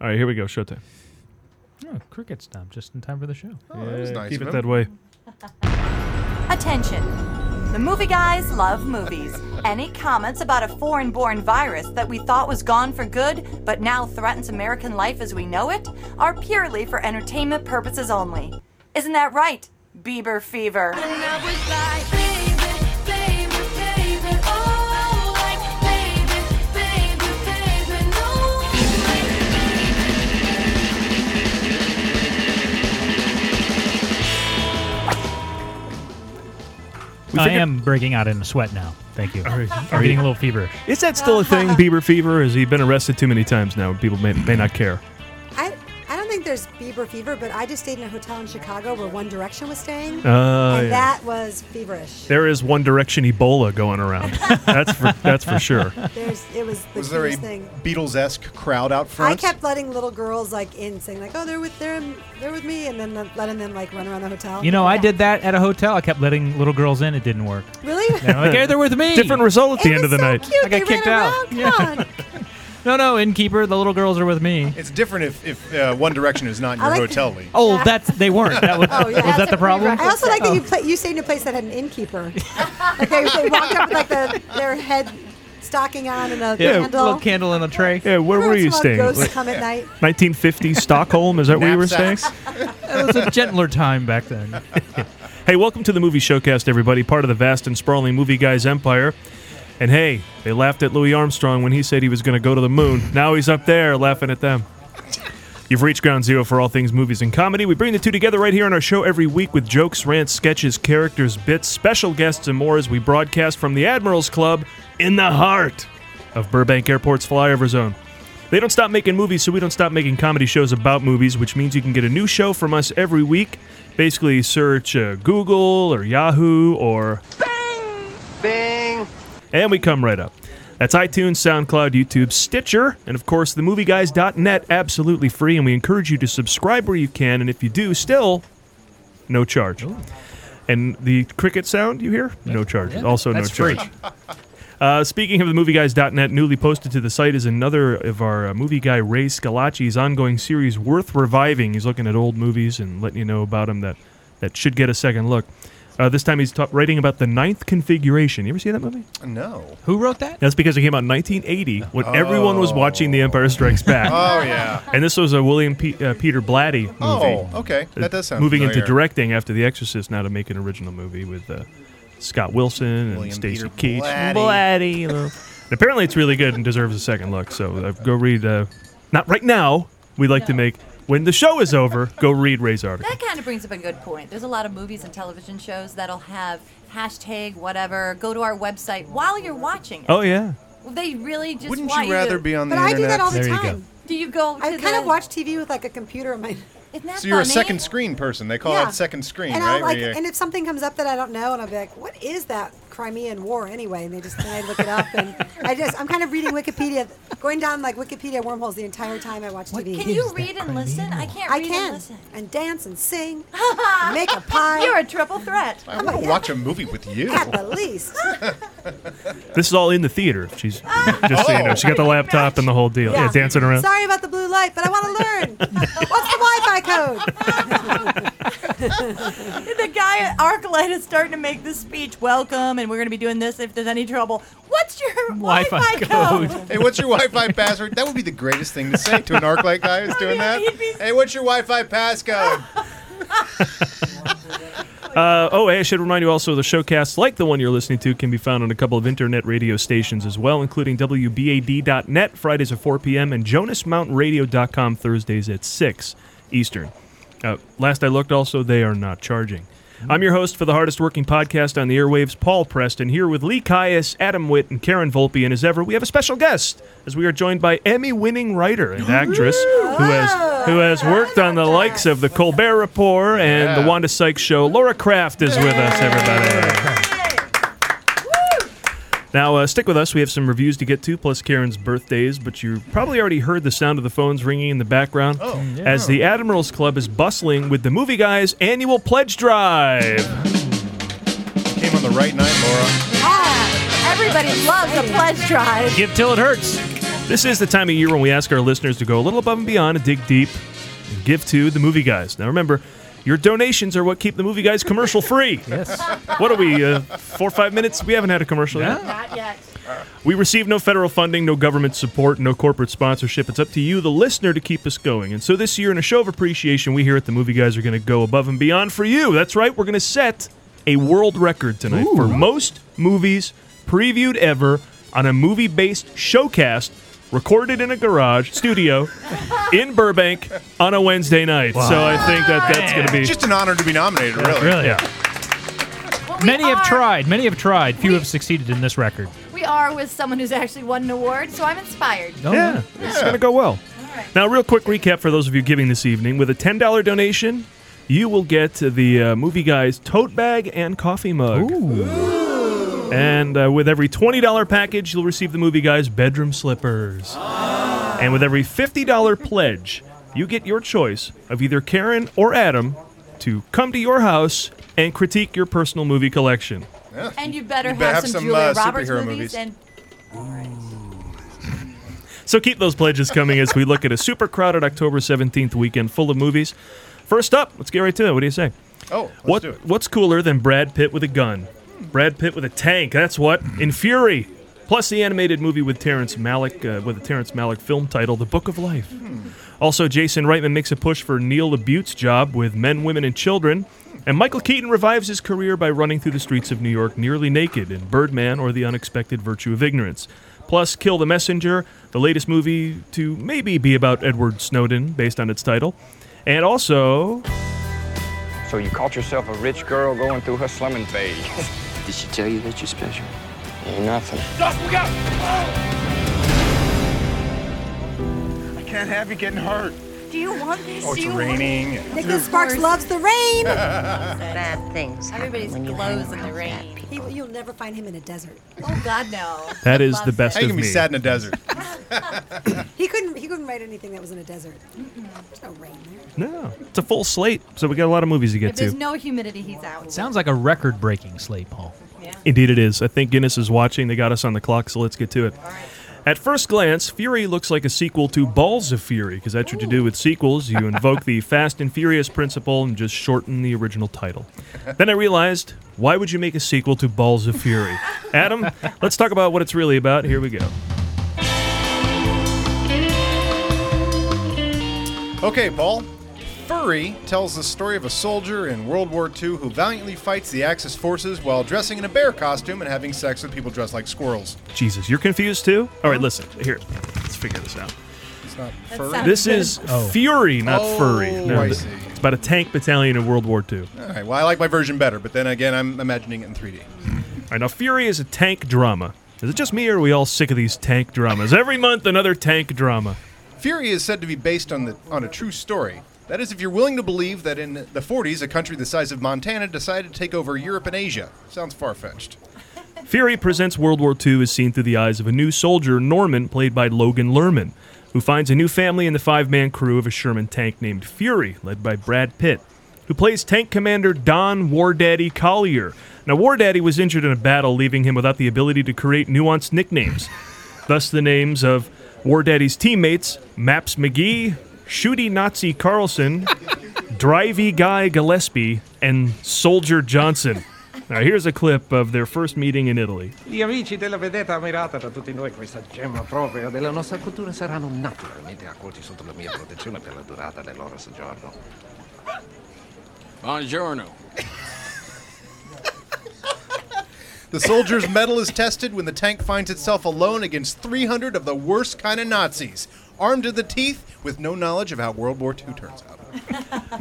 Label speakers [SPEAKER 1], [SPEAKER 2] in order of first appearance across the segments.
[SPEAKER 1] All right, here we go. Showtime.
[SPEAKER 2] Oh, cricket stop just in time for the show.
[SPEAKER 1] Oh,
[SPEAKER 3] that was nice
[SPEAKER 1] Keep
[SPEAKER 3] of
[SPEAKER 1] it
[SPEAKER 3] him.
[SPEAKER 1] that way.
[SPEAKER 4] Attention. The movie guys love movies. Any comments about a foreign born virus that we thought was gone for good but now threatens American life as we know it are purely for entertainment purposes only. Isn't that right, Bieber Fever?
[SPEAKER 5] And I was like, baby, baby, baby, oh, like, baby, baby, baby, no.
[SPEAKER 1] We
[SPEAKER 2] I
[SPEAKER 1] figured-
[SPEAKER 2] am breaking out in a sweat now. Thank you.
[SPEAKER 1] Are you-
[SPEAKER 2] I'm
[SPEAKER 1] are
[SPEAKER 2] getting a
[SPEAKER 1] you-
[SPEAKER 2] little feverish.
[SPEAKER 1] Is that still a thing, Bieber fever? Or has he been arrested too many times now? and People may, may not care.
[SPEAKER 6] I, I don't think there's Bieber fever, but I just stayed in a hotel in Chicago where One Direction was staying.
[SPEAKER 1] Oh,
[SPEAKER 6] and
[SPEAKER 1] yeah.
[SPEAKER 6] that was feverish.
[SPEAKER 1] There is One Direction Ebola going around. that's for that's for sure.
[SPEAKER 6] There's, it was the
[SPEAKER 3] Was there a
[SPEAKER 6] cutest thing.
[SPEAKER 3] Beatles esque crowd out front?
[SPEAKER 6] I kept letting little girls like in, saying like, "Oh, they're with they're they're with me," and then letting them like run around the hotel.
[SPEAKER 2] You know, I did that at a hotel. I kept letting little girls in. It didn't work.
[SPEAKER 6] really?
[SPEAKER 2] And I'm like, hey, they're with me.
[SPEAKER 1] Different result at the
[SPEAKER 6] It
[SPEAKER 1] end of
[SPEAKER 6] was
[SPEAKER 1] the
[SPEAKER 6] so
[SPEAKER 1] night.
[SPEAKER 6] Cute.
[SPEAKER 2] I got
[SPEAKER 6] they
[SPEAKER 2] kicked
[SPEAKER 6] ran
[SPEAKER 2] out.
[SPEAKER 6] around. Come
[SPEAKER 2] Yeah.
[SPEAKER 6] on.
[SPEAKER 2] no, no, innkeeper. The little girls are with me.
[SPEAKER 3] It's different if, if uh, One Direction is not in your
[SPEAKER 6] I like-
[SPEAKER 3] hotel, Lee.
[SPEAKER 2] Oh, that's they weren't. That was,
[SPEAKER 6] Oh,
[SPEAKER 2] was
[SPEAKER 6] yeah.
[SPEAKER 2] that
[SPEAKER 6] That's
[SPEAKER 2] the
[SPEAKER 6] a
[SPEAKER 2] problem?
[SPEAKER 6] I also like
[SPEAKER 1] Oh.
[SPEAKER 6] that you play, you stayed in a place that had an innkeeper. like they, they walked up with like the, their head stocking on and a
[SPEAKER 2] Yeah,
[SPEAKER 6] candle.
[SPEAKER 2] little candle in a tray.
[SPEAKER 1] Yeah, where were
[SPEAKER 6] Everyone
[SPEAKER 1] you
[SPEAKER 6] smelled
[SPEAKER 1] staying?
[SPEAKER 6] Ghosts
[SPEAKER 1] Like,
[SPEAKER 6] come at night.
[SPEAKER 1] 1950 Stockholm? Is that where you were staying?
[SPEAKER 3] Knapsacks.
[SPEAKER 2] It was a gentler time back then.
[SPEAKER 1] Hey, welcome to the Movie Showcast, everybody, part of the vast and sprawling Movie Guys empire. And hey, they laughed at Louis Armstrong when he said he was going to go to the moon. Now he's up there laughing at them. You've reached ground zero for all things movies and comedy. We bring the two together right here on our show every week with jokes, rants, sketches, characters, bits, special guests, and more as we broadcast from the Admirals Club in the heart of Burbank Airport's flyover zone. They don't stop making movies, so we don't stop making comedy shows about movies, which means you can get a new show from us every week. Basically, search uh, Google or Yahoo or and we come right up. That's iTunes, SoundCloud, YouTube, Stitcher, and of course, themovieguys.net, absolutely free. And we encourage you to subscribe where you can, and if you do, still no charge. And the cricket sound you hear? No charge. also,
[SPEAKER 2] That's
[SPEAKER 1] no
[SPEAKER 2] free.
[SPEAKER 1] charge. Uh, speaking of the movieguys.net, newly posted to the site is another of our uh, movie guy Ray Scalacci's ongoing series, Worth Reviving. He's looking at old movies and letting you know about them that, that should get a second look. Uh, this time he's ta- writing about the ninth configuration. You ever see that movie?
[SPEAKER 3] No.
[SPEAKER 2] Who wrote that?
[SPEAKER 1] That's because it came out in 1980 when everyone was watching The Empire Strikes Back.
[SPEAKER 3] Oh, yeah.
[SPEAKER 1] And this was a William P- uh, Peter Blatty movie. Uh,
[SPEAKER 3] Oh, okay. That does sound
[SPEAKER 1] Moving into
[SPEAKER 3] familiar.
[SPEAKER 1] directing after The Exorcist, now to make an original movie with uh, Scott Wilson and
[SPEAKER 3] William
[SPEAKER 1] Stacy Keach.
[SPEAKER 3] Peter Blatty.
[SPEAKER 1] Blatty, little- And apparently, it's really good and deserves a second look. So uh, go read. Uh, not right now. We'd like to make when the show is over. Go read Ray's article.
[SPEAKER 7] That kind of brings up a good point. There's a lot of movies and television shows that'll have hashtag whatever. Go to our website while you're watching it.
[SPEAKER 1] Oh yeah.
[SPEAKER 7] They really just
[SPEAKER 3] Wouldn't
[SPEAKER 7] want
[SPEAKER 3] you rather
[SPEAKER 7] to,
[SPEAKER 3] be on the
[SPEAKER 6] But I do
[SPEAKER 3] internet?
[SPEAKER 6] that all the
[SPEAKER 2] There you go.
[SPEAKER 6] time.
[SPEAKER 7] Do you go?
[SPEAKER 6] I
[SPEAKER 7] to
[SPEAKER 6] kind
[SPEAKER 7] the,
[SPEAKER 6] of watch TV with like a computer on my.
[SPEAKER 7] Isn't that
[SPEAKER 3] so you're a
[SPEAKER 7] funny?
[SPEAKER 3] second screen person. They call
[SPEAKER 7] Oh,
[SPEAKER 6] yeah.
[SPEAKER 3] it second screen,
[SPEAKER 6] and
[SPEAKER 3] right?
[SPEAKER 6] I'll, like,
[SPEAKER 3] Where you-
[SPEAKER 6] and if something comes up that I don't know, and I'll be like, "What is that Crimean War anyway?" And they just then I look it up, and I just I'm kind of reading Wikipedia, going down like Wikipedia wormholes the entire time I watch TV.
[SPEAKER 7] Can you read and listen? I can't
[SPEAKER 6] I
[SPEAKER 7] read and
[SPEAKER 6] can
[SPEAKER 7] listen.
[SPEAKER 6] and dance and sing, and make a pie.
[SPEAKER 7] You're a triple threat.
[SPEAKER 3] I want to watch a movie with you.
[SPEAKER 6] at the least.
[SPEAKER 1] This is all in the theater. She's just so you know, she got the laptop and the whole deal. Yeah,
[SPEAKER 6] Yeah.
[SPEAKER 1] dancing around.
[SPEAKER 6] Sorry about the blue light, but I want to learn. What's the Wi-Fi code?
[SPEAKER 7] The guy at ArcLight is starting to make this speech. Welcome, and we're going to be doing this if there's any trouble. What's your
[SPEAKER 2] Wi-Fi
[SPEAKER 7] code?
[SPEAKER 2] code.
[SPEAKER 3] hey, what's your Wi-Fi password? That would be the greatest thing to say to an ArcLight guy
[SPEAKER 6] Oh,
[SPEAKER 3] who's doing
[SPEAKER 7] yeah,
[SPEAKER 3] that.
[SPEAKER 7] he'd be-
[SPEAKER 3] Hey, what's your Wi-Fi passcode?
[SPEAKER 1] Uh, oh, hey, I should remind you also the showcasts like the one you're listening to can be found on a couple of internet radio stations as well, including WBAD.net Fridays at 4 p.m. and JonasMountainRadio.com Thursdays at 6 Eastern. Uh, last I looked, also, they are not charging. I'm your host for the hardest working podcast on the airwaves, Paul Preston, here with Lee Caius, Adam Witt, and Karen Volpe. And as ever, we have a special guest as we are joined by Emmy winning writer and actress who has, who has worked on the likes of The Colbert Report and The
[SPEAKER 3] Yeah.
[SPEAKER 1] Wanda Sykes Show. Laura Kraft is with us, everybody. Now, uh, stick with us. We have some reviews to get to, plus Karen's birthdays, but you probably already heard the sound of the phones ringing in the background
[SPEAKER 3] Oh.
[SPEAKER 1] as the Admirals Club is bustling with the Movie Guys annual pledge drive.
[SPEAKER 3] Came on the right night, Laura.
[SPEAKER 7] Yeah, everybody loves a pledge drive.
[SPEAKER 2] Give till it hurts.
[SPEAKER 1] This is the time of year when we ask our listeners to go a little above and beyond and dig deep and give to the movie guys. Now, remember, your donations are what keep the movie guys commercial free.
[SPEAKER 2] Yes.
[SPEAKER 1] What are we, uh, four or five minutes? We haven't had a commercial yet.
[SPEAKER 7] Not yet.
[SPEAKER 1] We receive no federal funding, no government support, no corporate sponsorship. It's up to you, the listener, to keep us going. And so this year, in a show of appreciation, we here at the Movie Guys are going to go above and beyond for you. That's right, we're going to set a world record tonight for most movies previewed ever on a movie based showcast recorded in a garage studio in Burbank on a Wednesday night. So I think that that's going to be.
[SPEAKER 3] It's just an honor to be nominated, really.
[SPEAKER 2] Really?
[SPEAKER 1] Yeah.
[SPEAKER 7] Well, we
[SPEAKER 2] Many
[SPEAKER 7] are-
[SPEAKER 2] have tried. Many have tried. Few have succeeded in this record.
[SPEAKER 7] We are with someone who's actually won an award, so I'm inspired.
[SPEAKER 2] Oh,
[SPEAKER 1] Yeah, it's going to go well.
[SPEAKER 7] right.
[SPEAKER 1] Now, real quick recap for those of you giving this evening. With a $10 donation, you will get the uh, Movie Guys tote bag and coffee mug. And uh, with every $20 package, you'll receive the Movie Guys bedroom slippers. And with every $50 pledge, you get your choice of either Karen or Adam to come to your house and critique your personal movie collection.
[SPEAKER 7] And you better
[SPEAKER 3] better
[SPEAKER 7] have,
[SPEAKER 3] have
[SPEAKER 7] some
[SPEAKER 3] some,
[SPEAKER 7] Julia
[SPEAKER 3] uh,
[SPEAKER 7] Roberts
[SPEAKER 3] superhero
[SPEAKER 7] movies,
[SPEAKER 3] movies.
[SPEAKER 7] and
[SPEAKER 1] So keep those pledges coming as we look at a super crowded October 17th weekend full of movies. First up, let's get right to it. What do you say?
[SPEAKER 3] Oh, let's
[SPEAKER 1] What,
[SPEAKER 3] do it.
[SPEAKER 1] what's cooler than Brad Pitt with a gun? Brad Pitt with a tank. That's what.
[SPEAKER 3] Hmm.
[SPEAKER 1] In Fury. Plus the animated movie with Terrence Malick, uh, with the Terrence Malick film title, The Book of Life.
[SPEAKER 3] Hmm.
[SPEAKER 1] Also, Jason Reitman makes a push for Neil LaBute's job with Men, Women, and Children. And Michael Keaton revives his career by running through the streets of New York nearly naked in Birdman or The Unexpected Virtue of Ignorance. Plus, Kill the Messenger, the latest movie to maybe be about Edward Snowden based on its title. And also,
[SPEAKER 8] So you caught yourself a rich girl going through her slumming phase. Did she tell you that you're special? Ain't nothing.
[SPEAKER 3] I can't have you getting hurt.
[SPEAKER 7] do you want this?
[SPEAKER 3] Oh, it's
[SPEAKER 7] do you
[SPEAKER 3] raining.
[SPEAKER 6] Nicholas Sparks loves the rain.
[SPEAKER 9] Bad things. happen
[SPEAKER 7] Everybody's
[SPEAKER 9] when you
[SPEAKER 7] glows
[SPEAKER 9] hang
[SPEAKER 7] in the
[SPEAKER 9] around
[SPEAKER 7] rain.
[SPEAKER 9] bad people.
[SPEAKER 6] He, you'll never find him in a desert.
[SPEAKER 7] Want, oh God, no.
[SPEAKER 1] that is
[SPEAKER 7] Loves
[SPEAKER 1] the best
[SPEAKER 3] How you
[SPEAKER 1] of
[SPEAKER 3] gonna
[SPEAKER 1] me.
[SPEAKER 3] be sad in a desert?
[SPEAKER 6] He couldn't. He couldn't write anything that was in a desert. There's no rain there.
[SPEAKER 1] No, it's a full slate, so we got a lot of movies to
[SPEAKER 7] If
[SPEAKER 1] get
[SPEAKER 7] there's
[SPEAKER 1] to.
[SPEAKER 7] no humidity, he's out.
[SPEAKER 2] Sounds like a record-breaking slate, Paul.
[SPEAKER 1] Indeed, it is. I think Guinness is watching. They got us on the clock, so let's get to it. At first glance, Fury looks like a sequel to Balls of Fury, because that's what you do with sequels. You invoke the Fast and Furious principle and just shorten the original title. Then I realized, why would you make a sequel to Balls of Fury? Adam, let's talk about what it's really about. Here we go.
[SPEAKER 3] Okay, Paul. Furry tells the story of a soldier in World War II who valiantly fights the Axis forces while dressing in a bear costume and having sex with people dressed like squirrels.
[SPEAKER 1] Jesus, you're confused too? All right, listen. Here, let's figure this out.
[SPEAKER 3] It's not furry.
[SPEAKER 7] sounds-
[SPEAKER 1] This is Fury, not
[SPEAKER 3] Oh,
[SPEAKER 1] Furry.
[SPEAKER 3] I
[SPEAKER 1] th-
[SPEAKER 3] see.
[SPEAKER 1] It's about a tank battalion in World War II.
[SPEAKER 3] All right. Well, I like my version better, but then again, I'm imagining it in 3D.
[SPEAKER 1] All right, now Fury is a tank drama. Is it just me, or are we all sick of these tank dramas? Every month, another tank drama.
[SPEAKER 3] Fury is said to be based on the on a true story. That is, if you're willing to believe that in the 40s, a country the size of Montana decided to take over Europe and Asia. Sounds far fetched.
[SPEAKER 1] Fury presents World War II as seen through the eyes of a new soldier, Norman, played by Logan Lerman, who finds a new family in the five man crew of a Sherman tank named Fury, led by Brad Pitt, who plays tank commander Don War Daddy Collier. Now, War Daddy was injured in a battle, leaving him without the ability to create nuanced nicknames, thus, the names of War Daddy's teammates, Maps McGee, Shooty Nazi Carlson, Drivey Guy Gillespie, and Soldier Johnson. Now, here's a clip of their first meeting in Italy.
[SPEAKER 10] Gli amici della vedetta ammirata da tutti noi, questa gemma propria della nostra cultura, saranno naturalmente accolti sotto la mia protezione per la durata del loro soggiorno.
[SPEAKER 8] Buongiorno.
[SPEAKER 3] The soldier's metal is tested when the tank finds itself alone against 300 of the worst kind of Nazis, armed to the teeth with no knowledge of how World War II turns out.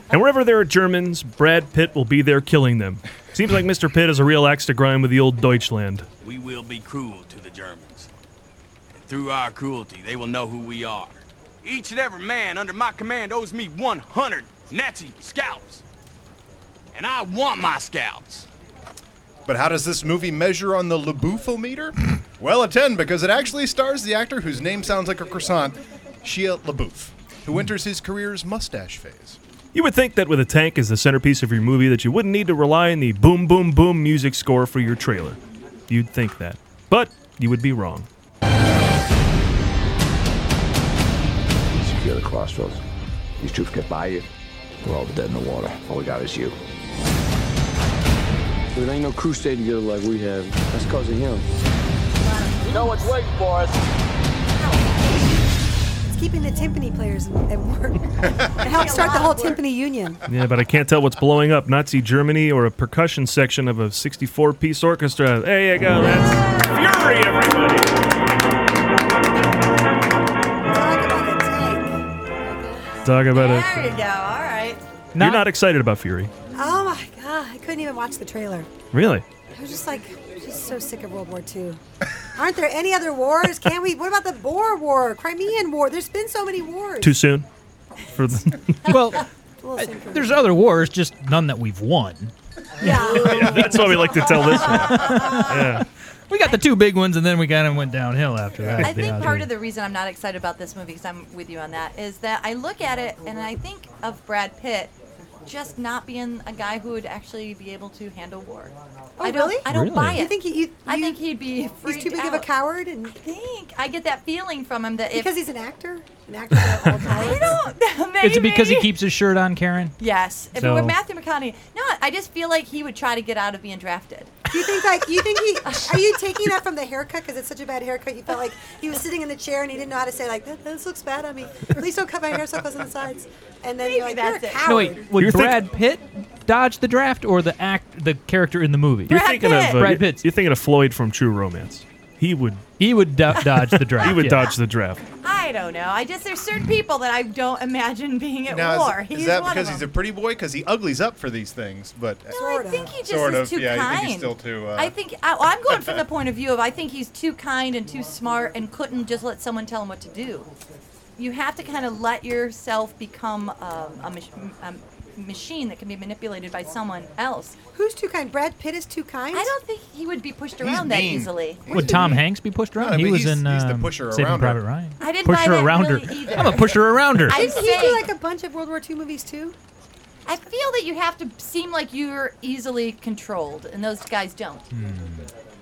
[SPEAKER 1] And wherever there are Germans, Brad Pitt will be there killing them. Seems like Mr. Pitt is a real axe to grind with the old Deutschland.
[SPEAKER 11] We will be cruel to the Germans. And through our cruelty, they will know who we are. Each and every man under my command owes me 100 Nazi scalps. And I want my scalps.
[SPEAKER 3] But how does this movie measure on the Laboufometer? Well, a 10 because it actually stars the actor whose name sounds like a croissant, Shia LaBeouf, who enters his career's mustache phase.
[SPEAKER 1] You would think that with a tank as the centerpiece of your movie that you wouldn't need to rely on the boom boom boom music score for your trailer. You'd think that. But you would be wrong.
[SPEAKER 12] the crossroads. These troops get by you, we're all dead in the water. All we got is you.
[SPEAKER 8] It ain't no crusade together like we have. That's cause of him.
[SPEAKER 6] You know what's waiting for us. It's keeping the timpani players at work. it helps start the whole timpani union.
[SPEAKER 1] Yeah, but I can't tell what's blowing up Nazi Germany or a percussion section of a 64 piece orchestra. There you go. That's fury, everybody. Talk about
[SPEAKER 4] There
[SPEAKER 1] it.
[SPEAKER 4] you go. All right.
[SPEAKER 1] You're not excited about Fury.
[SPEAKER 6] Oh my god, I couldn't even watch the trailer.
[SPEAKER 1] Really?
[SPEAKER 6] I was just like, I'm just so sick of World War II. Aren't there any other wars? Can we? What about the Boer War, Crimean War? There's been so many wars.
[SPEAKER 1] Too soon? For the-
[SPEAKER 2] well,
[SPEAKER 6] Little soon for
[SPEAKER 2] there's other wars, just none that we've won.
[SPEAKER 1] Yeah, that's why we like to tell this one. Yeah.
[SPEAKER 2] We got the two big ones, and then we kind of went downhill after that.
[SPEAKER 7] I think part of the reason I'm not excited about this movie, because I'm with you on that, is that I look at it and I think of Brad Pitt just not being a guy who would actually be able to handle war.
[SPEAKER 6] Oh,
[SPEAKER 7] I don't,
[SPEAKER 6] really?
[SPEAKER 7] I don't
[SPEAKER 6] Really?
[SPEAKER 7] buy it.
[SPEAKER 6] You think he,
[SPEAKER 7] I think he'd be
[SPEAKER 6] He's too
[SPEAKER 7] freaked
[SPEAKER 6] big of a
[SPEAKER 7] out.
[SPEAKER 6] coward, and I
[SPEAKER 7] think I get that feeling from him that if
[SPEAKER 6] because he's an actor, an actor. with all powers.
[SPEAKER 2] Is it because he keeps his shirt on, Karen?
[SPEAKER 7] Yes, if it
[SPEAKER 2] So-
[SPEAKER 7] were Matthew McConaughey, no, I just feel like he would try to get out of being drafted.
[SPEAKER 6] Do you think like you think
[SPEAKER 7] Oh,
[SPEAKER 6] he? Are you taking that from the haircut? Because it's such a bad haircut. You felt like he was sitting in the chair and he didn't know how to say like "That- this looks bad on me. Please don't cut my hair so close on the sides. And then you're like, that's you're a coward.
[SPEAKER 2] No, wait. Would Brad Pitt dodge the draft or the act, the character in the movie?
[SPEAKER 1] You're thinking of uh,
[SPEAKER 2] Brad Pitt.
[SPEAKER 1] you're, you're thinking of Floyd from True Romance. He would
[SPEAKER 2] he would dodge the draft,
[SPEAKER 1] he would
[SPEAKER 2] yeah.
[SPEAKER 1] dodge the draft.
[SPEAKER 7] I don't know. I just there's certain people that I don't imagine being at
[SPEAKER 3] Now,
[SPEAKER 7] war.
[SPEAKER 3] is,
[SPEAKER 7] he's
[SPEAKER 3] is that
[SPEAKER 7] one
[SPEAKER 3] because
[SPEAKER 7] of
[SPEAKER 3] he's
[SPEAKER 7] them.
[SPEAKER 3] a pretty boy? Because he uglies up for these things, but
[SPEAKER 7] no, I think he just
[SPEAKER 3] sort
[SPEAKER 7] is
[SPEAKER 3] of.
[SPEAKER 7] too
[SPEAKER 3] yeah,
[SPEAKER 7] kind.
[SPEAKER 3] I think he's still too. Uh,
[SPEAKER 7] I think I, well, I'm going from the point of view of I think he's too kind and too smart and couldn't just let someone tell him what to do. You have to kind of let yourself become um, a, mach- a machine that can be manipulated by someone else.
[SPEAKER 6] Who's too kind? Brad Pitt is too kind.
[SPEAKER 7] I don't think he would be pushed around that easily.
[SPEAKER 2] Would Tom Hanks be pushed around?
[SPEAKER 3] I
[SPEAKER 2] he
[SPEAKER 3] mean,
[SPEAKER 2] was
[SPEAKER 3] he's-
[SPEAKER 2] in
[SPEAKER 3] he's the
[SPEAKER 2] um,
[SPEAKER 3] pusher
[SPEAKER 2] Saving
[SPEAKER 3] arounder.
[SPEAKER 2] Private Ryan.
[SPEAKER 7] I didn't
[SPEAKER 2] pusher
[SPEAKER 7] buy that
[SPEAKER 2] arounder.
[SPEAKER 7] really either.
[SPEAKER 2] I'm a pusher arounder.
[SPEAKER 7] I-
[SPEAKER 6] Didn't he do like a bunch of World War II movies too?
[SPEAKER 7] I feel that you have to seem like you're easily controlled, and those guys don't.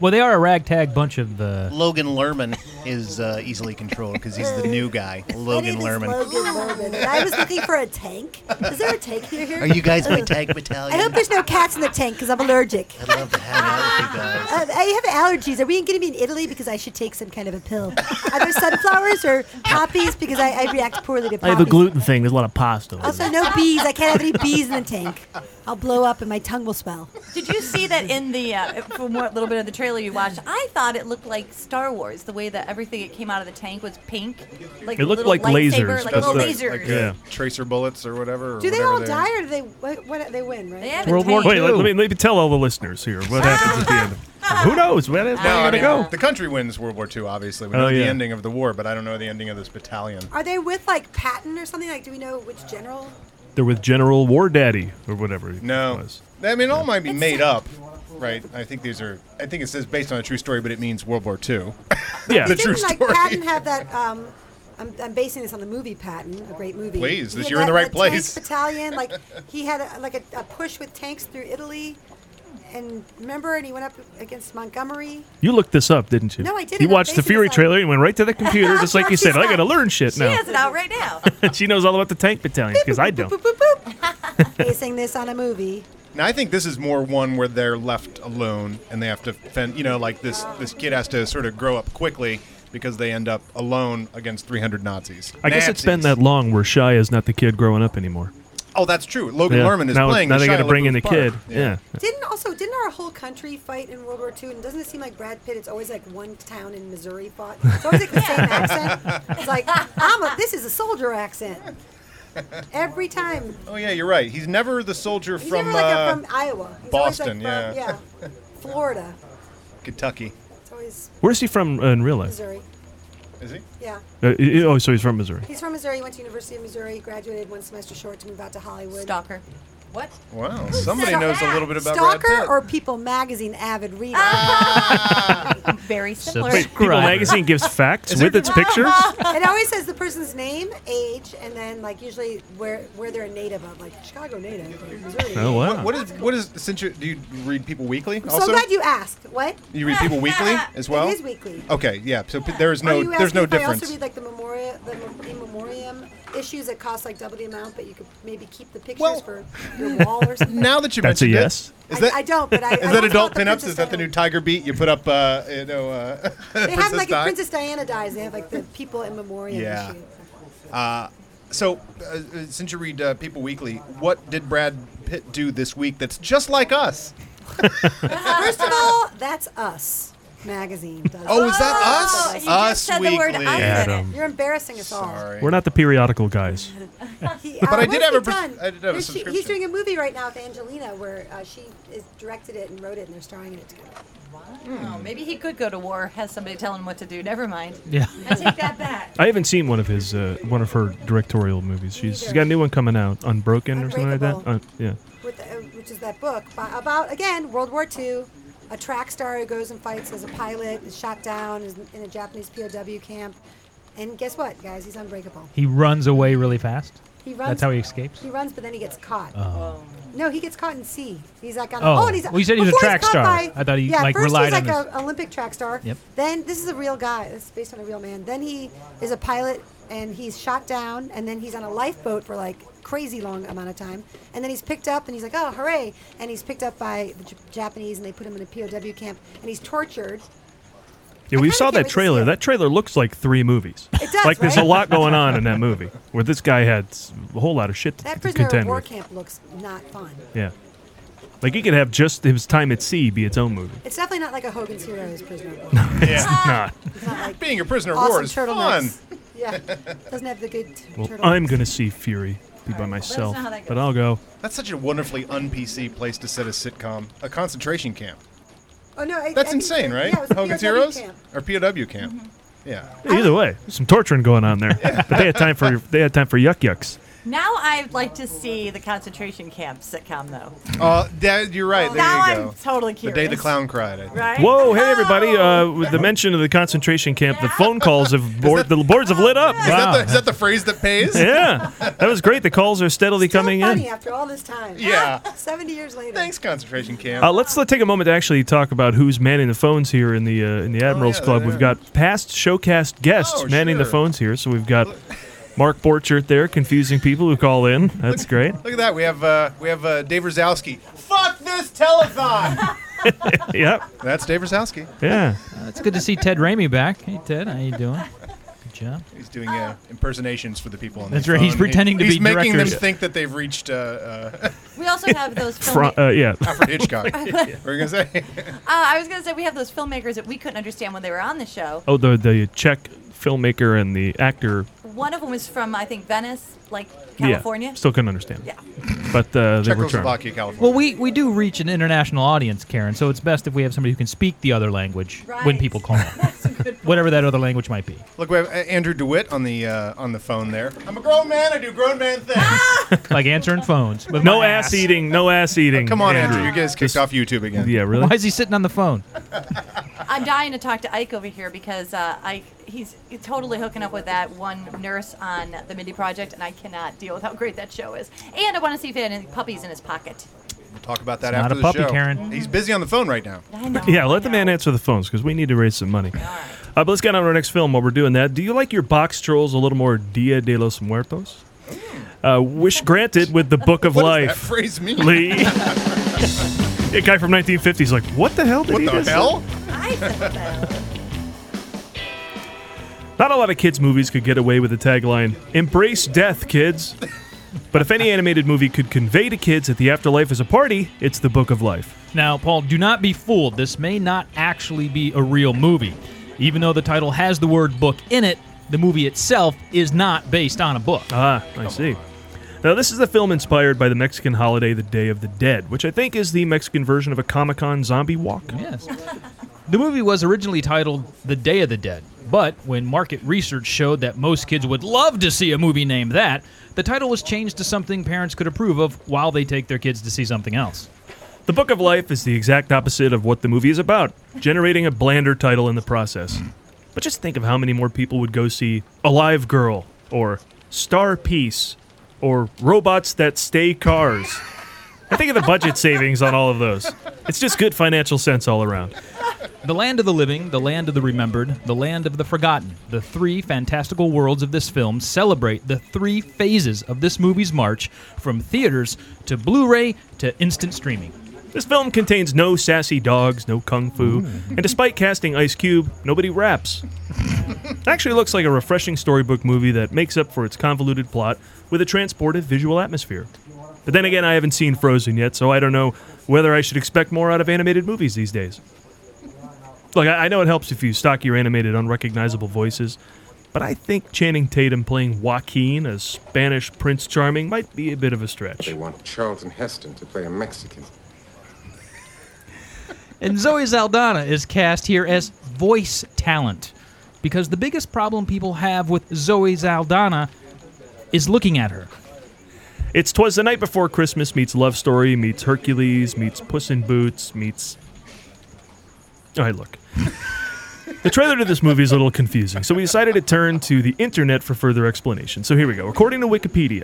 [SPEAKER 2] well, they are a ragtag bunch of uh,
[SPEAKER 13] Logan Lerman is uh, easily controlled because he's the new guy, Logan Lerman.
[SPEAKER 6] Logan Lerman. And I was looking for a tank. Is there a tank near here?
[SPEAKER 13] Are you guys my
[SPEAKER 6] Ugh.
[SPEAKER 13] tag
[SPEAKER 6] I
[SPEAKER 13] battalion?
[SPEAKER 6] hope there's no cats in the tank because I'm allergic.
[SPEAKER 13] I love to hang out with you guys.
[SPEAKER 6] Uh, I have allergies. Are we going to be in Italy because I should take some kind of a pill? Are there sunflowers or poppies because I, I react poorly to
[SPEAKER 14] I
[SPEAKER 6] poppies?
[SPEAKER 14] have a gluten thing. There's a lot of pasta.
[SPEAKER 6] also, no bees. I can't have any bees in the tank. I'll blow up and my tongue will smell.
[SPEAKER 7] Did you see that in the uh, from what little bit of the trailer you watched? I thought it looked like Star Wars, the way that everything that came out of the tank was pink. Like
[SPEAKER 3] It looked
[SPEAKER 7] little
[SPEAKER 3] like
[SPEAKER 7] lightsaber,
[SPEAKER 3] lasers.
[SPEAKER 7] like
[SPEAKER 3] That's
[SPEAKER 7] little
[SPEAKER 3] right.
[SPEAKER 7] lasers.
[SPEAKER 3] Like, uh, yeah. tracer bullets or whatever. or
[SPEAKER 6] Do they
[SPEAKER 3] whatever
[SPEAKER 6] all
[SPEAKER 3] are.
[SPEAKER 6] die or do they? What, what, they win, right? They
[SPEAKER 7] have
[SPEAKER 1] Wait, let, let me let me tell all the listeners here what happens at the end. Who knows? Where where
[SPEAKER 3] No,
[SPEAKER 1] are
[SPEAKER 3] I
[SPEAKER 1] you
[SPEAKER 3] mean,
[SPEAKER 1] gonna go?
[SPEAKER 3] the country wins World War II. Obviously, we
[SPEAKER 1] Oh,
[SPEAKER 3] know
[SPEAKER 1] yeah.
[SPEAKER 3] the ending of the war, but I don't know the ending of this battalion.
[SPEAKER 6] Are they with like Patton or something? Like, do we know which general?
[SPEAKER 1] They're with General War Daddy or whatever.
[SPEAKER 3] No, I mean, it all might be made up, right? I think these are. I think it says based on a true story, but it means World War II.
[SPEAKER 1] Yeah.
[SPEAKER 3] the
[SPEAKER 6] Didn't
[SPEAKER 3] true
[SPEAKER 6] like
[SPEAKER 3] story.
[SPEAKER 6] Patton have that? Um, I'm, I'm basing this on the movie Patton, a great movie.
[SPEAKER 3] Please,
[SPEAKER 6] He
[SPEAKER 3] this-
[SPEAKER 6] had
[SPEAKER 3] you're in
[SPEAKER 6] that-
[SPEAKER 3] the right
[SPEAKER 6] that tank
[SPEAKER 3] place.
[SPEAKER 6] battalion, like he had a, like a, a push with tanks through Italy, and remember, and he went up against Montgomery.
[SPEAKER 1] You looked this up, didn't you?
[SPEAKER 6] No, I didn't.
[SPEAKER 1] You
[SPEAKER 6] I'm
[SPEAKER 1] watched the
[SPEAKER 6] basing
[SPEAKER 1] Fury
[SPEAKER 6] this on-
[SPEAKER 1] trailer and went right to the computer, just like you said. I got to learn shit
[SPEAKER 7] She
[SPEAKER 1] now.
[SPEAKER 7] has it out right now.
[SPEAKER 1] she knows all about the tank battalions because I don't.
[SPEAKER 6] basing this on a movie.
[SPEAKER 3] Now I think this is more one where they're left alone and they have to fend. You know, like this this kid has to sort of grow up quickly because they end up alone against 300 Nazis.
[SPEAKER 1] I guess it's been that long where Shia is not the kid growing up anymore.
[SPEAKER 3] Oh, that's true. Logan
[SPEAKER 1] Yeah,
[SPEAKER 3] Lerman is
[SPEAKER 1] now-
[SPEAKER 3] playing.
[SPEAKER 1] now
[SPEAKER 3] the
[SPEAKER 1] they gotta
[SPEAKER 3] Shia
[SPEAKER 1] bring in
[SPEAKER 3] LaBeouf
[SPEAKER 1] the
[SPEAKER 3] part.
[SPEAKER 1] kid. Yeah.
[SPEAKER 6] Didn't also didn't our whole country fight in World War II? And doesn't it seem like Brad Pitt? It's always like one town in Missouri fought. It's always like the same accent. It's like I'm a, this is a soldier accent every time.
[SPEAKER 3] Oh yeah, you're right. He's never the soldier
[SPEAKER 6] He's
[SPEAKER 3] from,
[SPEAKER 6] never like
[SPEAKER 3] uh,
[SPEAKER 6] a, from Iowa. He's always,
[SPEAKER 3] Boston,
[SPEAKER 6] like,
[SPEAKER 3] yeah.
[SPEAKER 6] from, yeah, Florida.
[SPEAKER 3] Kentucky.
[SPEAKER 6] It's always
[SPEAKER 1] Where's he from uh, in real life?
[SPEAKER 6] Missouri.
[SPEAKER 3] Is he?
[SPEAKER 6] Yeah.
[SPEAKER 1] Uh, i- i- oh, so he's from Missouri.
[SPEAKER 6] He's from Missouri. He went to University of Missouri. Graduated one semester short to move out to Hollywood.
[SPEAKER 7] Stalker. What?
[SPEAKER 3] Wow, somebody
[SPEAKER 6] Stalker.
[SPEAKER 3] knows a little bit about Brad
[SPEAKER 6] Stalker
[SPEAKER 3] Pitt.
[SPEAKER 6] or People Magazine avid reader.
[SPEAKER 7] Very similar.
[SPEAKER 1] Wait, People Magazine gives facts
[SPEAKER 3] Is there
[SPEAKER 1] with its picture.
[SPEAKER 6] it always says the person's name, age, and then like usually where where they're a native of, like Chicago native. or Missouri.
[SPEAKER 1] Oh, wow.
[SPEAKER 3] What, what is what is since you do you read People Weekly?
[SPEAKER 6] I'm
[SPEAKER 3] also?
[SPEAKER 6] so glad you asked. What?
[SPEAKER 3] You read People Weekly as well.
[SPEAKER 6] It is weekly.
[SPEAKER 3] Okay, yeah. So p- there is
[SPEAKER 6] Are
[SPEAKER 3] no
[SPEAKER 6] you
[SPEAKER 3] there's no
[SPEAKER 6] asking if
[SPEAKER 3] difference.
[SPEAKER 6] I also read like the memorial, the mem- in memoriam, issues that cost like double the amount, but you could maybe keep the pictures for your wall or something.
[SPEAKER 3] Now that you
[SPEAKER 1] That's a
[SPEAKER 3] mentioned it,
[SPEAKER 1] yes.
[SPEAKER 3] is
[SPEAKER 6] I-
[SPEAKER 3] that,
[SPEAKER 6] I don't, but I- I
[SPEAKER 3] is
[SPEAKER 6] once
[SPEAKER 3] that
[SPEAKER 6] bought
[SPEAKER 3] adult
[SPEAKER 6] the
[SPEAKER 3] pinups?
[SPEAKER 6] Princess
[SPEAKER 3] Is that the new tiger beat? You put up, uh, you know, uh,
[SPEAKER 6] They have
[SPEAKER 3] Princess
[SPEAKER 6] like if
[SPEAKER 3] Di?
[SPEAKER 6] Princess Diana dies, they have like the people in memoriam
[SPEAKER 3] Yeah.
[SPEAKER 6] issue.
[SPEAKER 3] Uh, so, uh, uh, since you read uh, People Weekly, what did Brad Pitt do this week that's just like us?
[SPEAKER 6] First of all, that's us magazine. Does
[SPEAKER 3] Oh, is that us?
[SPEAKER 6] You just
[SPEAKER 3] Us
[SPEAKER 6] said the word
[SPEAKER 3] Weekly.
[SPEAKER 6] us in it.
[SPEAKER 1] Adam.
[SPEAKER 6] You're embarrassing us all. Sorry.
[SPEAKER 1] We're not the periodical guys.
[SPEAKER 6] He,
[SPEAKER 3] But I did
[SPEAKER 6] what
[SPEAKER 3] have
[SPEAKER 6] he
[SPEAKER 3] a pres-
[SPEAKER 6] done?
[SPEAKER 3] I did have a
[SPEAKER 6] He's-
[SPEAKER 3] subscription.
[SPEAKER 6] He's doing a movie right now with Angelina, where uh, she is directed it and wrote it, and they're starring in it together.
[SPEAKER 7] Oh, maybe he could go to war. Has somebody telling him what to do? Never mind.
[SPEAKER 1] Yeah.
[SPEAKER 7] I take that back.
[SPEAKER 1] I haven't seen one of his uh, one of her directorial movies. She's, she's got a new one coming out, Unbroken or something like that. Uh,
[SPEAKER 6] Unbreakable.
[SPEAKER 1] yeah.
[SPEAKER 6] with uh, which is that book by, about again World War II, a track star who goes and fights as a pilot is shot down is in a Japanese POW camp, and guess what, guys? He's unbreakable.
[SPEAKER 2] He runs away really fast.
[SPEAKER 6] He runs.
[SPEAKER 2] That's how he escapes.
[SPEAKER 6] He runs, but then he gets caught.
[SPEAKER 2] Oh.
[SPEAKER 6] No, he gets caught in sea. He's like on. a-
[SPEAKER 2] Oh.
[SPEAKER 6] and he's
[SPEAKER 2] Well, you said he was a
[SPEAKER 6] before
[SPEAKER 2] track
[SPEAKER 6] caught
[SPEAKER 2] star.
[SPEAKER 6] by-
[SPEAKER 2] I thought he,
[SPEAKER 6] yeah,
[SPEAKER 2] like,
[SPEAKER 6] first
[SPEAKER 2] relied
[SPEAKER 6] he's
[SPEAKER 2] on
[SPEAKER 6] like
[SPEAKER 2] this-
[SPEAKER 6] an Olympic track star.
[SPEAKER 2] Yep.
[SPEAKER 6] Then this is a real guy. This is based on a real man. Then he is a pilot and he's shot down and then he's on a lifeboat for like crazy long amount of time and then he's picked up and he's like oh hooray and he's picked up by the J- Japanese and they put him in a POW camp and he's tortured.
[SPEAKER 1] Yeah, we saw
[SPEAKER 6] can't wait
[SPEAKER 1] that
[SPEAKER 6] to see
[SPEAKER 1] trailer. That trailer looks like three movies.
[SPEAKER 6] It does,
[SPEAKER 1] like there's a
[SPEAKER 6] right?
[SPEAKER 1] lot going on in that movie where this guy had s- a whole lot of shit to
[SPEAKER 6] That
[SPEAKER 1] to
[SPEAKER 6] prisoner of
[SPEAKER 1] contend
[SPEAKER 6] war
[SPEAKER 1] with.
[SPEAKER 6] camp looks not fun.
[SPEAKER 1] Yeah. Like he could have just his time at sea be its own movie.
[SPEAKER 6] It's definitely not like a Hogan's Heroes prisoner of war.
[SPEAKER 1] It's not.
[SPEAKER 6] It's not like
[SPEAKER 3] Being a prisoner of
[SPEAKER 6] awesome
[SPEAKER 3] war is fun.
[SPEAKER 6] turtlenecks. Yeah, doesn't have the good t-
[SPEAKER 1] Well,
[SPEAKER 6] turtle.
[SPEAKER 1] I'm gonna see Fury be by myself,
[SPEAKER 6] how that
[SPEAKER 1] but
[SPEAKER 6] goes.
[SPEAKER 1] I'll go.
[SPEAKER 3] That's such a wonderfully un-PC place to set a sitcom, a concentration camp.
[SPEAKER 6] Oh no, I- I
[SPEAKER 3] That's
[SPEAKER 6] think-
[SPEAKER 3] insane, right?
[SPEAKER 6] Yeah, it was a
[SPEAKER 3] Hogan's
[SPEAKER 6] POW
[SPEAKER 3] Heroes
[SPEAKER 6] camp. Mm-hmm.
[SPEAKER 3] or POW camp. Yeah.
[SPEAKER 1] Either way, some torturing going on there. But they had time for they had time for yuck yucks.
[SPEAKER 7] Now I'd like to see the concentration camp sitcom, though.
[SPEAKER 3] Oh, that, you're right. There
[SPEAKER 7] now
[SPEAKER 3] you go.
[SPEAKER 7] I'm totally curious.
[SPEAKER 3] The day the clown cried. I think.
[SPEAKER 7] Right?
[SPEAKER 1] Whoa, hey everybody! Uh, with the mention of the concentration camp, the phone calls have board, the boards have lit up.
[SPEAKER 3] Is, that the, is that the phrase that pays?
[SPEAKER 1] yeah, that was great. The calls are steadily coming in.
[SPEAKER 6] Funny after all this time.
[SPEAKER 3] Yeah.
[SPEAKER 6] Seventy years later.
[SPEAKER 3] Thanks, concentration camp.
[SPEAKER 1] Uh, let's let, take a moment to actually talk about who's manning the phones here in the uh, in the Admirals
[SPEAKER 3] Oh, yeah,
[SPEAKER 1] Club.
[SPEAKER 3] there
[SPEAKER 1] We've got past showcast guests
[SPEAKER 3] Oh,
[SPEAKER 1] manning the
[SPEAKER 3] sure.
[SPEAKER 1] phones here, so we've got Mark Borchert there confusing people who call in. That's great.
[SPEAKER 3] Look at that. We have uh, we have uh, Dave Rosowski. Fuck this telethon.
[SPEAKER 1] yep.
[SPEAKER 3] That's Dave Rosowski.
[SPEAKER 1] Yeah.
[SPEAKER 2] Uh, it's good to see Ted Ramey back. Hey Ted, how you doing? Good job.
[SPEAKER 3] He's doing uh, impersonations for the people on
[SPEAKER 2] That's
[SPEAKER 3] the
[SPEAKER 2] right,
[SPEAKER 3] phone.
[SPEAKER 2] he's pretending to
[SPEAKER 3] he's
[SPEAKER 2] be
[SPEAKER 3] making them
[SPEAKER 2] directors.
[SPEAKER 3] think that they've reached uh, uh,
[SPEAKER 7] We also have those
[SPEAKER 1] Fro-
[SPEAKER 7] filmmakers.
[SPEAKER 1] uh, yeah.
[SPEAKER 3] Alfred Hitchcock. We're gonna say.
[SPEAKER 7] uh, I was going to say, we have those filmmakers that we couldn't understand when they were on the show.
[SPEAKER 1] Oh, the the Czech filmmaker and the actor.
[SPEAKER 7] One of them was from, I think, Venice, like
[SPEAKER 1] yeah,
[SPEAKER 7] California.
[SPEAKER 1] still couldn't understand.
[SPEAKER 7] Yeah.
[SPEAKER 1] But uh, they were trying.
[SPEAKER 3] Czechoslovakia, California.
[SPEAKER 2] Well, we, we do reach an international audience, Karen, so it's best if we have somebody who can speak the other language when
[SPEAKER 7] Right.
[SPEAKER 2] people call. Whatever that other language might be.
[SPEAKER 3] Look, we have uh, Andrew Dewitt on the uh, on the phone there. Ah! I'm a grown man. I do grown man things.
[SPEAKER 2] Like answering phones. With
[SPEAKER 1] No
[SPEAKER 2] my
[SPEAKER 1] ass eating. No ass eating.
[SPEAKER 3] Oh, Come on, Andrew.
[SPEAKER 1] Andrew.
[SPEAKER 3] You get us kicked off YouTube again.
[SPEAKER 1] Yeah, really.
[SPEAKER 2] Why is he sitting on the phone?
[SPEAKER 7] I'm dying to talk to Ike over here because uh, Ike, he's totally hooking up with that one nurse on the Mindy Project, and I cannot deal with how great that show is. And I want to see if he had any puppies in his pocket.
[SPEAKER 3] We'll talk about that
[SPEAKER 2] It's not
[SPEAKER 3] after
[SPEAKER 2] a
[SPEAKER 3] the
[SPEAKER 2] puppy,
[SPEAKER 3] show.
[SPEAKER 2] Karen.
[SPEAKER 3] He's busy on the phone right now.
[SPEAKER 7] I know.
[SPEAKER 1] Yeah, let the man answer the phones because we need to raise some money. Uh, but let's get on to our next film while we're doing that. Do you like your box trolls a little more Dia de los Muertos?
[SPEAKER 7] Mm.
[SPEAKER 1] Uh, wish granted with the Book of
[SPEAKER 3] What does that
[SPEAKER 1] Life.
[SPEAKER 3] phrase mean?
[SPEAKER 1] Lee. A guy from 1950s like, what the hell did
[SPEAKER 3] What
[SPEAKER 1] he
[SPEAKER 3] the
[SPEAKER 1] just say?"
[SPEAKER 3] hell?
[SPEAKER 7] I said that.
[SPEAKER 1] Not a lot of kids' movies could get away with the tagline, Embrace Death, kids. But if any animated movie could convey to kids that the afterlife is a party, it's the Book of Life.
[SPEAKER 2] Now, Paul, do not be fooled. This may not actually be a real movie. Even though the title has the word book in it, the movie itself is not based on a book.
[SPEAKER 1] Ah, I see. Now, this is a film inspired by the Mexican holiday, the Day of the Dead, which I think is the Mexican version of a Comic Con zombie walk.
[SPEAKER 2] Yes. The movie was originally titled The Day of the Dead, but when market research showed that most kids would love to see a movie named that, the title was changed to something parents could approve of while they take their kids to see something else.
[SPEAKER 1] The Book of Life is the exact opposite of what the movie is about, generating a blander title in the process. But just think of how many more people would go see Alive Girl, or Star Peace, or Robots That Stay Cars. I think of the budget savings on all of those. It's just good financial sense all around.
[SPEAKER 2] The land of the living, the land of the remembered, the land of the forgotten. The three fantastical worlds of this film celebrate the three phases of this movie's march from theaters to Blu ray to instant streaming.
[SPEAKER 1] This film contains no sassy dogs, no kung fu, and despite casting Ice Cube, nobody raps. It actually looks like a refreshing storybook movie that makes up for its convoluted plot with a transportive visual atmosphere. But then again, I haven't seen Frozen yet, so I don't know whether I should expect more out of animated movies these days. Look, I I know it helps if you stock your animated unrecognizable voices, but I think Channing Tatum playing Joaquin as Spanish Prince Charming might be a bit of a stretch.
[SPEAKER 14] They want Charlton Heston to play a Mexican.
[SPEAKER 2] And Zoe Zaldana is cast here as voice talent because the biggest problem people have with Zoe Zaldana is looking at her.
[SPEAKER 1] It's Twas the Night Before Christmas meets Love Story meets Hercules meets Puss in Boots meets. All right, look. the trailer to this movie is a little confusing, so we decided to turn to the internet for further explanation. So here we go. According to Wikipedia,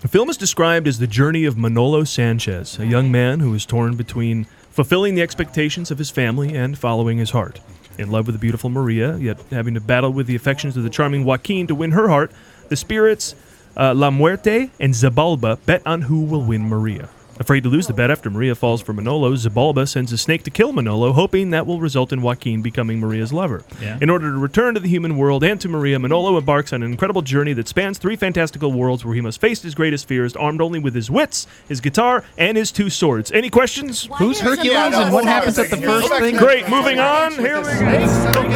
[SPEAKER 1] the film is described as the journey of Manolo Sanchez, a young man who is torn between fulfilling the expectations of his family and following his heart. In love with the beautiful Maria, yet having to battle with the affections of the charming Joaquin to win her heart, the spirits uh, La Muerte and Zabalba bet on who will win Maria. Afraid to lose the bet after Maria falls for Manolo, Zabalba sends a snake to kill Manolo, hoping that will result in Joaquin becoming Maria's lover.
[SPEAKER 15] Yeah.
[SPEAKER 1] In order to return to the human world and to Maria, Manolo embarks on an incredible journey that spans three fantastical worlds where he must face his greatest fears, armed only with his wits, his guitar, and his two swords. Any questions?
[SPEAKER 2] Who's Hercules and what happens at the first thing?
[SPEAKER 1] Great, moving on. Here we go.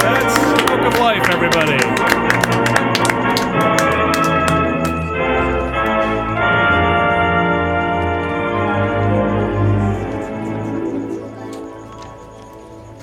[SPEAKER 1] That's the Book of Life, everybody.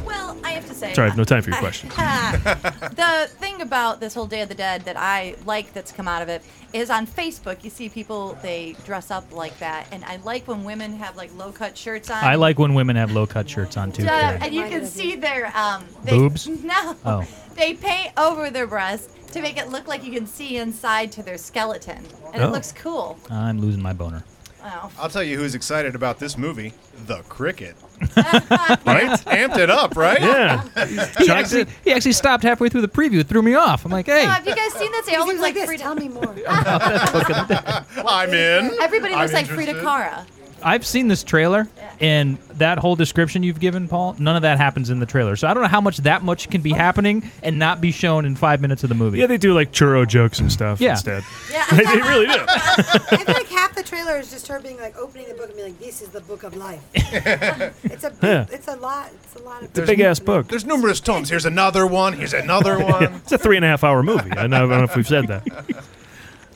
[SPEAKER 7] Well, I have to say.
[SPEAKER 1] Sorry, I have no time for your questions.
[SPEAKER 7] the thing about this whole Day of the Dead that I like that's come out of it is on Facebook. You see people they dress up like that, and I like when women have like low cut shirts on.
[SPEAKER 2] I like when women have low cut shirts on too.
[SPEAKER 7] Uh,
[SPEAKER 2] Karen.
[SPEAKER 7] and you can see their um, they,
[SPEAKER 2] Boobs?
[SPEAKER 7] No,
[SPEAKER 2] Oh.
[SPEAKER 7] they paint over their breasts to make it look like you can see inside to their skeleton, and
[SPEAKER 2] Oh.
[SPEAKER 7] it looks cool.
[SPEAKER 2] I'm losing my boner.
[SPEAKER 7] Oh.
[SPEAKER 3] I'll tell you who's excited about this movie The Cricket. right? Amped it up, right?
[SPEAKER 1] Yeah.
[SPEAKER 2] He actually, he actually stopped halfway through the preview, threw me off. I'm like, hey,
[SPEAKER 7] No, have you guys seen this? They all look like, Frida. Tell
[SPEAKER 6] me more.
[SPEAKER 3] I'm in.
[SPEAKER 7] Everybody
[SPEAKER 2] I'm
[SPEAKER 7] looks like Frida
[SPEAKER 2] interested.
[SPEAKER 7] Kahlo.
[SPEAKER 2] I've seen this trailer, and that whole description you've given, Paul, none of that happens in the trailer. So I don't know how much that much can be happening and not be shown in five minutes of the movie.
[SPEAKER 1] Yeah, they do like churro jokes and stuff
[SPEAKER 2] Yeah.
[SPEAKER 1] instead.
[SPEAKER 6] Yeah.
[SPEAKER 1] they really do.
[SPEAKER 6] I feel like half the trailer is just her being like opening the book and being like, "This is the book of life." it's a,
[SPEAKER 1] Yeah.
[SPEAKER 6] it's a lot, it's a lot of.
[SPEAKER 1] It's a big ass book.
[SPEAKER 3] There's numerous tomes. Here's another one. Here's another one.
[SPEAKER 1] Yeah, it's a three and a half hour movie. I don't know I don't know if we've said that.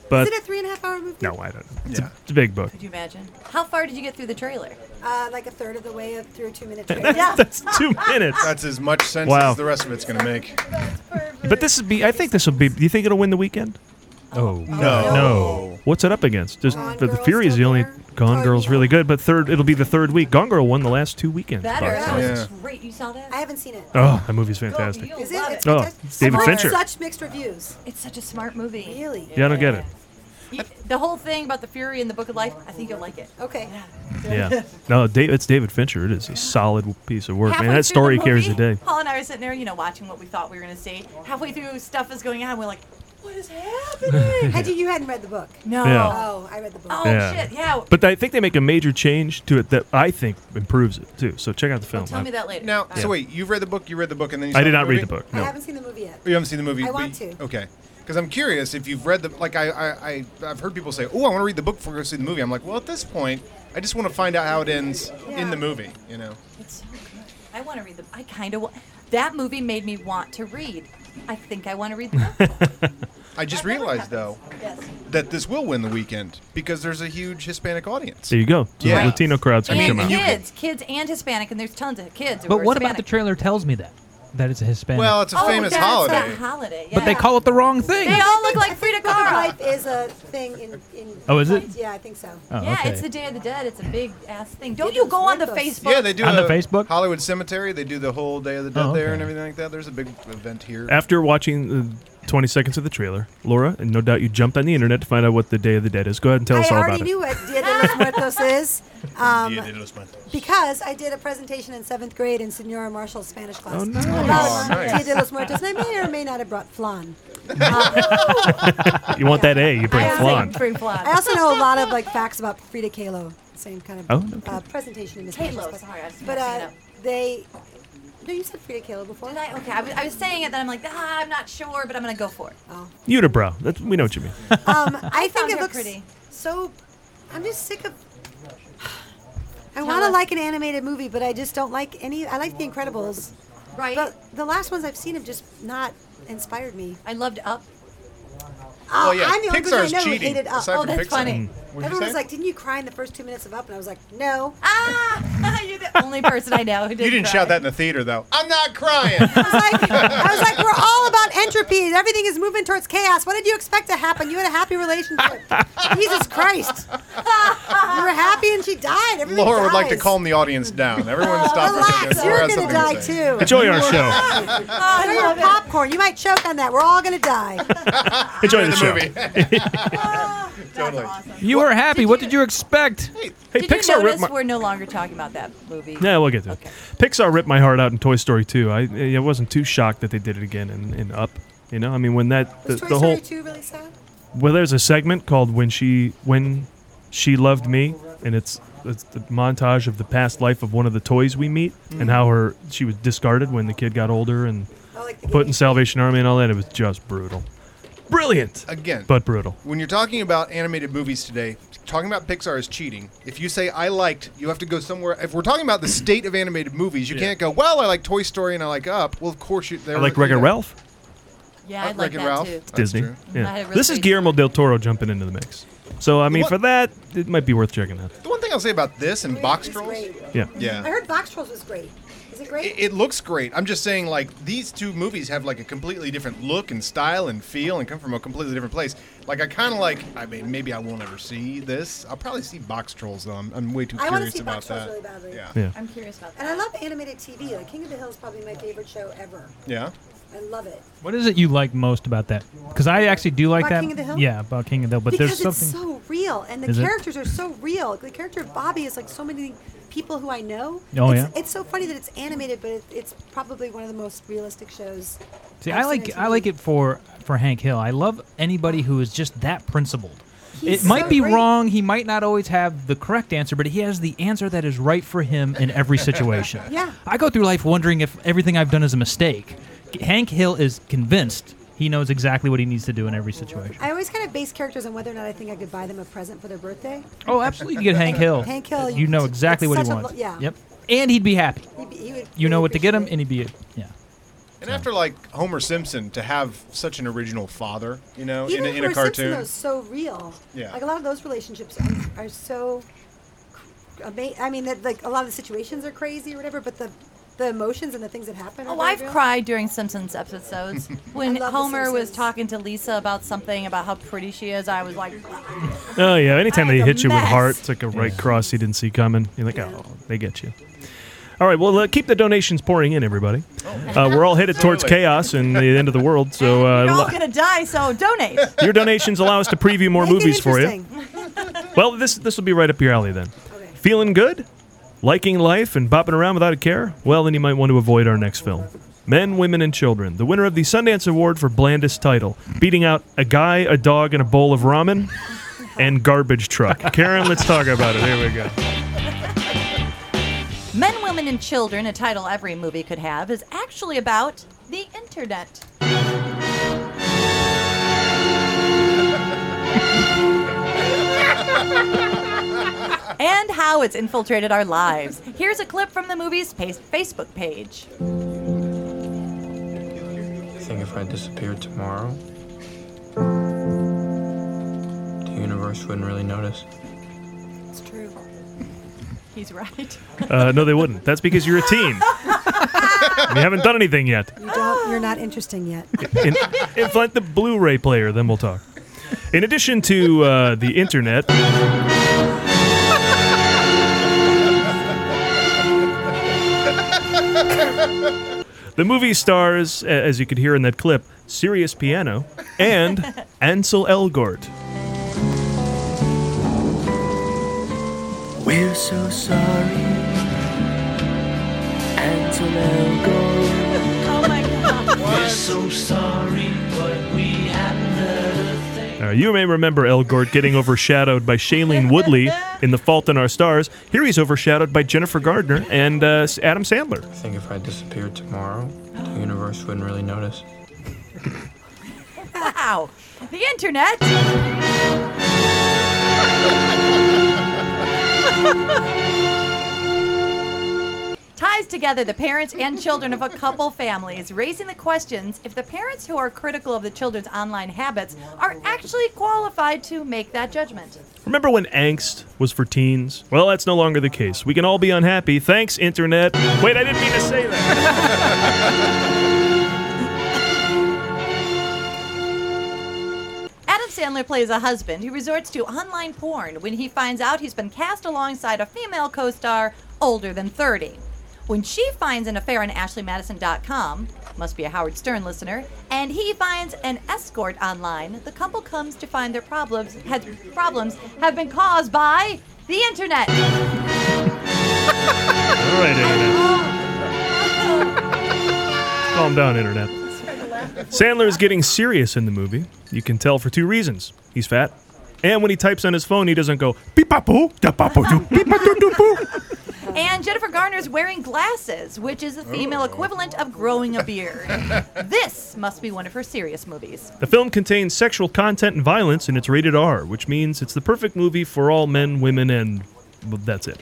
[SPEAKER 1] But
[SPEAKER 6] is it a three and a half hour movie?
[SPEAKER 1] no, I don't know. It's, a, it's a big book.
[SPEAKER 7] Could you imagine? How far did you get through the trailer?
[SPEAKER 6] Uh, like a third of the way up through a two minute.
[SPEAKER 1] That's two minutes.
[SPEAKER 3] That's as much sense
[SPEAKER 1] Wow.
[SPEAKER 3] as the rest of it's going to make.
[SPEAKER 1] But this would be. I think this will be. Do you think it'll win the weekend? Oh
[SPEAKER 3] No.
[SPEAKER 1] no! What's it up against? Just but the Fury is the only Gone
[SPEAKER 7] Oh,
[SPEAKER 1] Girl's really good, but third it'll be the third week. Gone Girl won the last two weekends.
[SPEAKER 7] Better.
[SPEAKER 1] box
[SPEAKER 7] That
[SPEAKER 1] office.
[SPEAKER 7] was great. You saw that?
[SPEAKER 6] I haven't seen it.
[SPEAKER 1] Oh, that movie's fantastic.
[SPEAKER 6] Is it? It's
[SPEAKER 1] Oh,
[SPEAKER 6] fantastic.
[SPEAKER 1] it's David
[SPEAKER 6] I've heard
[SPEAKER 1] Fincher.
[SPEAKER 6] Such mixed reviews.
[SPEAKER 7] It's such a smart movie.
[SPEAKER 6] Really?
[SPEAKER 1] Yeah, I don't get it.
[SPEAKER 7] You- the whole thing about the Fury and the Book of Life, I think you'll like it.
[SPEAKER 6] Okay.
[SPEAKER 1] Yeah. No, Dave, it's David Fincher. It is a solid piece of work,
[SPEAKER 7] Halfway
[SPEAKER 1] man.
[SPEAKER 7] through
[SPEAKER 1] That story
[SPEAKER 7] the
[SPEAKER 1] carries the
[SPEAKER 7] movie,
[SPEAKER 1] day.
[SPEAKER 7] Paul and I were sitting there, you know, watching what we thought we were going to see. Halfway through, stuff is going on. We're like, what is happening?
[SPEAKER 6] Had you, you hadn't read the book?
[SPEAKER 7] No.
[SPEAKER 1] Yeah.
[SPEAKER 6] Oh, I read the book.
[SPEAKER 7] Oh, shit, yeah.
[SPEAKER 1] But I think they make a major change to it that I think improves it too. So check out the film.
[SPEAKER 7] tell me that later.
[SPEAKER 3] Now,
[SPEAKER 1] Yeah.
[SPEAKER 3] so wait, you've read the book, you read the book, and then you
[SPEAKER 1] I
[SPEAKER 3] saw
[SPEAKER 1] did not read
[SPEAKER 3] movie?
[SPEAKER 1] the book, no. I
[SPEAKER 6] I haven't seen the movie yet.
[SPEAKER 3] You haven't seen the movie?
[SPEAKER 6] I
[SPEAKER 3] but
[SPEAKER 6] want
[SPEAKER 3] you-
[SPEAKER 6] to.
[SPEAKER 3] Okay. Because I'm curious if you've read the like I I I I've heard people say, "Oh, I want to read the book before I go see the movie." I'm like, well, at this point, I just want to find out how it ends in the movie. You know,
[SPEAKER 7] It's so good. I want to read the. I kind of want. That movie made me want to read. I think I want to read the book.
[SPEAKER 3] I just realized though
[SPEAKER 7] Yes.
[SPEAKER 3] that this will win the weekend because there's a huge Hispanic audience.
[SPEAKER 1] There you go. So
[SPEAKER 3] Yeah.
[SPEAKER 1] the Latino crowd's gonna
[SPEAKER 7] And
[SPEAKER 1] come out.
[SPEAKER 7] kids, kids and Hispanic, and there's tons of kids. who
[SPEAKER 2] But
[SPEAKER 7] are
[SPEAKER 2] what about the
[SPEAKER 7] Hispanic.
[SPEAKER 2] trailer tells me that? That it's a Hispanic.
[SPEAKER 3] Well, it's a
[SPEAKER 7] Oh,
[SPEAKER 3] famous
[SPEAKER 7] that's
[SPEAKER 3] holiday.
[SPEAKER 7] that holiday.
[SPEAKER 2] But they
[SPEAKER 7] yeah.
[SPEAKER 2] call it the wrong thing.
[SPEAKER 7] They all look like Frida
[SPEAKER 6] Book of
[SPEAKER 7] Kahlo.
[SPEAKER 6] Life is a thing in. in
[SPEAKER 2] Oh, is it?
[SPEAKER 6] Yeah, I think so.
[SPEAKER 2] Oh,
[SPEAKER 7] yeah,
[SPEAKER 2] okay.
[SPEAKER 7] it's the Day of the Dead. It's a big ass thing. Don't you go on the Facebook?
[SPEAKER 3] Yeah, they do
[SPEAKER 2] On the
[SPEAKER 3] a
[SPEAKER 2] Facebook?
[SPEAKER 3] Hollywood Cemetery. They do the whole Day of the Dead
[SPEAKER 1] Oh,
[SPEAKER 3] there
[SPEAKER 1] okay. Uh,
[SPEAKER 3] and everything like that. There's a big event here.
[SPEAKER 1] After watching the 20 seconds of the trailer, Laura, and no doubt you jumped on the internet to find out what the Day of the Dead is. Go ahead and tell us
[SPEAKER 6] I
[SPEAKER 1] all
[SPEAKER 6] already
[SPEAKER 1] about it.
[SPEAKER 6] knew what Dia de los los Muertos is. Um,
[SPEAKER 13] Dia de los Muertos.
[SPEAKER 6] Because I did a presentation in seventh grade in Senora Marshall's Spanish class
[SPEAKER 13] Oh, nice.
[SPEAKER 6] about
[SPEAKER 13] Oh, nice.
[SPEAKER 6] Dia de los Muertos, and I may or may not have brought flan.
[SPEAKER 1] you want that A? You bring
[SPEAKER 6] I also-
[SPEAKER 1] flan.
[SPEAKER 6] I also know a lot of like facts about Frida Kahlo. Same kind of
[SPEAKER 1] Oh, okay.
[SPEAKER 6] uh, presentation in this.
[SPEAKER 7] Kahlo,
[SPEAKER 6] class, but-
[SPEAKER 7] sorry, I was
[SPEAKER 6] but
[SPEAKER 7] mixing it
[SPEAKER 6] uh,
[SPEAKER 7] up.
[SPEAKER 6] they. No, you said Frida Kahlo before.
[SPEAKER 7] Did I? Okay, I was, I was saying it, then I'm like, ah, I'm not sure, but I'm gonna go for it.
[SPEAKER 6] Oh.
[SPEAKER 1] Unibrow. That's, we know what you mean.
[SPEAKER 6] Um, I think
[SPEAKER 7] Found
[SPEAKER 6] it
[SPEAKER 7] her
[SPEAKER 6] looks
[SPEAKER 7] pretty.
[SPEAKER 6] so. I'm just sick of. I
[SPEAKER 7] Tell
[SPEAKER 6] want to
[SPEAKER 7] us.
[SPEAKER 6] like an animated movie, but I just don't like any. I like The Incredibles. Right. But the last ones I've seen have just not inspired me.
[SPEAKER 7] I loved Up.
[SPEAKER 6] Oh,
[SPEAKER 3] Well, yeah,
[SPEAKER 6] I'm the only person I
[SPEAKER 3] Pixar's
[SPEAKER 6] know who
[SPEAKER 3] cheating,
[SPEAKER 6] hated Up.
[SPEAKER 3] aside
[SPEAKER 6] oh,
[SPEAKER 3] from
[SPEAKER 6] that's
[SPEAKER 3] Pixar.
[SPEAKER 6] funny.
[SPEAKER 3] Mm. What'd you
[SPEAKER 6] Everyone
[SPEAKER 3] say?
[SPEAKER 6] was like, "Didn't you cry in the first two minutes of Up?" And I was like, "No."
[SPEAKER 7] Ah, you're the only person I know who did.
[SPEAKER 3] You didn't
[SPEAKER 7] cry.
[SPEAKER 3] shout that in the theater, though.
[SPEAKER 6] I'm not crying. I was like, I was like, we're all about entropy. Everything is moving towards chaos. What did you expect to happen? You had a happy relationship. Jesus Christ. you were happy and she died. Everything
[SPEAKER 3] Laura would like to
[SPEAKER 6] dies.
[SPEAKER 3] calm the audience down. Everyone stop for a
[SPEAKER 6] Relax,
[SPEAKER 3] second.
[SPEAKER 6] you're
[SPEAKER 3] Laura has something
[SPEAKER 6] gonna die
[SPEAKER 3] to say.
[SPEAKER 6] too.
[SPEAKER 1] Enjoy our show.
[SPEAKER 7] Oh,
[SPEAKER 6] Enjoy your popcorn. You might choke on that. We're all gonna die.
[SPEAKER 1] Enjoy the,
[SPEAKER 3] the
[SPEAKER 1] show.
[SPEAKER 3] movie.
[SPEAKER 1] totally.
[SPEAKER 2] You were happy. what did you expect?
[SPEAKER 1] Hey,
[SPEAKER 7] Did
[SPEAKER 1] Pixar ripped
[SPEAKER 7] you notice
[SPEAKER 1] my.
[SPEAKER 7] we're no longer talking about that movie?
[SPEAKER 1] Yeah, we'll get to it. Pixar ripped my heart out in Toy Story 2. I, I wasn't too shocked that they did it again in, in Up. You know, I mean, when that the,
[SPEAKER 6] Was Toy
[SPEAKER 1] the
[SPEAKER 6] Story
[SPEAKER 1] whole
[SPEAKER 6] two really sad?
[SPEAKER 1] well, there's a segment called "When She When She Loved Me," and it's it's the montage of the past life of one of the toys we meet
[SPEAKER 6] Mhm.
[SPEAKER 1] and how her she was discarded when the kid got older and
[SPEAKER 6] like the
[SPEAKER 1] put in Salvation Army and all that. It was just brutal, brilliant
[SPEAKER 3] Again,
[SPEAKER 1] but brutal.
[SPEAKER 3] when you're talking about animated movies today, talking about Pixar is cheating. If you say I liked, you have to go somewhere. If we're talking about the state of animated movies, you can't go. Well, I like Toy Story and I like Up. Well, of course you.
[SPEAKER 1] I like Wreck-It Ralph.
[SPEAKER 7] Yeah, I
[SPEAKER 3] Uh,
[SPEAKER 7] like
[SPEAKER 3] Wreck-It
[SPEAKER 7] that
[SPEAKER 3] Ralph.
[SPEAKER 7] too.
[SPEAKER 1] It's Disney.
[SPEAKER 7] I
[SPEAKER 1] Yeah.
[SPEAKER 7] had a really
[SPEAKER 1] this is
[SPEAKER 7] great-
[SPEAKER 1] Guillermo del Toro jumping into the mix. So I mean,
[SPEAKER 3] What-
[SPEAKER 1] for that, it might be worth checking out.
[SPEAKER 3] The one thing I'll say about this and Box Trolls.
[SPEAKER 1] Yeah.
[SPEAKER 6] I heard Box Trolls was great. Is it great?
[SPEAKER 3] It, it looks great. I'm just saying, like these two movies have like a completely different look and style and feel, and come from a completely different place. Like I kind of like. I mean, maybe I won't ever see this. I'll probably see Box Trolls though. I'm, I'm way too
[SPEAKER 6] I want to
[SPEAKER 3] curious
[SPEAKER 6] see
[SPEAKER 3] about
[SPEAKER 6] Box Trolls
[SPEAKER 3] that.
[SPEAKER 6] really badly.
[SPEAKER 3] Yeah.
[SPEAKER 1] Yeah.
[SPEAKER 7] I'm curious about
[SPEAKER 6] And I love animated TV. Like King of the Hill is probably my favorite show ever.
[SPEAKER 3] Yeah.
[SPEAKER 6] I love it.
[SPEAKER 15] What is it you like most about that? Because I actually do like
[SPEAKER 6] About
[SPEAKER 15] that.
[SPEAKER 6] King of the Hill?
[SPEAKER 15] Yeah, about King of the Hill. But
[SPEAKER 6] because
[SPEAKER 15] there's something.
[SPEAKER 6] it's so real, and the
[SPEAKER 15] Is it?
[SPEAKER 6] characters are so real. The character of Bobby is like so many people who I know.
[SPEAKER 15] Oh,
[SPEAKER 6] it's,
[SPEAKER 15] yeah?
[SPEAKER 6] It's so funny that it's animated, but it, it's probably one of the most realistic shows.
[SPEAKER 15] See,
[SPEAKER 6] I've
[SPEAKER 15] I
[SPEAKER 6] seen on
[SPEAKER 15] like
[SPEAKER 6] TV.
[SPEAKER 15] I like it for for Hank Hill. I love anybody who is just that principled.
[SPEAKER 6] He's
[SPEAKER 15] it might
[SPEAKER 6] so
[SPEAKER 15] be
[SPEAKER 6] great.
[SPEAKER 15] wrong. He might not always have the correct answer, but he has the answer that is right for him in every situation.
[SPEAKER 6] Yeah.
[SPEAKER 15] I go through life wondering if everything I've done is a mistake. Hank Hill is convinced he knows exactly what he needs to do in every situation.
[SPEAKER 6] I always kind of base characters on whether or not I think I could buy them a present for their birthday.
[SPEAKER 15] Oh, absolutely. You get Hank Hill.
[SPEAKER 6] Hank Hill.
[SPEAKER 15] You know exactly what he
[SPEAKER 6] such a lo-
[SPEAKER 15] wants.
[SPEAKER 6] yeah.
[SPEAKER 15] Yep. And he'd be happy.
[SPEAKER 6] He'd be- he would
[SPEAKER 15] You know
[SPEAKER 6] really
[SPEAKER 15] what to get him,
[SPEAKER 6] appreciate
[SPEAKER 15] and he'd be yeah.
[SPEAKER 3] And after like Homer Simpson to have such an original father, you know, in
[SPEAKER 6] Even
[SPEAKER 3] a, in
[SPEAKER 6] Homer
[SPEAKER 3] a cartoon.
[SPEAKER 6] Simpson though, is so real.
[SPEAKER 3] Yeah.
[SPEAKER 6] Like a lot of those relationships are, are so amazing. I mean, that like a lot of the situations are crazy or whatever, but the the emotions and the things that happen. Are
[SPEAKER 7] Oh,
[SPEAKER 6] very
[SPEAKER 7] I've
[SPEAKER 6] real.
[SPEAKER 7] cried during Simpsons episodes. When
[SPEAKER 6] I love The
[SPEAKER 7] Homer was
[SPEAKER 6] Simpsons.
[SPEAKER 7] talking to Lisa about something about how pretty she is, I was like,
[SPEAKER 1] Oh yeah, anytime they
[SPEAKER 7] a
[SPEAKER 1] hit you with
[SPEAKER 7] mess.
[SPEAKER 1] heart, it's like a right cross you didn't see coming. You're like, oh, they get you. All right, well, uh, keep the donations pouring in, everybody. Uh, we're all headed towards
[SPEAKER 7] Absolutely.
[SPEAKER 1] chaos and the end of the world, so uh,
[SPEAKER 7] "You're all
[SPEAKER 1] lo-
[SPEAKER 7] gonna die, so donate."
[SPEAKER 1] your donations allow us to preview more movies for you. Well, this this will be right up your alley then. Feeling good, liking life, and bopping around without a care. Well, then you might want to avoid our next film. Men, Women, and Children, the winner of the Sundance Award for blandest title, beating out a guy, a dog, and a bowl of ramen, and garbage truck. Karen, let's talk about it. Here we go.
[SPEAKER 7] Men, Women, and Children, a title every movie could have, is actually about the internet. and how it's infiltrated our lives. Here's a clip from the movie's pa- Facebook page.
[SPEAKER 16] Think if I disappeared tomorrow, the universe wouldn't really notice.
[SPEAKER 6] It's true.
[SPEAKER 7] He's right.
[SPEAKER 1] Uh, no, they wouldn't. That's because you're a teen. And you haven't done anything yet.
[SPEAKER 6] You don't. You're not interesting yet.
[SPEAKER 1] In, inflate the Blu-ray player, then we'll talk. In addition to uh, the internet, the movie stars, a- as you could hear in that clip, Sirius Piano and Ansel Elgort.
[SPEAKER 17] We're so sorry. Antonio Oh my god. We're so sorry, but we haven't heard a thing.
[SPEAKER 1] Uh, you may remember Elgort getting overshadowed by Shailene Woodley in The Fault in Our Stars. Here he's overshadowed by Jennifer Gardner and uh, Adam Sandler.
[SPEAKER 8] I think if I disappeared tomorrow, the universe wouldn't really notice.
[SPEAKER 18] Wow. The internet.
[SPEAKER 7] Ties together the parents and children of a couple families, raising the questions if the parents who are critical of the children's online habits are actually qualified to make that judgment.
[SPEAKER 1] Remember when angst was for teens? Well, that's no longer the case. We can all be unhappy. Thanks, Internet. Wait, I didn't mean to say that.
[SPEAKER 7] Adam Sandler plays a husband who resorts to online porn when he finds out he's been cast alongside a female co star older than 30. When she finds an affair on AshleyMadison.com, must be a Howard Stern listener, and he finds an escort online, the couple comes to find their problems, had, problems have been caused by the internet.
[SPEAKER 1] All right, Internet. Calm down, Internet. Sandler is getting serious in the movie. You can tell for two reasons. He's fat, and when he types on his phone, he doesn't go beep da papo doo beep
[SPEAKER 7] And Jennifer Garner's wearing glasses, which is the female equivalent of growing a beard. this must be one of her serious movies.
[SPEAKER 1] The film contains sexual content and violence, and it's rated R, which means it's the perfect movie for all men, women, and well, that's it.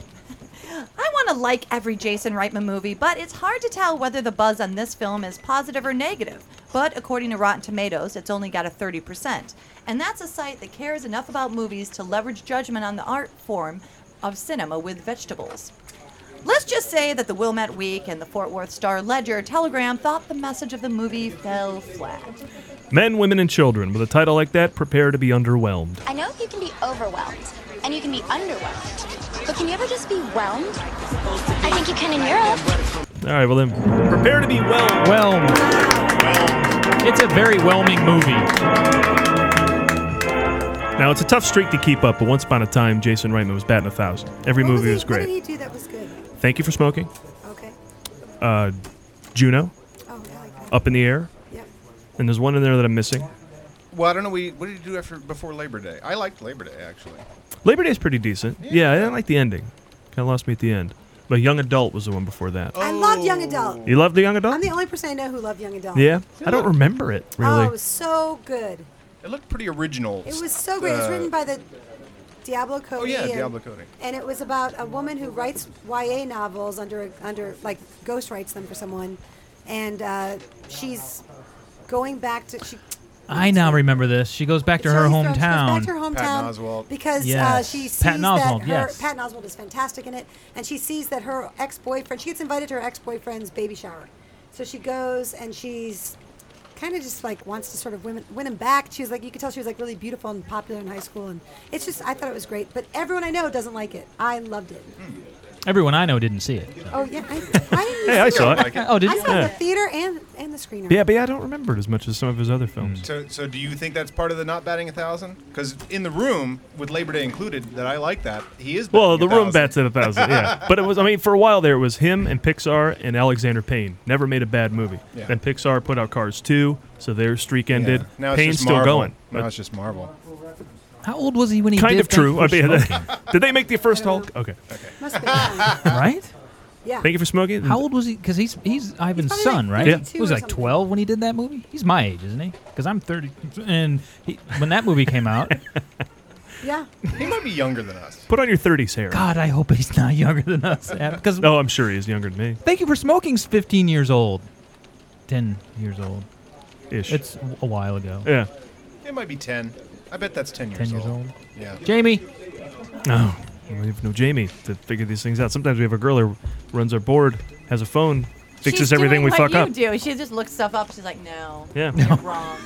[SPEAKER 7] I want to like every Jason Reitman movie, but it's hard to tell whether the buzz on this film is positive or negative. But according to Rotten Tomatoes, it's only got a 30%. And that's a site that cares enough about movies to leverage judgment on the art form of cinema with vegetables. Let's just say that the Wilmette Week and the Fort Worth Star Ledger Telegram thought the message of the movie fell flat.
[SPEAKER 1] Men, women, and children. With a title like that, prepare to be underwhelmed.
[SPEAKER 11] I know you can be overwhelmed and you can be underwhelmed, but can you ever just be whelmed? I think you can in Europe.
[SPEAKER 1] All right, well then, prepare to be well.
[SPEAKER 2] Well, it's a very whelming movie.
[SPEAKER 1] Now it's a tough streak to keep up, but once upon a time, Jason Reitman was batting a thousand. Every
[SPEAKER 6] What
[SPEAKER 1] movie
[SPEAKER 6] he-
[SPEAKER 1] was
[SPEAKER 6] What did
[SPEAKER 1] great.
[SPEAKER 6] he do that was good?
[SPEAKER 1] Thank you for smoking.
[SPEAKER 6] Okay.
[SPEAKER 1] Uh, Juno,
[SPEAKER 6] Oh, yeah, I got it.
[SPEAKER 1] up in the air,
[SPEAKER 6] Yep.
[SPEAKER 1] and there's one in there that I'm missing.
[SPEAKER 3] Well, I don't know. We what did you do after before Labor Day? I liked Labor Day actually.
[SPEAKER 1] Labor Day's pretty decent. Yeah, I didn't like the ending. Kind of lost me at the end. But Young Adult was the one before that.
[SPEAKER 6] I loved
[SPEAKER 3] Oh.
[SPEAKER 6] Young Adult.
[SPEAKER 1] You loved the Young Adult?
[SPEAKER 6] Oh. I'm the only person I know who loved Young Adult.
[SPEAKER 1] yeah, I don't remember it really.
[SPEAKER 6] Oh, it was so good.
[SPEAKER 3] It looked pretty original.
[SPEAKER 6] It was so great. it was
[SPEAKER 3] Uh,
[SPEAKER 6] written by the Diablo Cody.
[SPEAKER 3] Oh, yeah,
[SPEAKER 6] and,
[SPEAKER 3] Diablo Cody.
[SPEAKER 6] And it was about a woman who writes YA novels under under like ghost writes them for someone, and uh, she's going back to she.
[SPEAKER 19] I now remember this. She goes back to her
[SPEAKER 6] Charlize Theron, she goes
[SPEAKER 19] hometown.
[SPEAKER 6] Back to her hometown. Because uh,
[SPEAKER 19] Yes.
[SPEAKER 6] she sees
[SPEAKER 19] Patton Oswalt,
[SPEAKER 6] that her
[SPEAKER 19] yes.
[SPEAKER 6] Patton Oswald is fantastic in it, and she sees that her ex-boyfriend. She gets invited to her ex-boyfriend's baby shower, so she goes and she's kind of just like wants to sort of win, win him back. She was like, you could tell she was like really beautiful and popular in high school, and it's just I thought it was great. But everyone I know doesn't like it. I loved it.
[SPEAKER 2] Everyone I know didn't see it.
[SPEAKER 6] Oh yeah, I, I didn't
[SPEAKER 1] Hey, I
[SPEAKER 6] see
[SPEAKER 1] saw it. Like it. Oh, did
[SPEAKER 6] I
[SPEAKER 1] you?
[SPEAKER 6] saw it in
[SPEAKER 1] Yeah.
[SPEAKER 6] the theater and and the screener.
[SPEAKER 1] yeah, but yeah, I don't remember it as much as some of his other films.
[SPEAKER 3] So, so do you think that's part of the not batting a thousand? Because in the room with Labor Day included, that I like that he is.
[SPEAKER 1] Well, the
[SPEAKER 3] batting a
[SPEAKER 1] room
[SPEAKER 3] thousand.
[SPEAKER 1] bats at a thousand, yeah. But it was, I mean, for a while there, it was him and Pixar and Alexander Payne. Never made a bad movie.
[SPEAKER 3] Yeah.
[SPEAKER 1] Then Pixar put out Cars 2, so their streak ended.
[SPEAKER 3] Yeah. Now it's
[SPEAKER 1] Payne's
[SPEAKER 3] just
[SPEAKER 1] still
[SPEAKER 3] Marvel.
[SPEAKER 1] going.
[SPEAKER 3] Now it's just Marvel.
[SPEAKER 2] How old was he when he
[SPEAKER 1] kind
[SPEAKER 2] did
[SPEAKER 1] of true. I
[SPEAKER 2] Thank You
[SPEAKER 1] mean,
[SPEAKER 2] for Smoking?
[SPEAKER 1] did they make the first Hulk? Okay.
[SPEAKER 6] Must be fun.
[SPEAKER 2] right?
[SPEAKER 6] Yeah.
[SPEAKER 1] Thank you for smoking.
[SPEAKER 2] How old was he? Because he's he's Ivan's
[SPEAKER 6] probably like
[SPEAKER 2] son, right?
[SPEAKER 6] 32
[SPEAKER 2] He was
[SPEAKER 6] or
[SPEAKER 2] like
[SPEAKER 6] something.
[SPEAKER 2] 12 when he did that movie. He's my age, isn't he? Because I'm 30, and he, when that movie came out,
[SPEAKER 6] Yeah.
[SPEAKER 3] He might be younger than us.
[SPEAKER 1] Put on your 30s hair.
[SPEAKER 2] God, I hope he's not younger than us. Because
[SPEAKER 1] No, Oh, I'm sure he is younger than me.
[SPEAKER 2] Thank You for Smoking's 15 years old, 10 years old,
[SPEAKER 1] Ish.
[SPEAKER 2] It's a while ago.
[SPEAKER 1] Yeah.
[SPEAKER 3] It might be ten. I bet that's ten years
[SPEAKER 2] 10 years old.
[SPEAKER 3] Yeah.
[SPEAKER 2] Jamie.
[SPEAKER 1] No. We have no Jamie to figure these things out. Sometimes we have a girl who runs our board, has a phone, fixes
[SPEAKER 7] She's
[SPEAKER 1] everything
[SPEAKER 7] doing
[SPEAKER 1] we
[SPEAKER 7] what
[SPEAKER 1] fuck
[SPEAKER 7] you
[SPEAKER 1] up.
[SPEAKER 7] do. She just looks stuff up. She's like, no,
[SPEAKER 1] Yeah.
[SPEAKER 7] you're wrong.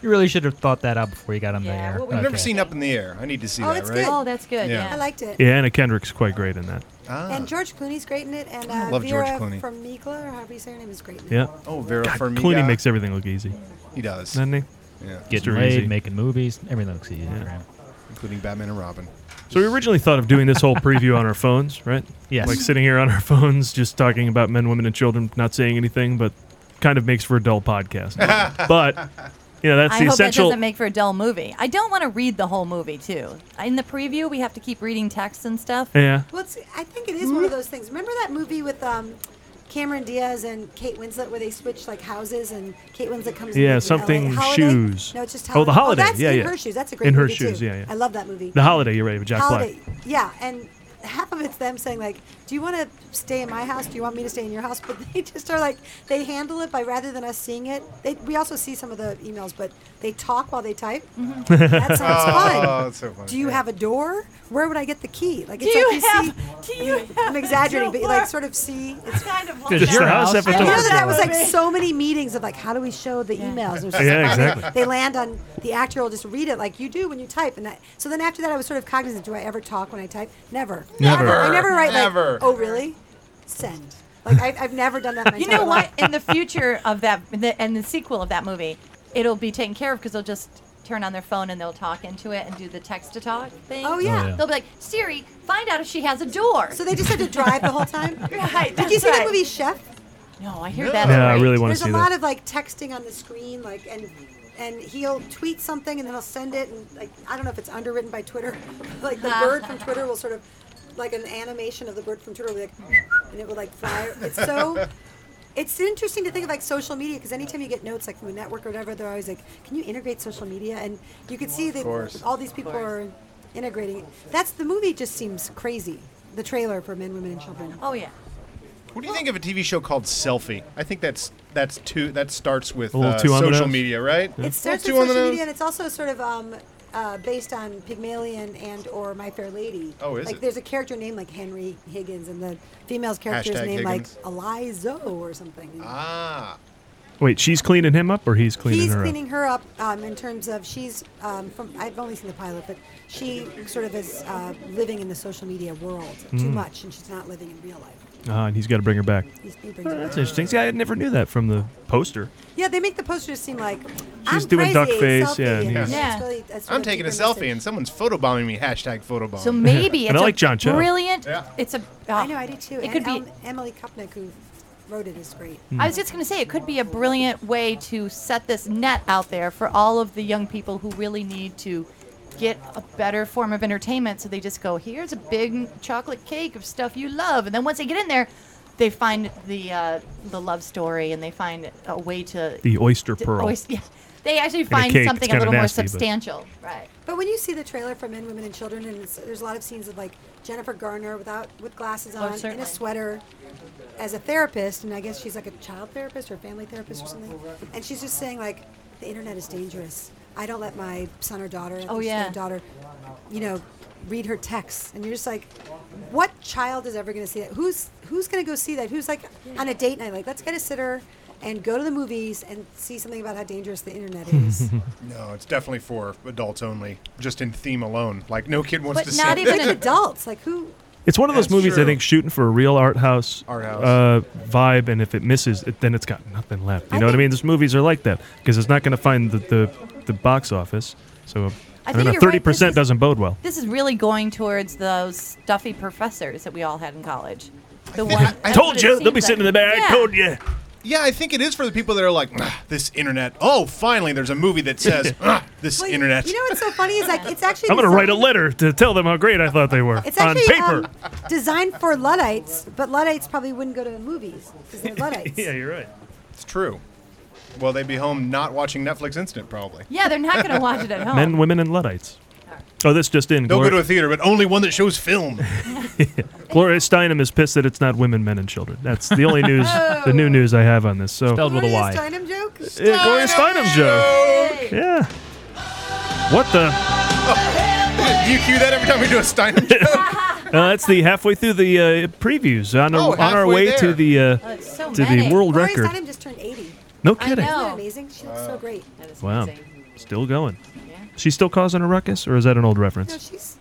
[SPEAKER 2] You really should have thought that out before you got on the air.
[SPEAKER 3] I've never
[SPEAKER 2] Okay.
[SPEAKER 3] seen Up in the Air. I need to see
[SPEAKER 6] Oh,
[SPEAKER 3] that.
[SPEAKER 6] it's
[SPEAKER 3] right?
[SPEAKER 6] good.
[SPEAKER 7] Oh, that's good.
[SPEAKER 3] Yeah.
[SPEAKER 6] I liked it.
[SPEAKER 1] Yeah, Anna Kendrick's quite great in that.
[SPEAKER 3] Ah.
[SPEAKER 6] And George Clooney's great in it, and uh,
[SPEAKER 3] Love George
[SPEAKER 6] Vera
[SPEAKER 3] Clooney.
[SPEAKER 6] Farmiga, or however you say her name, is great. In it.
[SPEAKER 1] Yeah.
[SPEAKER 3] Oh, Vera
[SPEAKER 1] God,
[SPEAKER 3] Farmiga.
[SPEAKER 1] Clooney makes everything look easy.
[SPEAKER 3] He does.
[SPEAKER 1] Doesn't he?
[SPEAKER 3] Yeah.
[SPEAKER 2] Getting
[SPEAKER 1] Mr.
[SPEAKER 2] laid,
[SPEAKER 1] Easy.
[SPEAKER 2] making movies, everything looks easy.
[SPEAKER 1] Yeah.
[SPEAKER 3] including Batman and Robin.
[SPEAKER 1] So we originally thought of doing this whole preview on our phones, right?
[SPEAKER 3] Yes.
[SPEAKER 1] Like sitting here on our phones, just talking about men, women, and children, not saying anything, but kind of makes for a dull podcast. but you know, that's
[SPEAKER 7] I
[SPEAKER 1] the
[SPEAKER 7] hope that
[SPEAKER 1] essential.
[SPEAKER 7] doesn't make for a dull movie. I don't want to read the whole movie too. In the preview, we have to keep reading text and stuff.
[SPEAKER 1] Yeah.
[SPEAKER 6] Well, it's, I think it is one of those things. Remember that movie with um, Cameron Diaz and Kate Winslet where they switch like houses and Kate Winslet comes.
[SPEAKER 1] Yeah,
[SPEAKER 6] in
[SPEAKER 1] something
[SPEAKER 6] LA. Holiday?
[SPEAKER 1] shoes.
[SPEAKER 6] No, it's just
[SPEAKER 1] Oh, the Holiday.
[SPEAKER 6] Holiday. that's
[SPEAKER 1] Yeah,
[SPEAKER 6] in
[SPEAKER 1] yeah.
[SPEAKER 6] her shoes. That's a great
[SPEAKER 1] In Her
[SPEAKER 6] movie,
[SPEAKER 1] Shoes.
[SPEAKER 6] too.
[SPEAKER 1] Yeah, yeah.
[SPEAKER 6] I love that movie.
[SPEAKER 1] The Holiday, you're right, with Jack
[SPEAKER 6] Holiday. Yeah, and half of it's them saying like, "Do you want to stay in my house? Do you want me to stay in your house?" But they just are like, they handle it by rather than us seeing it. They, we also see some of the emails, but they talk while they type. That sounds
[SPEAKER 3] Oh,
[SPEAKER 6] fun.
[SPEAKER 3] that's so funny.
[SPEAKER 6] Do you have a door? Where would I get the key? Like,
[SPEAKER 7] Do
[SPEAKER 6] it's
[SPEAKER 7] you
[SPEAKER 6] like
[SPEAKER 7] have-
[SPEAKER 6] see, do you I'm exaggerating, but you like sort of see. It's kind of.
[SPEAKER 1] Does your house have a
[SPEAKER 6] I
[SPEAKER 1] door?
[SPEAKER 6] know that I was like
[SPEAKER 7] Right.
[SPEAKER 6] so many meetings of like, how do we show the emails? It was just
[SPEAKER 1] Yeah,
[SPEAKER 6] like, how do they-
[SPEAKER 1] exactly.
[SPEAKER 6] They land on the actor will just read it like you do when you type, and that. So then after that, I was sort of cognizant: do I ever talk when I type? Never.
[SPEAKER 1] Never.
[SPEAKER 6] I never write
[SPEAKER 3] Never.
[SPEAKER 6] like, oh really? Send. Like I've, I've never done that. In my
[SPEAKER 7] You know
[SPEAKER 6] entire
[SPEAKER 7] what?
[SPEAKER 6] life.
[SPEAKER 7] In the future of that, the, and the sequel of that movie, it'll be taken care of because they'll just turn on their phone and they'll talk into it and do the text to talk thing.
[SPEAKER 6] Oh, yeah. Oh, yeah.
[SPEAKER 7] They'll be like, Siri, find out if she has a door.
[SPEAKER 6] So they just had to drive the whole time.
[SPEAKER 7] Right.
[SPEAKER 6] Did you
[SPEAKER 7] that's
[SPEAKER 6] see
[SPEAKER 7] right.
[SPEAKER 6] the movie Chef?
[SPEAKER 7] No, I hear that.
[SPEAKER 1] Yeah, I really wanna
[SPEAKER 6] There's
[SPEAKER 1] see
[SPEAKER 6] a lot
[SPEAKER 1] that.
[SPEAKER 6] of like texting on the screen, like and and he'll tweet something and then he'll send it, and like I don't know if it's underwritten by Twitter, like the
[SPEAKER 3] Uh-huh.
[SPEAKER 6] bird from Twitter will sort of like an animation of the bird from Twitter, will be like, and it will like fly. It's so. It's interesting to think of like social media because anytime you get notes like from a network or whatever, they're always like, "Can you integrate social media?" And you could see
[SPEAKER 3] course.
[SPEAKER 6] that all these people are integrating it. That's the movie. Just seems crazy. The trailer for Men, Women, and Children.
[SPEAKER 7] Oh yeah.
[SPEAKER 3] What do you think of a TV show called Selfie? I think that's that's too that starts with
[SPEAKER 1] A little
[SPEAKER 3] uh,
[SPEAKER 1] too on the
[SPEAKER 3] social
[SPEAKER 1] nose?
[SPEAKER 3] media, right?
[SPEAKER 1] Yeah.
[SPEAKER 6] It starts
[SPEAKER 3] A little too on the
[SPEAKER 6] with social
[SPEAKER 3] nose?
[SPEAKER 6] media, and it's also sort of um, uh, based on Pygmalion and or My Fair Lady.
[SPEAKER 3] Oh, is
[SPEAKER 6] like
[SPEAKER 3] it?
[SPEAKER 6] there's a character named like Henry Higgins, and the female's character's
[SPEAKER 3] Hashtag
[SPEAKER 6] named
[SPEAKER 3] Higgins.
[SPEAKER 6] like Elizo or something. you know?
[SPEAKER 3] Ah,
[SPEAKER 1] Wait, she's cleaning him up, or he's cleaning
[SPEAKER 6] He's
[SPEAKER 1] her
[SPEAKER 6] cleaning her up um, in terms of she's um, from. I've only seen the pilot, but she sort of is uh, living in the social media world too
[SPEAKER 1] Mm.
[SPEAKER 6] much, and she's not living in real life.
[SPEAKER 1] up? Ah, and he's got to bring her back.
[SPEAKER 6] He's, he brings
[SPEAKER 1] Oh,
[SPEAKER 6] it
[SPEAKER 1] that's
[SPEAKER 6] back.
[SPEAKER 1] interesting. See, I never knew that from the poster.
[SPEAKER 6] Yeah, they make the posters seem like
[SPEAKER 1] She's
[SPEAKER 6] I'm
[SPEAKER 1] doing duck
[SPEAKER 6] crazy,
[SPEAKER 1] face,
[SPEAKER 6] selfie,"
[SPEAKER 1] yeah, and
[SPEAKER 6] and
[SPEAKER 1] he's-
[SPEAKER 6] it's
[SPEAKER 7] Yeah.
[SPEAKER 6] really- it's sort
[SPEAKER 3] I'm
[SPEAKER 6] of
[SPEAKER 3] taking a
[SPEAKER 6] deeper
[SPEAKER 3] selfie
[SPEAKER 6] message.
[SPEAKER 3] and someone's photobombing me. Hashtag photobomb.
[SPEAKER 7] So maybe
[SPEAKER 1] And
[SPEAKER 7] it's
[SPEAKER 1] I like
[SPEAKER 7] a
[SPEAKER 1] John Cho.
[SPEAKER 7] brilliant.
[SPEAKER 3] Yeah.
[SPEAKER 7] It's a.
[SPEAKER 6] I know, I do too.
[SPEAKER 7] Oh. It
[SPEAKER 6] and
[SPEAKER 7] could be.
[SPEAKER 6] Em- Emily Kupnick, who wrote it, is great.
[SPEAKER 7] I was just going to say, it could be a brilliant way to set this net out there for all of the young people who really need to get a better form of entertainment. So they just go, here's a big chocolate cake of stuff you love. And then once they get in there, they find the uh, the love story and they find a way to.
[SPEAKER 1] The oyster
[SPEAKER 7] to-
[SPEAKER 1] pearl.
[SPEAKER 7] oys- yeah. They actually
[SPEAKER 1] a
[SPEAKER 7] find
[SPEAKER 1] cake,
[SPEAKER 7] something
[SPEAKER 1] it's
[SPEAKER 7] a
[SPEAKER 1] kinda
[SPEAKER 7] little
[SPEAKER 1] nasty,
[SPEAKER 7] more
[SPEAKER 1] but-
[SPEAKER 7] substantial. Right.
[SPEAKER 6] But when you see the trailer for Men, Women, and Children, and it's, there's a lot of scenes of like Jennifer Garner without with glasses
[SPEAKER 7] Oh,
[SPEAKER 6] on in
[SPEAKER 7] certainly.
[SPEAKER 6] a sweater as a therapist, and I guess she's like a child therapist or family therapist or something, and she's just saying like the internet is dangerous. I don't let my son or daughter,
[SPEAKER 7] Oh,
[SPEAKER 6] my
[SPEAKER 7] yeah.
[SPEAKER 6] daughter, you know, read her texts, and you're just like, what child is ever going to see that? Who's who's going to go see that? Who's like on a date night like let's get a sitter and go to the movies and see something about how dangerous the internet is.
[SPEAKER 3] No, it's definitely for adults only, just in theme alone. Like no kid wants
[SPEAKER 6] but
[SPEAKER 3] to
[SPEAKER 6] not
[SPEAKER 3] see
[SPEAKER 6] even adults. Like who?
[SPEAKER 1] It's one of those
[SPEAKER 3] That's
[SPEAKER 1] movies I
[SPEAKER 3] true.
[SPEAKER 1] think shooting for a real art house,
[SPEAKER 3] Art house.
[SPEAKER 1] Uh, vibe, and if it misses, it, then it's got nothing left. You know what I mean? These movies are like that because it's not going to find the, the, the box office. So I,
[SPEAKER 7] think
[SPEAKER 1] don't know,
[SPEAKER 7] you're right.
[SPEAKER 1] thirty percent
[SPEAKER 7] This is-
[SPEAKER 1] doesn't bode well.
[SPEAKER 7] This is really going towards those stuffy professors that we all had in college. The one
[SPEAKER 3] I
[SPEAKER 7] that's what
[SPEAKER 1] told
[SPEAKER 7] it
[SPEAKER 1] you, they'll be
[SPEAKER 7] seems
[SPEAKER 1] sitting in
[SPEAKER 7] like.
[SPEAKER 1] the bag.
[SPEAKER 7] Yeah.
[SPEAKER 1] Told you.
[SPEAKER 3] Yeah, I think it is for the people that are like, "Ah, this internet. Oh, finally, there's a movie that says "Ah, this
[SPEAKER 6] Well,
[SPEAKER 3] internet.
[SPEAKER 6] You know what's so funny is like it's actually.
[SPEAKER 1] I'm going to write a
[SPEAKER 6] designed-
[SPEAKER 1] letter to tell them how great I thought they were
[SPEAKER 6] It's
[SPEAKER 1] on
[SPEAKER 6] actually
[SPEAKER 1] paper.
[SPEAKER 6] um, designed for Luddites, but Luddites probably wouldn't go to the movies because they're Luddites.
[SPEAKER 1] yeah, you're right.
[SPEAKER 3] it's true. Well, they'd be home not watching Netflix Instant probably.
[SPEAKER 7] Yeah, they're not going to watch it at home.
[SPEAKER 1] Men, women, and Luddites. Oh, this just in.
[SPEAKER 3] They'll
[SPEAKER 1] Gloria,
[SPEAKER 3] go to a theater, but only one that shows film.
[SPEAKER 1] Gloria Steinem is pissed that it's not women, men, and children. That's the only news, the new news I have on this. So
[SPEAKER 2] Spelled with a
[SPEAKER 6] Gloria
[SPEAKER 2] Y.
[SPEAKER 6] Steinem joke.
[SPEAKER 1] Yeah, Gloria Steinem joke. Yeah. What the?
[SPEAKER 3] Do you cue that every time we do a Steinem joke?
[SPEAKER 1] Uh, that's the halfway through the uh, previews on,
[SPEAKER 3] Oh,
[SPEAKER 1] on our
[SPEAKER 3] halfway
[SPEAKER 1] way to
[SPEAKER 3] there.
[SPEAKER 1] the uh,
[SPEAKER 7] Oh, it's so
[SPEAKER 1] to
[SPEAKER 7] many.
[SPEAKER 1] the world
[SPEAKER 6] Gloria
[SPEAKER 1] record.
[SPEAKER 6] Steinem just turned 80.
[SPEAKER 1] No
[SPEAKER 7] I
[SPEAKER 1] kidding.
[SPEAKER 7] know.
[SPEAKER 6] Isn't
[SPEAKER 7] Oh.
[SPEAKER 6] that amazing? She looks so great.
[SPEAKER 1] Wow, still going. She's still causing a ruckus, or is that an old
[SPEAKER 6] No,
[SPEAKER 1] reference?
[SPEAKER 6] she's.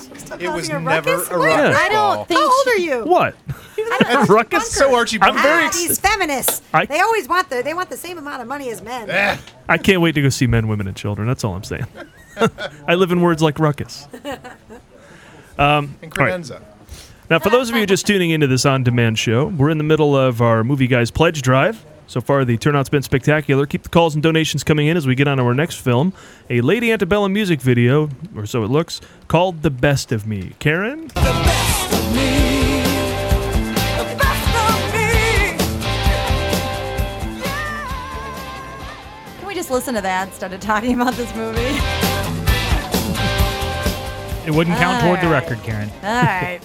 [SPEAKER 6] she's still
[SPEAKER 3] It was
[SPEAKER 6] causing a
[SPEAKER 3] never
[SPEAKER 6] ruckus.
[SPEAKER 3] a
[SPEAKER 6] What?
[SPEAKER 3] ruckus
[SPEAKER 6] I
[SPEAKER 3] ball.
[SPEAKER 6] don't think. How old are you?
[SPEAKER 1] What? ruckus?
[SPEAKER 3] So Archie
[SPEAKER 1] I'm very.
[SPEAKER 6] Ah,
[SPEAKER 1] Ex-
[SPEAKER 6] these feminists.
[SPEAKER 1] I-
[SPEAKER 6] they always want the. They want the same amount of money as men.
[SPEAKER 3] Eh,
[SPEAKER 1] I can't wait to go see Men, Women, and Children. That's all I'm saying. I live in words like ruckus. Um,
[SPEAKER 3] And
[SPEAKER 1] all right.
[SPEAKER 3] credenza.
[SPEAKER 1] Now, for those of you just tuning into this on demand show, we're in the middle of our Movie Guys Pledge Drive. So far, the turnout's been spectacular. Keep the calls and donations coming in as we get on to our next film, a Lady Antebellum music video, or so it looks, called The Best of Me. Karen?
[SPEAKER 7] Can we just listen to that instead of talking about this movie?
[SPEAKER 15] It wouldn't count toward the
[SPEAKER 7] All right.
[SPEAKER 15] record, Karen.
[SPEAKER 7] All right.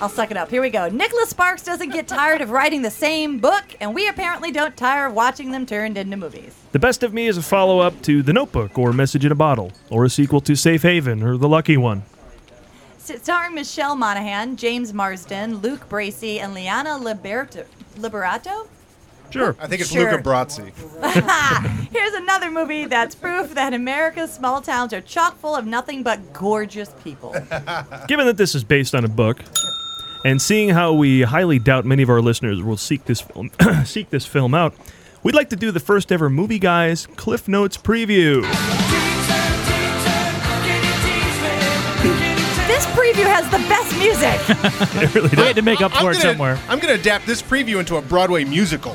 [SPEAKER 7] I'll suck it up. Here we go. Nicholas Sparks doesn't get tired of writing the same book, and we apparently don't tire of watching them turned into movies.
[SPEAKER 1] The Best of Me is a follow up to The Notebook or Message in a Bottle, or a sequel to Safe Haven or The Lucky One.
[SPEAKER 7] S- Starring Michelle Monaghan, James Marsden, Luke Bracey, and Liana Liberto. Liberato?
[SPEAKER 1] Sure.
[SPEAKER 3] I think it's
[SPEAKER 7] Sure.
[SPEAKER 3] Luca Brazzi.
[SPEAKER 7] Here's another movie that's proof that America's small towns are chock full of nothing but gorgeous people.
[SPEAKER 1] Given that this is based on a book, and seeing how we highly doubt many of our listeners will seek this film, seek this film out, we'd like to do the first ever Movie Guys Cliff Notes preview.
[SPEAKER 7] this preview has the best music.
[SPEAKER 1] it really
[SPEAKER 15] I had to make up for it
[SPEAKER 3] gonna-
[SPEAKER 15] somewhere.
[SPEAKER 3] I'm going to adapt this preview into a Broadway musical.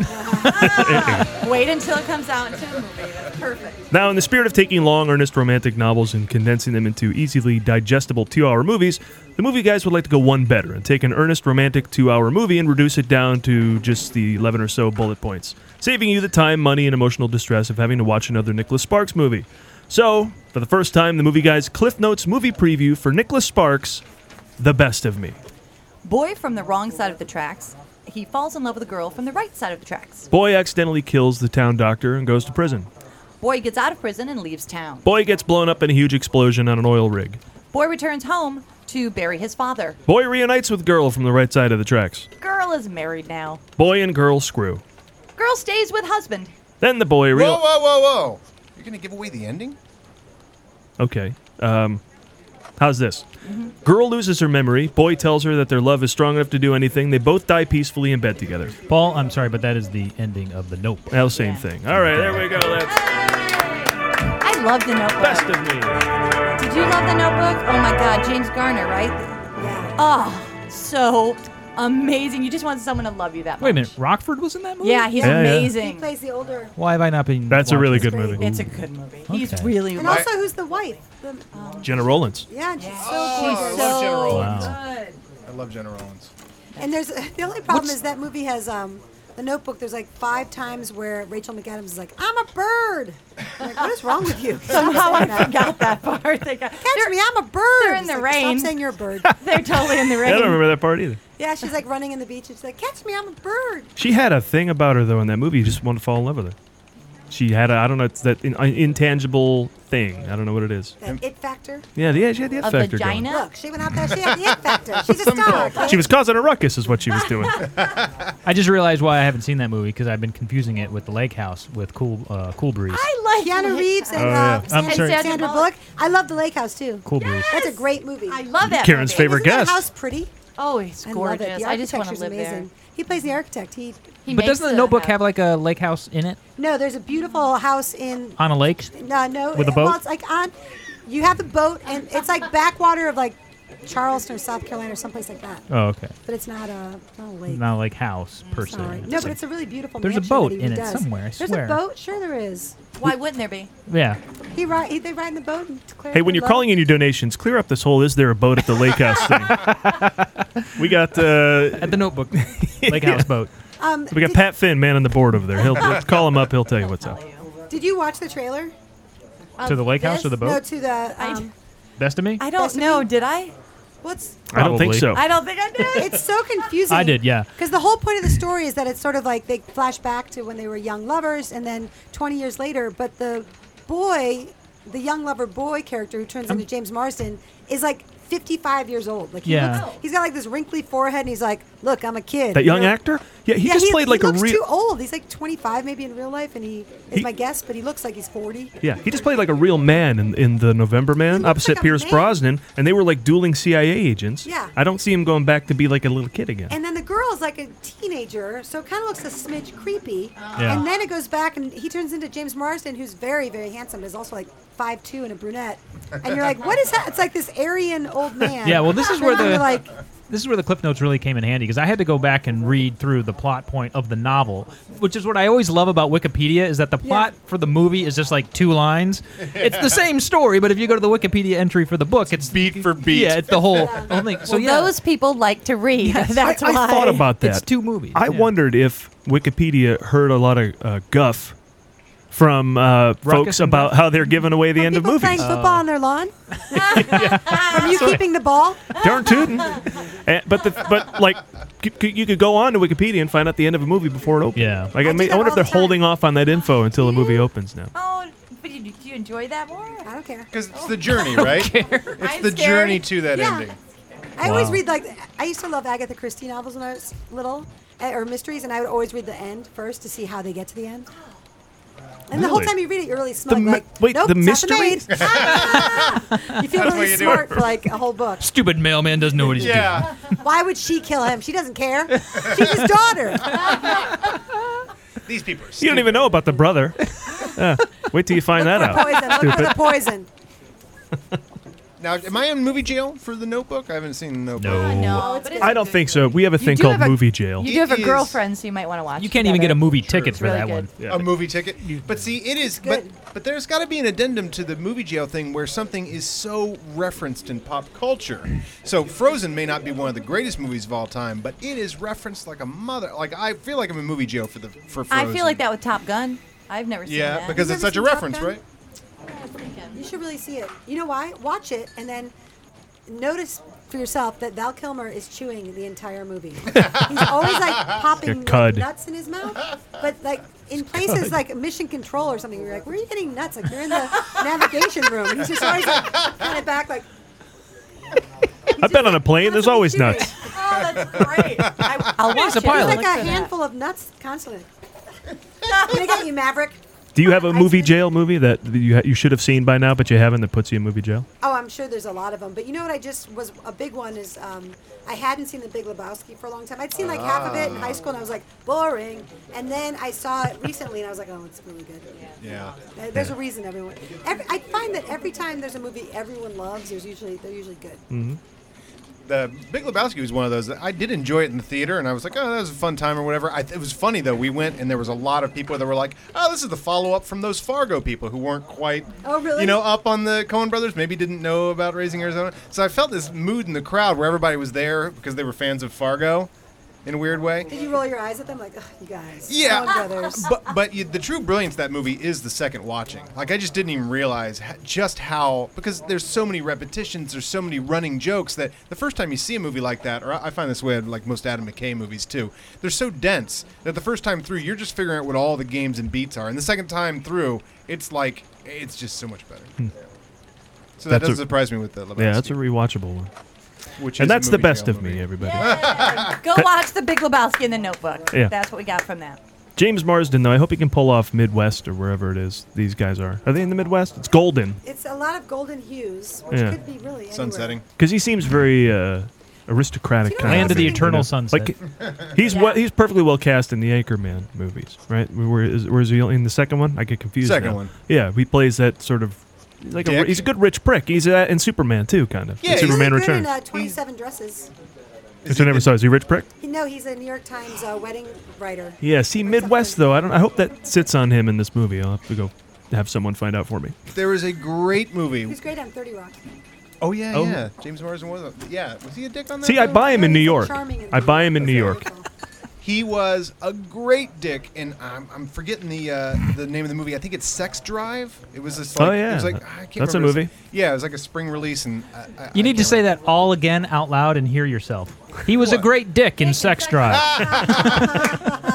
[SPEAKER 7] Wait until it comes out into a movie. That's perfect.
[SPEAKER 1] Now, in the spirit of taking long, earnest romantic novels and condensing them into easily digestible two hour movies, the movie guys would like to go one better and take an earnest romantic two hour movie and reduce it down to just the 11 or so bullet points, saving you the time, money, and emotional distress of having to watch another Nicholas Sparks movie. So, for the first time, the movie guys Cliff Notes movie preview for Nicholas Sparks, The Best of Me.
[SPEAKER 7] Boy from the wrong side of the tracks, he falls in love with a girl from the right side of the tracks.
[SPEAKER 1] Boy accidentally kills the town doctor and goes to prison.
[SPEAKER 7] Boy gets out of prison and leaves town.
[SPEAKER 1] Boy gets blown up in a huge explosion on an oil rig.
[SPEAKER 7] Boy returns home to bury his father.
[SPEAKER 1] Boy reunites with girl from the right side of the tracks.
[SPEAKER 7] Girl is married now.
[SPEAKER 1] Boy and girl screw.
[SPEAKER 7] Girl stays with husband.
[SPEAKER 1] Then the boy
[SPEAKER 3] Whoa,
[SPEAKER 1] real.
[SPEAKER 3] whoa, whoa, whoa. You're going to give away the ending?
[SPEAKER 1] Okay. Um, how's this? Girl loses her memory. Boy tells her that their love is strong enough to do anything. They both die peacefully in bed together.
[SPEAKER 2] Paul, I'm sorry, but that is the ending of the Uh, Notebook.
[SPEAKER 1] Well, same thing. All right, there we go. That's
[SPEAKER 7] I love the notebook.
[SPEAKER 1] best of me.
[SPEAKER 7] Did you love the notebook? Oh my god, James Garner, right? Oh, so amazing. You just want someone to love you that much.
[SPEAKER 2] Wait a minute, Rockford was in that movie?
[SPEAKER 7] Yeah, he's
[SPEAKER 1] Yeah, yeah.
[SPEAKER 7] amazing.
[SPEAKER 6] He plays the older.
[SPEAKER 2] Why have I not been?
[SPEAKER 1] That's a
[SPEAKER 2] watching
[SPEAKER 1] really
[SPEAKER 2] this?
[SPEAKER 1] good movie.
[SPEAKER 7] It's a good movie. He's
[SPEAKER 2] Okay.
[SPEAKER 7] really
[SPEAKER 6] And also, who's the wife? The, um,
[SPEAKER 1] Jenna Rollins.
[SPEAKER 6] yeah, and she's so
[SPEAKER 3] Oh, I
[SPEAKER 6] gorgeous.
[SPEAKER 3] love Jenna Rollins.
[SPEAKER 7] good.
[SPEAKER 3] I love Jenna Rollins.
[SPEAKER 6] And there's the only problem is that movie has um, the Notebook. There's like five times where Rachel McAdams is like, "I'm a bird." I'm like, what is wrong with you?
[SPEAKER 7] Somehow I
[SPEAKER 6] Stop saying that.
[SPEAKER 7] forgot that part. They got,
[SPEAKER 6] Catch me, I'm a bird.
[SPEAKER 7] they're in
[SPEAKER 6] It's
[SPEAKER 7] the
[SPEAKER 6] like,
[SPEAKER 7] rain.
[SPEAKER 6] Stop saying you're a bird.
[SPEAKER 7] they're totally in the
[SPEAKER 1] I
[SPEAKER 7] rain.
[SPEAKER 1] don't remember that part either.
[SPEAKER 6] yeah, she's like running in the beach and she's like, "Catch me, I'm a bird."
[SPEAKER 1] She had a thing about her though in that movie. You just wanted to fall in love with her. She had a, I don't know, it's that in, uh, intangible thing. I don't know what it is.
[SPEAKER 6] That it factor.
[SPEAKER 1] Yeah, the, she had the F
[SPEAKER 7] A
[SPEAKER 1] factor
[SPEAKER 7] vagina?
[SPEAKER 6] Look, she went out there. She had the it factor. She's a star.
[SPEAKER 1] going. She was causing a ruckus, is what she was doing.
[SPEAKER 15] I just realized why I haven't seen that movie because I've been confusing it with The Lake House with Cool uh, Cool Breeze.
[SPEAKER 7] I like
[SPEAKER 6] Keanu Reeves and
[SPEAKER 15] Oh,
[SPEAKER 6] uh,
[SPEAKER 15] yeah. I'm
[SPEAKER 6] Sandra,
[SPEAKER 15] sorry.
[SPEAKER 6] Sandra Bullock. I love The Lake House too.
[SPEAKER 15] cool Breeze.
[SPEAKER 6] That's a great movie.
[SPEAKER 7] I love that.
[SPEAKER 1] Karen's
[SPEAKER 7] movie.
[SPEAKER 1] favorite
[SPEAKER 6] Isn't that
[SPEAKER 1] guest.
[SPEAKER 6] house pretty?
[SPEAKER 7] Oh, it's
[SPEAKER 6] I love it.
[SPEAKER 7] gorgeous.
[SPEAKER 6] The
[SPEAKER 7] I just want to
[SPEAKER 6] architecture's
[SPEAKER 7] live
[SPEAKER 6] amazing.
[SPEAKER 7] there.
[SPEAKER 6] He plays the architect. He
[SPEAKER 7] He
[SPEAKER 15] But
[SPEAKER 7] makes
[SPEAKER 15] doesn't the Notebook
[SPEAKER 7] house.
[SPEAKER 15] have like a lake house in it
[SPEAKER 6] no. There's a beautiful house in
[SPEAKER 15] on a lake?
[SPEAKER 6] no no
[SPEAKER 15] With a
[SPEAKER 6] Well,
[SPEAKER 15] boat?
[SPEAKER 6] it's like on. You have the boat, and it's like backwater of like Charleston or South Carolina or someplace like that.
[SPEAKER 15] Oh, okay.
[SPEAKER 6] But it's not a not a lake.
[SPEAKER 15] Not a lake house per
[SPEAKER 6] It's
[SPEAKER 15] se.
[SPEAKER 6] not a lake. No, but it's a really beautiful.
[SPEAKER 15] There's a
[SPEAKER 6] mansion that
[SPEAKER 15] boat
[SPEAKER 6] he
[SPEAKER 15] in it
[SPEAKER 6] does.
[SPEAKER 15] somewhere, I
[SPEAKER 6] There's
[SPEAKER 15] swear.
[SPEAKER 6] a boat. Sure, there is.
[SPEAKER 7] Why wouldn't there be?
[SPEAKER 15] yeah.
[SPEAKER 6] He ride. He, they ride in the boat. And Claire
[SPEAKER 1] Hey, when you're calling in your donations, clear up this whole "Is there a boat at the lake house?" thing. we got uh,
[SPEAKER 15] At the Notebook, lake house boat.
[SPEAKER 6] Um,
[SPEAKER 1] we got
[SPEAKER 6] did-
[SPEAKER 1] Pat Finn, man on the board over there. He'll let's call him up. He'll tell you what's up.
[SPEAKER 6] Did you watch the trailer?
[SPEAKER 15] To the lake house or the boat?
[SPEAKER 6] No, to the. Um,
[SPEAKER 15] Best of me.
[SPEAKER 7] I don't
[SPEAKER 6] Best of
[SPEAKER 7] know.
[SPEAKER 6] me.
[SPEAKER 7] Did I?
[SPEAKER 6] what's
[SPEAKER 1] I don't think
[SPEAKER 15] Probably.
[SPEAKER 1] so.
[SPEAKER 7] I don't think I did.
[SPEAKER 6] it's so confusing.
[SPEAKER 15] I did, yeah.
[SPEAKER 6] Because the whole point of the story is that it's sort of like they flash back to when they were young lovers and then 20 years later, but the boy, the young lover boy character who turns into James Marsden is like 55 years old. Like he
[SPEAKER 15] Yeah.
[SPEAKER 6] looks, he's got like this wrinkly forehead and he's like, "Look, I'm a kid."
[SPEAKER 1] that
[SPEAKER 6] you
[SPEAKER 1] young
[SPEAKER 6] know?
[SPEAKER 1] actor? Yeah, he
[SPEAKER 6] yeah,
[SPEAKER 1] just
[SPEAKER 6] he,
[SPEAKER 1] played
[SPEAKER 6] he
[SPEAKER 1] like a
[SPEAKER 6] looks
[SPEAKER 1] real.
[SPEAKER 6] too old. He's like 25 maybe in real life and he is
[SPEAKER 1] He-
[SPEAKER 6] my guess, but he looks like he's 40.
[SPEAKER 1] Yeah, he just played like a real man in, in the November Man
[SPEAKER 6] looks
[SPEAKER 1] opposite
[SPEAKER 6] like a
[SPEAKER 1] Pierce
[SPEAKER 6] man.
[SPEAKER 1] Brosnan, and they were like dueling CIA agents.
[SPEAKER 6] Yeah.
[SPEAKER 1] I don't see him going back to be like a little kid again.
[SPEAKER 6] And then the girl feels like a teenager, so it kind of looks a smidge creepy.
[SPEAKER 20] Yeah.
[SPEAKER 6] And then it goes back, and he turns into James Marsden, who's very, very handsome, is also like five two and a brunette. And you're like, what is that? It's like this Aryan old man.
[SPEAKER 15] Yeah, well, this is where
[SPEAKER 6] And
[SPEAKER 15] the
[SPEAKER 6] you're like,
[SPEAKER 15] this is where the clip notes really came in handy because I had to go back and read through the plot point of the novel, which is what I always love about Wikipedia is that the plot for the movie is just like two lines. It's the same story, but if you go to the Wikipedia entry for the book, it's beat for beat. Yeah, it's the whole, whole thing. So
[SPEAKER 7] well,
[SPEAKER 15] yeah,
[SPEAKER 7] those people like to read. That's
[SPEAKER 15] I- I
[SPEAKER 7] why.
[SPEAKER 15] thought
[SPEAKER 1] thought about that.
[SPEAKER 15] It's two movies,
[SPEAKER 1] I
[SPEAKER 15] yeah.
[SPEAKER 1] wondered if Wikipedia heard a lot of uh, guff from uh, folks
[SPEAKER 6] and
[SPEAKER 1] about how they're giving away the end of
[SPEAKER 6] people
[SPEAKER 1] movies.
[SPEAKER 15] Uh,
[SPEAKER 6] playing football on their lawn. Oh. From you keeping the ball.
[SPEAKER 1] Darn tootin'. Eh, but the, but like c- c- you could go on to Wikipedia and find out the end of a movie before it opens. Yeah. Like I, mean, I wonder if they're holding off on that info until the movie opens now.
[SPEAKER 7] Oh, but you, do you enjoy that more? I
[SPEAKER 6] don't care.
[SPEAKER 3] Because it's the journey, right? It's
[SPEAKER 7] I'm
[SPEAKER 3] the
[SPEAKER 7] scared.
[SPEAKER 3] journey to that
[SPEAKER 6] Yeah.
[SPEAKER 3] ending.
[SPEAKER 6] I always
[SPEAKER 3] Wow.
[SPEAKER 6] read like I used to love Agatha Christie novels when I was little, eh, or mysteries, and I would always read the end first to see how they get to the end. And the whole
[SPEAKER 1] Really?
[SPEAKER 6] time you read it, you're really smug.
[SPEAKER 1] mi-
[SPEAKER 6] like,
[SPEAKER 1] wait,
[SPEAKER 6] nope,
[SPEAKER 1] the
[SPEAKER 6] it's
[SPEAKER 1] mystery?
[SPEAKER 6] not maid. Ah! you feel
[SPEAKER 2] That's what
[SPEAKER 6] really
[SPEAKER 2] you do.
[SPEAKER 6] smart for like a whole book.
[SPEAKER 2] Stupid mailman doesn't know what he's doing.
[SPEAKER 6] Why would she kill him? She doesn't care. She's his daughter.
[SPEAKER 3] These people.
[SPEAKER 1] You don't even know about the brother. Yeah. Wait till you find that out.
[SPEAKER 6] poison. Look for
[SPEAKER 1] Stupid.
[SPEAKER 6] the poison.
[SPEAKER 3] Now, am I in movie jail for the Notebook? I haven't seen the Notebook.
[SPEAKER 1] No. Oh, no,
[SPEAKER 7] but it's
[SPEAKER 1] I don't think so. We have a
[SPEAKER 7] You
[SPEAKER 1] thing
[SPEAKER 7] do
[SPEAKER 1] called
[SPEAKER 7] have a-
[SPEAKER 1] movie jail.
[SPEAKER 7] You do have a
[SPEAKER 3] It is-
[SPEAKER 7] girlfriend, so you might want to watch.
[SPEAKER 15] you can't even get a movie ticket for
[SPEAKER 7] really
[SPEAKER 15] that
[SPEAKER 7] good.
[SPEAKER 15] one.
[SPEAKER 3] a movie ticket. But see, it is. But but there's got to be an addendum to the movie jail thing where something is so referenced in pop culture. So Frozen may not be one of the greatest movies of all time, but it is referenced like a mother. Like I feel like I'm in movie jail for the for Frozen.
[SPEAKER 7] I feel like that with Top Gun. I've never seen
[SPEAKER 3] Yeah,
[SPEAKER 7] that.
[SPEAKER 3] because it's such a reference, right?
[SPEAKER 6] You should really see it. You know why? Watch it and then notice for yourself that Val Kilmer is chewing the entire movie. He's always like popping
[SPEAKER 1] Like a cud.
[SPEAKER 6] nuts in his mouth, but like in places like Mission Control or something, you're like, where are you getting nuts? Like you're in the navigation room. He's just always like, kind of back, like
[SPEAKER 1] I've been on a plane. There's always nuts.
[SPEAKER 6] oh, that's great. I,
[SPEAKER 1] I'll watch
[SPEAKER 6] He's
[SPEAKER 1] it. I'll
[SPEAKER 6] like
[SPEAKER 1] look
[SPEAKER 6] a
[SPEAKER 1] for that.
[SPEAKER 6] handful of nuts constantly. Can I get you, Maverick?
[SPEAKER 1] Do you have a movie jail movie that you ha- you should have seen by now, but you haven't that puts you in movie jail?
[SPEAKER 6] Oh, I'm sure there's a lot of them. But you know what? I just was a big one is um, I hadn't seen The Big Lebowski for a long time. I'd seen like half of it in high school, and I was like boring. And then I saw it recently, and I was like, oh, it's really good.
[SPEAKER 3] Yeah.
[SPEAKER 6] Uh, There's a reason everyone. Every, I find that every time there's a movie everyone loves, there's usually they're usually good.
[SPEAKER 1] Mm.
[SPEAKER 3] Mm-hmm. The Big Lebowski was one of those that I did enjoy it in the theater, and I was like, "Oh, that was a fun time" or whatever. I, it was funny though. We went, and there was a lot of people that were like, "Oh, this is the follow up from those Fargo people who weren't quite,
[SPEAKER 6] Oh, really?
[SPEAKER 3] you know, up on the Coen Brothers. Maybe didn't know about Raising Arizona." So I felt this mood in the crowd where everybody was there because they were fans of Fargo, in a weird way.
[SPEAKER 6] Did you roll your eyes at them like, oh, you guys?
[SPEAKER 3] Yeah,
[SPEAKER 6] Coen brothers.
[SPEAKER 3] but but you, the true brilliance of that movie is the second watching. Like I just didn't even realize ha- just how because there's so many repetitions, there's so many running jokes that the first time you see a movie like that, or I I find this way of like most Adam McKay movies too, they're so dense that the first time through you're just figuring out what all the games and beats are, and the second time through it's like it's just so much better.
[SPEAKER 1] Hmm.
[SPEAKER 3] So that
[SPEAKER 1] That's a-
[SPEAKER 3] doesn't surprise me with the Lebowski.
[SPEAKER 1] Yeah, that's a rewatchable one.
[SPEAKER 3] Which
[SPEAKER 1] and
[SPEAKER 3] is a
[SPEAKER 1] that's the
[SPEAKER 3] movie
[SPEAKER 1] best
[SPEAKER 3] jail
[SPEAKER 1] of me, everybody.
[SPEAKER 7] Yeah. Go watch The Big Lebowski and The Notebook.
[SPEAKER 1] Yeah.
[SPEAKER 7] That's what we got from that.
[SPEAKER 1] James Marsden, though, I hope he can pull off Midwest or wherever it is these guys are. Are they in the Midwest? It's Golden.
[SPEAKER 6] It's a lot of golden hues, which
[SPEAKER 1] Yeah.
[SPEAKER 6] could be really
[SPEAKER 3] Sunsetting.
[SPEAKER 1] Because he seems very uh, aristocratic.
[SPEAKER 6] Do you know
[SPEAKER 1] kind
[SPEAKER 6] Land of the
[SPEAKER 1] thing,
[SPEAKER 15] Eternal
[SPEAKER 1] you know?
[SPEAKER 15] Sunset.
[SPEAKER 1] Like, he's well, he's perfectly well cast in the Anchorman movies, right? Where is, where is he in the second one? I get confused.
[SPEAKER 3] Second
[SPEAKER 1] now.
[SPEAKER 3] one.
[SPEAKER 1] Yeah, he plays that sort of. He's like a,
[SPEAKER 3] Dick.
[SPEAKER 1] he's a good rich prick. He's uh, in Superman too, kind of.
[SPEAKER 6] Yeah,
[SPEAKER 1] in Superman
[SPEAKER 6] he's really
[SPEAKER 1] Returns,
[SPEAKER 6] good in uh, 27 dresses.
[SPEAKER 1] which I never saw. Is he a rich prick?
[SPEAKER 6] He, no, he's a New York Times uh, wedding writer.
[SPEAKER 1] Yeah. See, Midwest though. I don't. I hope that sits on him in this movie. I'll have to go have someone find out for me.
[SPEAKER 3] There was a great movie.
[SPEAKER 6] He's great on 30 Rock.
[SPEAKER 3] Oh yeah,
[SPEAKER 1] Oh.
[SPEAKER 3] yeah. James Marsden was. A, yeah, was he a dick on that?
[SPEAKER 1] See, I
[SPEAKER 3] though?
[SPEAKER 1] buy him in New
[SPEAKER 6] he's
[SPEAKER 1] York.
[SPEAKER 6] charming
[SPEAKER 1] I buy him in New York.
[SPEAKER 3] He was a great dick, and I'm, I'm forgetting the uh, the name of the movie. I think it's Sex Drive. It was this. Like,
[SPEAKER 15] Oh, yeah.
[SPEAKER 3] It was like I can't
[SPEAKER 15] That's a
[SPEAKER 3] remember.
[SPEAKER 15] movie.
[SPEAKER 3] Yeah, it was like a spring release, and I, I,
[SPEAKER 15] You need to say that all again out loud and hear yourself. He was a great dick in Sex Drive.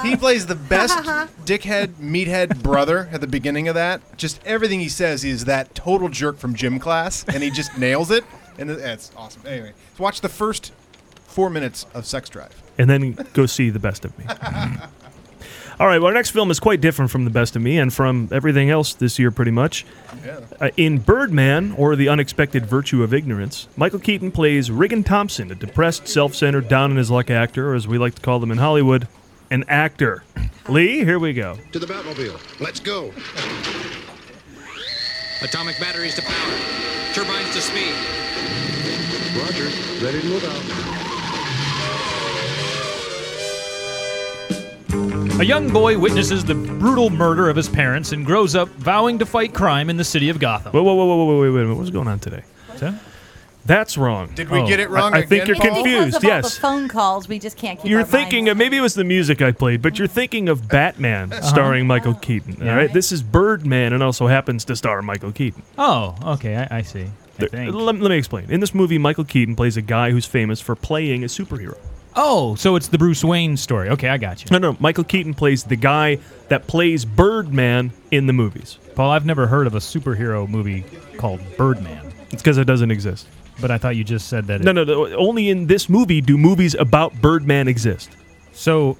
[SPEAKER 3] he plays the best
[SPEAKER 15] Uh-huh.
[SPEAKER 3] dickhead meathead brother at the beginning of that. Just everything he says is that total jerk from gym class, and he just nails it. And it- it's awesome. Anyway, so watch the first four minutes of Sex Drive.
[SPEAKER 1] and then go see the best of me. All right, well, our next film is quite different from The Best of Me and from everything else this year, pretty much. Uh, in Birdman, or The Unexpected Virtue of Ignorance, Michael Keaton plays Regan Thompson, a depressed, self centered, down in his luck actor, or as we like to call them in Hollywood, an actor. Lee, here we go.
[SPEAKER 21] To the Batmobile. Let's go.
[SPEAKER 22] Atomic batteries to power. Turbines to speed.
[SPEAKER 21] Roger. Ready to move out.
[SPEAKER 2] A young boy witnesses the brutal murder of his parents and grows up vowing to fight crime in the city of Gotham.
[SPEAKER 1] Whoa, whoa, whoa, whoa, whoa, wait, wait a minute. What's going on today? That's wrong.
[SPEAKER 3] Did we
[SPEAKER 1] Oh.
[SPEAKER 3] get it wrong
[SPEAKER 1] I, I think
[SPEAKER 3] again,
[SPEAKER 1] you're
[SPEAKER 3] Paul?
[SPEAKER 1] confused.
[SPEAKER 7] Because of all
[SPEAKER 1] yes.
[SPEAKER 7] the phone calls, we just can't keep
[SPEAKER 1] You're
[SPEAKER 7] our
[SPEAKER 1] thinking of maybe it was the music I played, but you're thinking of Batman
[SPEAKER 15] Uh-huh.
[SPEAKER 1] starring Michael Keaton. All right, this is Birdman, and also happens to star Michael Keaton.
[SPEAKER 15] Oh, okay, I, I see. I think.
[SPEAKER 1] Let, let me explain. In this movie, Michael Keaton plays a guy who's famous for playing a superhero.
[SPEAKER 15] Oh, so it's the Bruce Wayne story. Okay, I got you.
[SPEAKER 1] No, no, Michael Keaton plays the guy that plays Birdman in the movies.
[SPEAKER 15] Paul, I've never heard of a superhero movie called Birdman.
[SPEAKER 1] It's because it doesn't exist.
[SPEAKER 15] But I thought you just said that.
[SPEAKER 1] No, no, no, only in this movie do movies about Birdman exist.
[SPEAKER 15] So,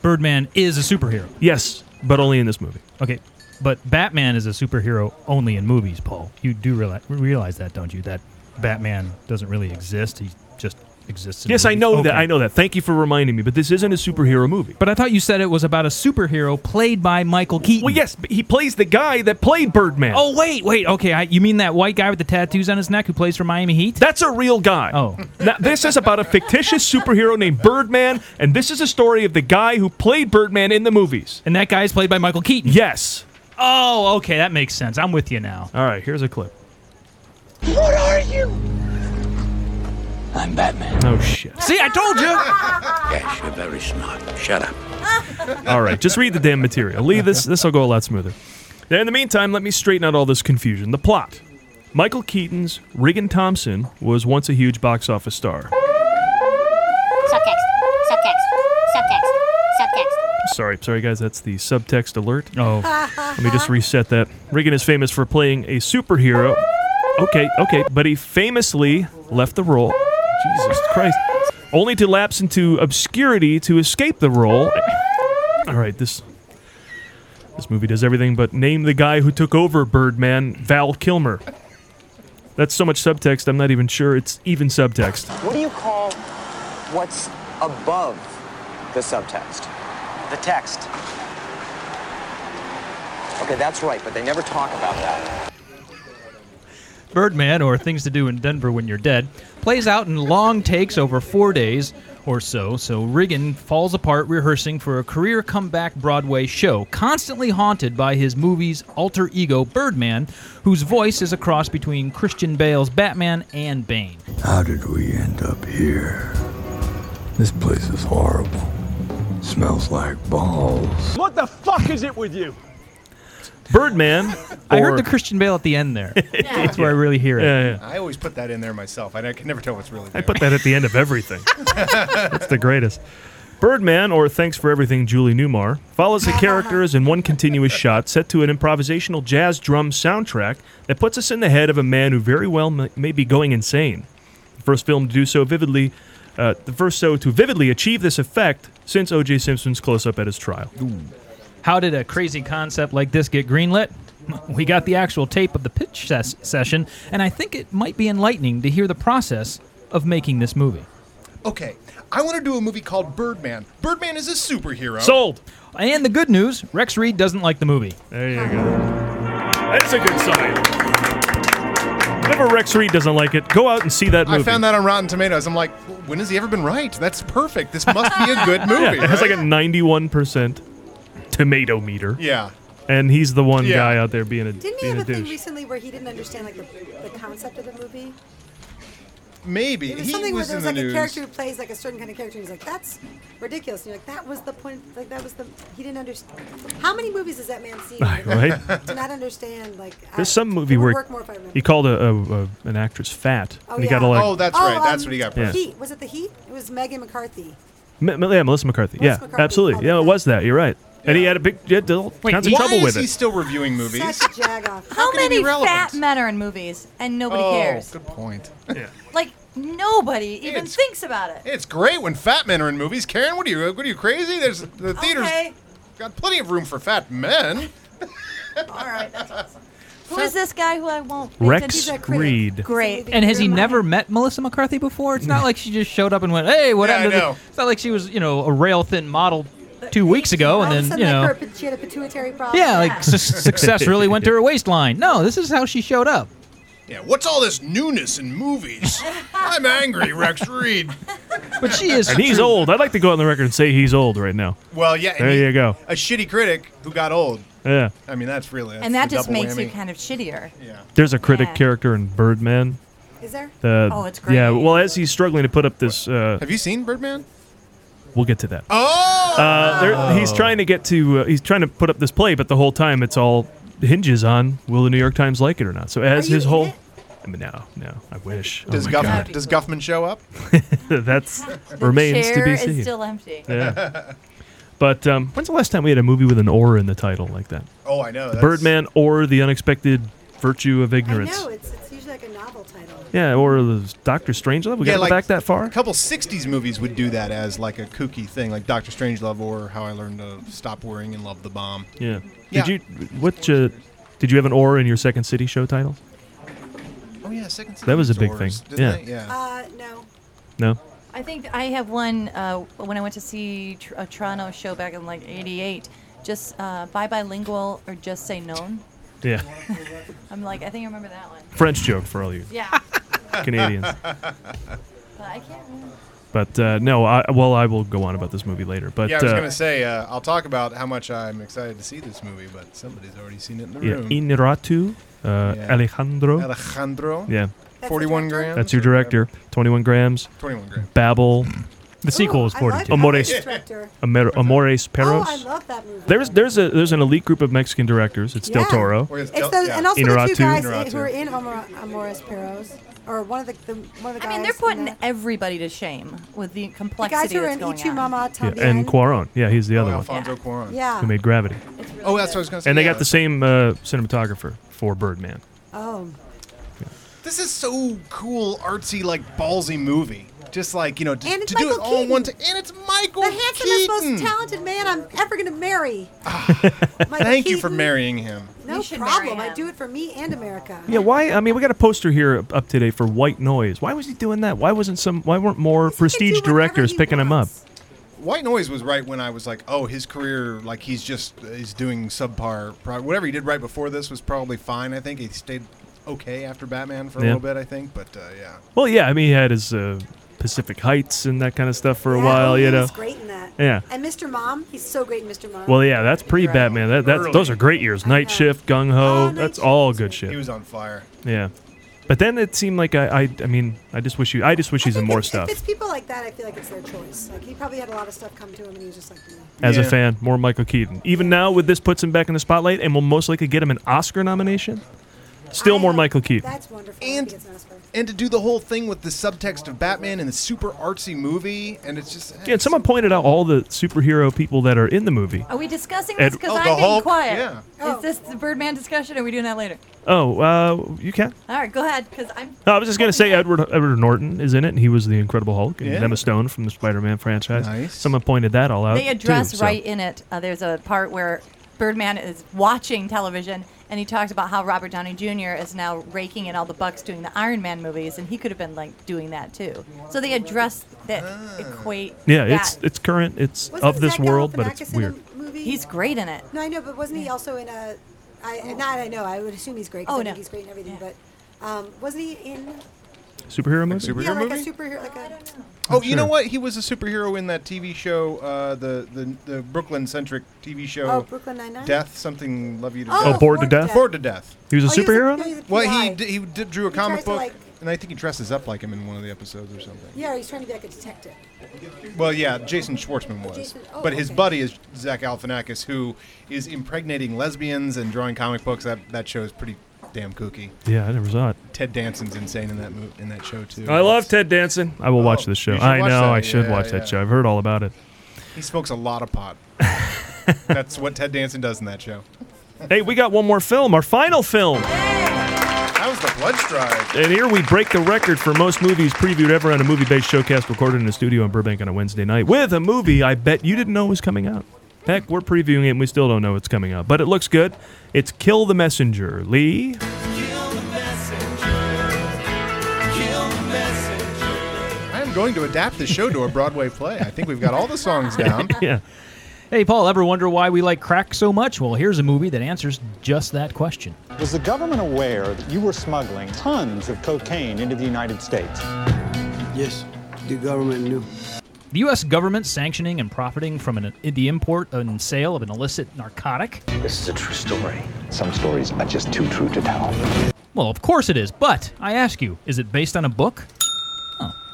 [SPEAKER 15] Birdman is a superhero.
[SPEAKER 1] Yes, but only in this movie.
[SPEAKER 15] Okay, but Batman is a superhero only in movies, Paul. You do realize, realize that, don't you? That Batman doesn't really exist. He just exists. In
[SPEAKER 1] Yes, I
[SPEAKER 15] movies.
[SPEAKER 1] know
[SPEAKER 15] Okay.
[SPEAKER 1] that. I know that. Thank you for reminding me. But this isn't a superhero movie.
[SPEAKER 15] But I thought you said it was about a superhero played by Michael Keaton.
[SPEAKER 1] Well, yes, but he plays the guy that played Birdman.
[SPEAKER 15] Oh wait, wait. Okay, I, you mean that white guy with the tattoos on his neck who plays for Miami Heat?
[SPEAKER 1] That's a real guy.
[SPEAKER 15] Oh,
[SPEAKER 1] Now, this is about a fictitious superhero named Birdman, and this is a story of the guy who played Birdman in the movies.
[SPEAKER 15] and that guy is played by Michael Keaton.
[SPEAKER 1] Yes.
[SPEAKER 15] Oh, okay, that makes sense. I'm with you now.
[SPEAKER 1] All right, here's a clip.
[SPEAKER 20] What are you?
[SPEAKER 1] I'm Batman. Oh, shit.
[SPEAKER 15] See, I told you.
[SPEAKER 20] Yes, you're very smart. Shut up.
[SPEAKER 1] All right, just read the damn material. Lee, this this will go a lot smoother. Now, in the meantime, let me straighten out all this confusion. The plot: Michael Keaton's Regan Thompson was once a huge box office star.
[SPEAKER 23] Subtext. Subtext. Subtext. Subtext.
[SPEAKER 1] Sorry, sorry guys, that's the subtext alert. Oh, let me just reset that. Regan is famous for playing a superhero. Okay, okay, but he famously left the role. Jesus Christ. Only to lapse into obscurity to escape the role. All right, this this movie does everything but name the guy who took over Birdman, Val Kilmer. That's so much subtext, I'm not even sure it's even subtext.
[SPEAKER 24] What do you call what's above the subtext? The text. Okay, that's right, but they never talk about that.
[SPEAKER 2] Birdman or Things to Do in Denver When You're Dead plays out in long takes over four days or so, so Regan falls apart rehearsing for a career comeback Broadway show, constantly haunted by his movie's alter ego Birdman, whose voice is a cross between Christian Bale's Batman and Bane.
[SPEAKER 25] How did we end up here? This place is horrible. Smells like balls.
[SPEAKER 26] What the fuck is it with you?
[SPEAKER 1] Birdman.
[SPEAKER 15] I
[SPEAKER 1] or-
[SPEAKER 15] heard the Christian Bale at the end there. That's where I really hear it.
[SPEAKER 1] Yeah, yeah.
[SPEAKER 3] I always put that in there myself. I, I can never tell what's really
[SPEAKER 1] I
[SPEAKER 3] there.
[SPEAKER 1] put that at the end of everything. That's the greatest. Birdman, or Thanks for Everything, Julie Newmar, follows the characters in one continuous shot set to an improvisational jazz drum soundtrack that puts us in the head of a man who very well may, may be going insane. The first film to do so vividly, uh, the first so to vividly achieve this effect since O.J. Simpson's close-up at his trial.
[SPEAKER 2] How did a crazy concept like this get greenlit? We got the actual tape of the pitch ses- session, and I think it might be enlightening to hear the process of making this movie.
[SPEAKER 3] Okay, I want to do a movie called Birdman. Birdman is a superhero.
[SPEAKER 1] Sold.
[SPEAKER 2] And the good news Rex Reed doesn't like the movie.
[SPEAKER 1] There you go. That's a good sign. Whenever Rex Reed doesn't like it, go out and see that
[SPEAKER 3] I
[SPEAKER 1] movie.
[SPEAKER 3] found that on Rotten Tomatoes. I'm like, when has he ever been right? That's perfect. This must be a good movie.
[SPEAKER 1] Yeah, it has
[SPEAKER 3] right?
[SPEAKER 1] like a 91% tomato meter.
[SPEAKER 3] Yeah.
[SPEAKER 1] And he's the one
[SPEAKER 3] Yeah.
[SPEAKER 1] guy out there being a,
[SPEAKER 6] Didn't he
[SPEAKER 1] being
[SPEAKER 6] have
[SPEAKER 1] a
[SPEAKER 6] a thing
[SPEAKER 1] douche.
[SPEAKER 6] recently where he didn't understand like the, the concept of the movie?
[SPEAKER 3] Maybe
[SPEAKER 6] It was
[SPEAKER 3] he
[SPEAKER 6] something
[SPEAKER 3] was
[SPEAKER 6] where
[SPEAKER 3] in
[SPEAKER 6] there was
[SPEAKER 3] the
[SPEAKER 6] like
[SPEAKER 3] news.
[SPEAKER 6] a character who plays like a certain kind of character, and he's like, "That's ridiculous." And you're like, "That was the point. Like that was the he didn't understand." How many movies has that man seen?
[SPEAKER 1] Right.
[SPEAKER 6] to not understand like I-
[SPEAKER 1] There's some
[SPEAKER 6] it
[SPEAKER 1] movie
[SPEAKER 6] would
[SPEAKER 1] where
[SPEAKER 6] work more if I remember.
[SPEAKER 1] he called a, a, a an actress fat,
[SPEAKER 6] Oh,
[SPEAKER 1] and he
[SPEAKER 6] yeah.
[SPEAKER 1] got a like.
[SPEAKER 6] Oh, um,
[SPEAKER 1] Yeah,
[SPEAKER 6] Heat was it the Heat? It was Megan McCarthy.
[SPEAKER 1] M- M- yeah Melissa McCarthy. yeah,
[SPEAKER 6] Melissa McCarthy
[SPEAKER 1] absolutely. Yeah, it was that. You're right. And he had a big he had all kinds of
[SPEAKER 3] why
[SPEAKER 1] trouble
[SPEAKER 3] is
[SPEAKER 1] with
[SPEAKER 3] he
[SPEAKER 1] it.
[SPEAKER 3] still reviewing movies?
[SPEAKER 6] Such a jagoff.
[SPEAKER 7] How
[SPEAKER 3] can he be
[SPEAKER 7] many
[SPEAKER 3] relevant?
[SPEAKER 7] fat men are in movies and nobody
[SPEAKER 3] oh,
[SPEAKER 7] cares?
[SPEAKER 3] good point.
[SPEAKER 1] Yeah.
[SPEAKER 7] Like Nobody even
[SPEAKER 3] It's-
[SPEAKER 7] thinks about it.
[SPEAKER 3] It's great when fat men are in movies. Karen, what are you? What are you crazy? There's the theater's
[SPEAKER 7] Okay.
[SPEAKER 3] got plenty of room for fat men.
[SPEAKER 7] All right, that's awesome. Who is this guy who I won't?
[SPEAKER 1] Rex Reed.
[SPEAKER 7] Great.
[SPEAKER 15] And has he never met Melissa McCarthy before? It's not like she just showed up and went, "Hey, what
[SPEAKER 3] Yeah,
[SPEAKER 15] happened?"
[SPEAKER 3] I
[SPEAKER 15] to the-"
[SPEAKER 3] know.
[SPEAKER 15] It's not like she was, you know, a rail thin model two weeks ago,
[SPEAKER 6] All of a
[SPEAKER 15] and then
[SPEAKER 6] sudden,
[SPEAKER 15] you
[SPEAKER 6] like,
[SPEAKER 15] know,
[SPEAKER 6] her pit- she had a pituitary problem.
[SPEAKER 15] yeah, like su- success really went to her waistline. No, this is how she showed up.
[SPEAKER 3] Yeah, what's all this newness in movies? I'm angry, Rex Reed.
[SPEAKER 15] But she is.
[SPEAKER 1] And he's old. I'd like to go on the record and say he's old right now.
[SPEAKER 3] Well, yeah. and
[SPEAKER 1] There
[SPEAKER 3] he-
[SPEAKER 1] you go.
[SPEAKER 3] A shitty critic who got old.
[SPEAKER 1] Yeah.
[SPEAKER 3] I mean, that's really. That's
[SPEAKER 7] And that
[SPEAKER 3] the
[SPEAKER 7] just
[SPEAKER 3] double
[SPEAKER 7] makes you
[SPEAKER 3] whammy.
[SPEAKER 7] kind of shittier.
[SPEAKER 3] Yeah.
[SPEAKER 1] There's a critic
[SPEAKER 7] Yeah.
[SPEAKER 1] character in Birdman.
[SPEAKER 6] Is there?
[SPEAKER 1] The,
[SPEAKER 7] Oh, it's great.
[SPEAKER 1] Yeah, well, as he's struggling to put up this, uh,
[SPEAKER 3] Have you seen Birdman?
[SPEAKER 1] we'll get to that.
[SPEAKER 3] Oh,
[SPEAKER 1] Uh, there, he's trying to get to, uh, he's trying to put up this play, but the whole time it's all hinges on will the New York Times like it or not. So as
[SPEAKER 7] Are you
[SPEAKER 1] his
[SPEAKER 7] in
[SPEAKER 1] whole,
[SPEAKER 7] it?
[SPEAKER 1] I mean, no, no, I wish. Oh
[SPEAKER 3] does
[SPEAKER 1] my
[SPEAKER 3] Guff, does Guffman show up?
[SPEAKER 1] God. That's remains to
[SPEAKER 7] chair
[SPEAKER 1] be
[SPEAKER 7] is
[SPEAKER 1] seen.
[SPEAKER 7] still empty.
[SPEAKER 1] Yeah. But um, when's the last time we had a movie with an "or" in the title like that?
[SPEAKER 3] Oh, I know.
[SPEAKER 1] The
[SPEAKER 3] that's-
[SPEAKER 1] Birdman or the unexpected virtue of
[SPEAKER 6] I
[SPEAKER 1] ignorance.
[SPEAKER 6] know. It's, it's usually like a novel title.
[SPEAKER 1] Yeah, or the Doctor Strangelove. We got
[SPEAKER 3] yeah,
[SPEAKER 1] to
[SPEAKER 3] like
[SPEAKER 1] go back that far.
[SPEAKER 3] A couple '60s movies would do that as like a kooky thing, like Doctor Strangelove or How I Learned to Stop Worrying and Love the Bomb.
[SPEAKER 1] Yeah.
[SPEAKER 3] Yeah.
[SPEAKER 1] Did you what? Uh, did you have an "or" in your second city show title?
[SPEAKER 3] Oh yeah, second.
[SPEAKER 1] That was a
[SPEAKER 3] season
[SPEAKER 1] big thing.
[SPEAKER 3] Zords, didn't
[SPEAKER 1] Yeah.
[SPEAKER 3] they? Yeah.
[SPEAKER 6] Uh, no.
[SPEAKER 1] No.
[SPEAKER 7] I think I have one uh, when I went to see tr- a Toronto show back in like '88. Just uh, bye bilingual or just say known.
[SPEAKER 1] Yeah.
[SPEAKER 7] I'm like, I think I remember that one.
[SPEAKER 1] French joke for all you
[SPEAKER 7] Yeah.
[SPEAKER 1] Canadians.
[SPEAKER 7] But I can't remember.
[SPEAKER 1] But uh, no, I, well, I will go on about this movie later. But
[SPEAKER 3] yeah, I was
[SPEAKER 1] uh,
[SPEAKER 3] gonna say uh, I'll talk about how much I'm excited to see this movie, but somebody's already seen it in the
[SPEAKER 1] yeah,
[SPEAKER 3] room.
[SPEAKER 1] Inarritu, uh,
[SPEAKER 3] Yeah.
[SPEAKER 1] Alejandro.
[SPEAKER 3] Alejandro.
[SPEAKER 1] Yeah.
[SPEAKER 6] That's
[SPEAKER 3] 41
[SPEAKER 6] attractive.
[SPEAKER 3] grams.
[SPEAKER 1] That's your director. 21 grams.
[SPEAKER 3] 21 grams.
[SPEAKER 1] Babel.
[SPEAKER 15] The sequel is
[SPEAKER 6] Mm. Oh, I
[SPEAKER 15] forty
[SPEAKER 6] like
[SPEAKER 15] two.
[SPEAKER 6] that
[SPEAKER 1] Amores.
[SPEAKER 6] instructor.
[SPEAKER 1] Amer- Amores
[SPEAKER 6] Oh,
[SPEAKER 1] Perros.
[SPEAKER 6] I love that movie.
[SPEAKER 1] there's there's a there's an elite group of Mexican directors. It's Del
[SPEAKER 6] Yeah.
[SPEAKER 1] Toro.
[SPEAKER 3] Or
[SPEAKER 6] It's
[SPEAKER 3] Del-
[SPEAKER 6] those,
[SPEAKER 3] yeah.
[SPEAKER 6] and also the
[SPEAKER 1] Inarritu.
[SPEAKER 6] two guys
[SPEAKER 3] Inarritu.
[SPEAKER 6] who are in Amor- Amores Perros, or one of the, the one of the
[SPEAKER 7] I
[SPEAKER 6] guys.
[SPEAKER 7] mean, they're
[SPEAKER 6] in
[SPEAKER 7] putting
[SPEAKER 6] that-
[SPEAKER 7] everybody to shame with the
[SPEAKER 6] the guys
[SPEAKER 7] complexity
[SPEAKER 6] who are
[SPEAKER 7] that's
[SPEAKER 6] in
[SPEAKER 7] going
[SPEAKER 6] Ichu
[SPEAKER 7] on.
[SPEAKER 6] Mama
[SPEAKER 1] Yeah,
[SPEAKER 6] Tambien.
[SPEAKER 1] and Cuaron. Yeah, he's the
[SPEAKER 3] Oh,
[SPEAKER 1] other one
[SPEAKER 3] Alfonso Cuarón.
[SPEAKER 6] Yeah.
[SPEAKER 1] who made Gravity.
[SPEAKER 3] Oh, that's what I was gonna say.
[SPEAKER 1] And they
[SPEAKER 3] yeah.
[SPEAKER 1] got the same uh, cinematographer for Birdman.
[SPEAKER 6] Oh,
[SPEAKER 3] This is so cool, artsy, like ballsy movie. Just like you know, to,
[SPEAKER 6] And it's
[SPEAKER 3] to do it
[SPEAKER 6] Michael
[SPEAKER 3] all in one time.
[SPEAKER 6] Keaton.
[SPEAKER 3] And it's Michael
[SPEAKER 6] the handsomest,
[SPEAKER 3] Keaton. Ah.
[SPEAKER 6] most talented man I'm ever going to marry. Michael
[SPEAKER 3] Thank you for
[SPEAKER 6] Keaton.
[SPEAKER 3] marrying him.
[SPEAKER 6] No
[SPEAKER 7] You should
[SPEAKER 6] problem.
[SPEAKER 7] marry
[SPEAKER 6] I
[SPEAKER 7] him.
[SPEAKER 6] do it for me and America.
[SPEAKER 1] Yeah, why? I mean, we got a poster here up- up today for White Noise. Why was he doing that? Why wasn't some? Why weren't more prestige directors picking him up?
[SPEAKER 3] White Noise was right when I was like, oh, his career, like he's just he's doing subpar. Pro- whatever he did right before this was probably fine. I think he stayed okay after Batman for a
[SPEAKER 1] Yeah.
[SPEAKER 3] little bit. I think, but uh, yeah,
[SPEAKER 1] Well, yeah, I mean, he had his uh, Pacific Heights and that kind of stuff for a while, you know.
[SPEAKER 6] He's oh, great in that.
[SPEAKER 1] Yeah.
[SPEAKER 6] And Mr. Mom, he's so great in Mr. Mom.
[SPEAKER 1] Well, yeah, that's pre Batman. That that's,
[SPEAKER 3] Early.
[SPEAKER 1] those are great years. Night Shift, Gung Ho,
[SPEAKER 6] Oh, Night
[SPEAKER 1] that's
[SPEAKER 6] Shift
[SPEAKER 1] all good
[SPEAKER 3] he
[SPEAKER 1] shit.
[SPEAKER 3] was on fire.
[SPEAKER 1] Yeah, but then it seemed like I, I I mean I just wish you I just wish he's in more
[SPEAKER 6] if,
[SPEAKER 1] stuff
[SPEAKER 6] If it's people like that, I feel like it's their choice. Like he probably had a lot of stuff come to him, and he was just like, mm.
[SPEAKER 1] as a
[SPEAKER 3] Yeah.
[SPEAKER 1] fan. More Michael Keaton. Even now, with this puts him back in the spotlight, and we'll most likely get him an Oscar nomination. Still
[SPEAKER 6] I
[SPEAKER 1] more
[SPEAKER 6] hope-
[SPEAKER 1] Michael Keaton.
[SPEAKER 6] That's wonderful.
[SPEAKER 3] And-
[SPEAKER 6] he gets an Oscar.
[SPEAKER 3] And to do the whole thing with the subtext of Batman and the super artsy movie, and it's just eh,
[SPEAKER 1] Yeah, and someone pointed out all the superhero people that are in the movie.
[SPEAKER 7] Are we discussing this?
[SPEAKER 1] Ed-
[SPEAKER 7] Because
[SPEAKER 3] Oh, the
[SPEAKER 7] I'm being
[SPEAKER 3] Hulk,
[SPEAKER 7] quiet.
[SPEAKER 3] yeah.
[SPEAKER 6] Oh.
[SPEAKER 7] Is this the Birdman discussion? Or are we doing that later?
[SPEAKER 1] Oh, uh, you can.
[SPEAKER 7] All right, go ahead. Because I'm.
[SPEAKER 1] No, I was just gonna say Edward Edward Norton is in it, and he was the Incredible Hulk, and
[SPEAKER 3] Yeah.
[SPEAKER 1] Emma Stone from the Spider-Man franchise.
[SPEAKER 3] Nice.
[SPEAKER 1] Someone pointed that all out.
[SPEAKER 7] They address
[SPEAKER 1] too, so.
[SPEAKER 7] right in it. Uh, there's a part where Birdman is watching television, and he talks about how Robert Downey Jr. is now raking in all the bucks doing the Iron Man movies, and he could have been like doing that too. So they address that, equate.
[SPEAKER 1] Ah. Yeah,
[SPEAKER 7] that.
[SPEAKER 1] it's it's current, it's
[SPEAKER 6] Wasn't
[SPEAKER 1] of this
[SPEAKER 6] Zach
[SPEAKER 1] world, but
[SPEAKER 6] Galifianakis
[SPEAKER 1] it's
[SPEAKER 6] in a
[SPEAKER 1] weird.
[SPEAKER 6] Movie?
[SPEAKER 7] he's great in it.
[SPEAKER 6] No, I know, but wasn't he also in a? I not I know. I would assume he's great. 'cause
[SPEAKER 7] Oh,
[SPEAKER 6] I
[SPEAKER 7] no.
[SPEAKER 6] think he's great in everything. But um, wasn't he in?
[SPEAKER 1] Superhero movie.
[SPEAKER 3] super-
[SPEAKER 6] Yeah,
[SPEAKER 3] Superhero
[SPEAKER 6] like
[SPEAKER 3] movie?
[SPEAKER 6] a superhero, like a.
[SPEAKER 3] Oh, you know
[SPEAKER 1] Sure.
[SPEAKER 3] what? He was a superhero in that TV show, uh, the the, the Brooklyn centric TV show,
[SPEAKER 6] Oh, Brooklyn Nine Nine.
[SPEAKER 3] Death something, Love You to
[SPEAKER 1] Oh,
[SPEAKER 3] Death.
[SPEAKER 1] Bored to Death?
[SPEAKER 3] Bored to Death.
[SPEAKER 1] He was a
[SPEAKER 6] Oh, he was a-
[SPEAKER 1] superhero.
[SPEAKER 6] no, he was a-
[SPEAKER 3] Well,
[SPEAKER 6] Why?
[SPEAKER 3] he d- he d- drew a
[SPEAKER 6] He
[SPEAKER 3] comic
[SPEAKER 6] tries to,
[SPEAKER 3] book,
[SPEAKER 6] like-
[SPEAKER 3] and I think he dresses up like him in one of the episodes or something.
[SPEAKER 6] Yeah, he's trying to be like a detective.
[SPEAKER 3] Well, yeah, Jason Schwartzman was,
[SPEAKER 6] Jason- oh,
[SPEAKER 3] but his
[SPEAKER 6] okay.
[SPEAKER 3] buddy is Zach Galifianakis, who is impregnating lesbians and drawing comic books. That that show is pretty damn kooky.
[SPEAKER 1] Yeah, I never saw it.
[SPEAKER 3] Ted Danson's insane in that mo- in that show too.
[SPEAKER 1] I love Ted Danson. I will watch
[SPEAKER 3] Oh,
[SPEAKER 1] this show.
[SPEAKER 3] you should
[SPEAKER 1] I know
[SPEAKER 3] watch that.
[SPEAKER 1] I should
[SPEAKER 3] Yeah,
[SPEAKER 1] watch
[SPEAKER 3] yeah.
[SPEAKER 1] that show. I've heard all about it.
[SPEAKER 3] He smokes a lot of pot. That's what Ted Danson does in that show.
[SPEAKER 1] Hey, we got one more film. Our final film.
[SPEAKER 3] That was was the blood drive.
[SPEAKER 1] And here we break the record for most movies previewed ever on a movie based showcast recorded in a studio in Burbank on a Wednesday night with a movie I bet you didn't know was coming out. Heck, we're previewing it and we still don't know it's coming out, but it looks good. It's Kill the Messenger. Lee?
[SPEAKER 3] I am going to adapt the show to a Broadway play. I think we've got all the songs down.
[SPEAKER 1] yeah.
[SPEAKER 2] Hey, Paul, ever wonder why we like crack so much? Well, here's a movie that answers just that question.
[SPEAKER 5] Was the government aware that you were smuggling tons of cocaine into the United States?
[SPEAKER 9] Yes, the government knew.
[SPEAKER 2] The U.S. government sanctioning and profiting from an, the import and sale of an illicit narcotic?
[SPEAKER 5] This is a true story. Some stories are just too true to tell.
[SPEAKER 2] Well, of course it is, but I ask you, is it based on a book?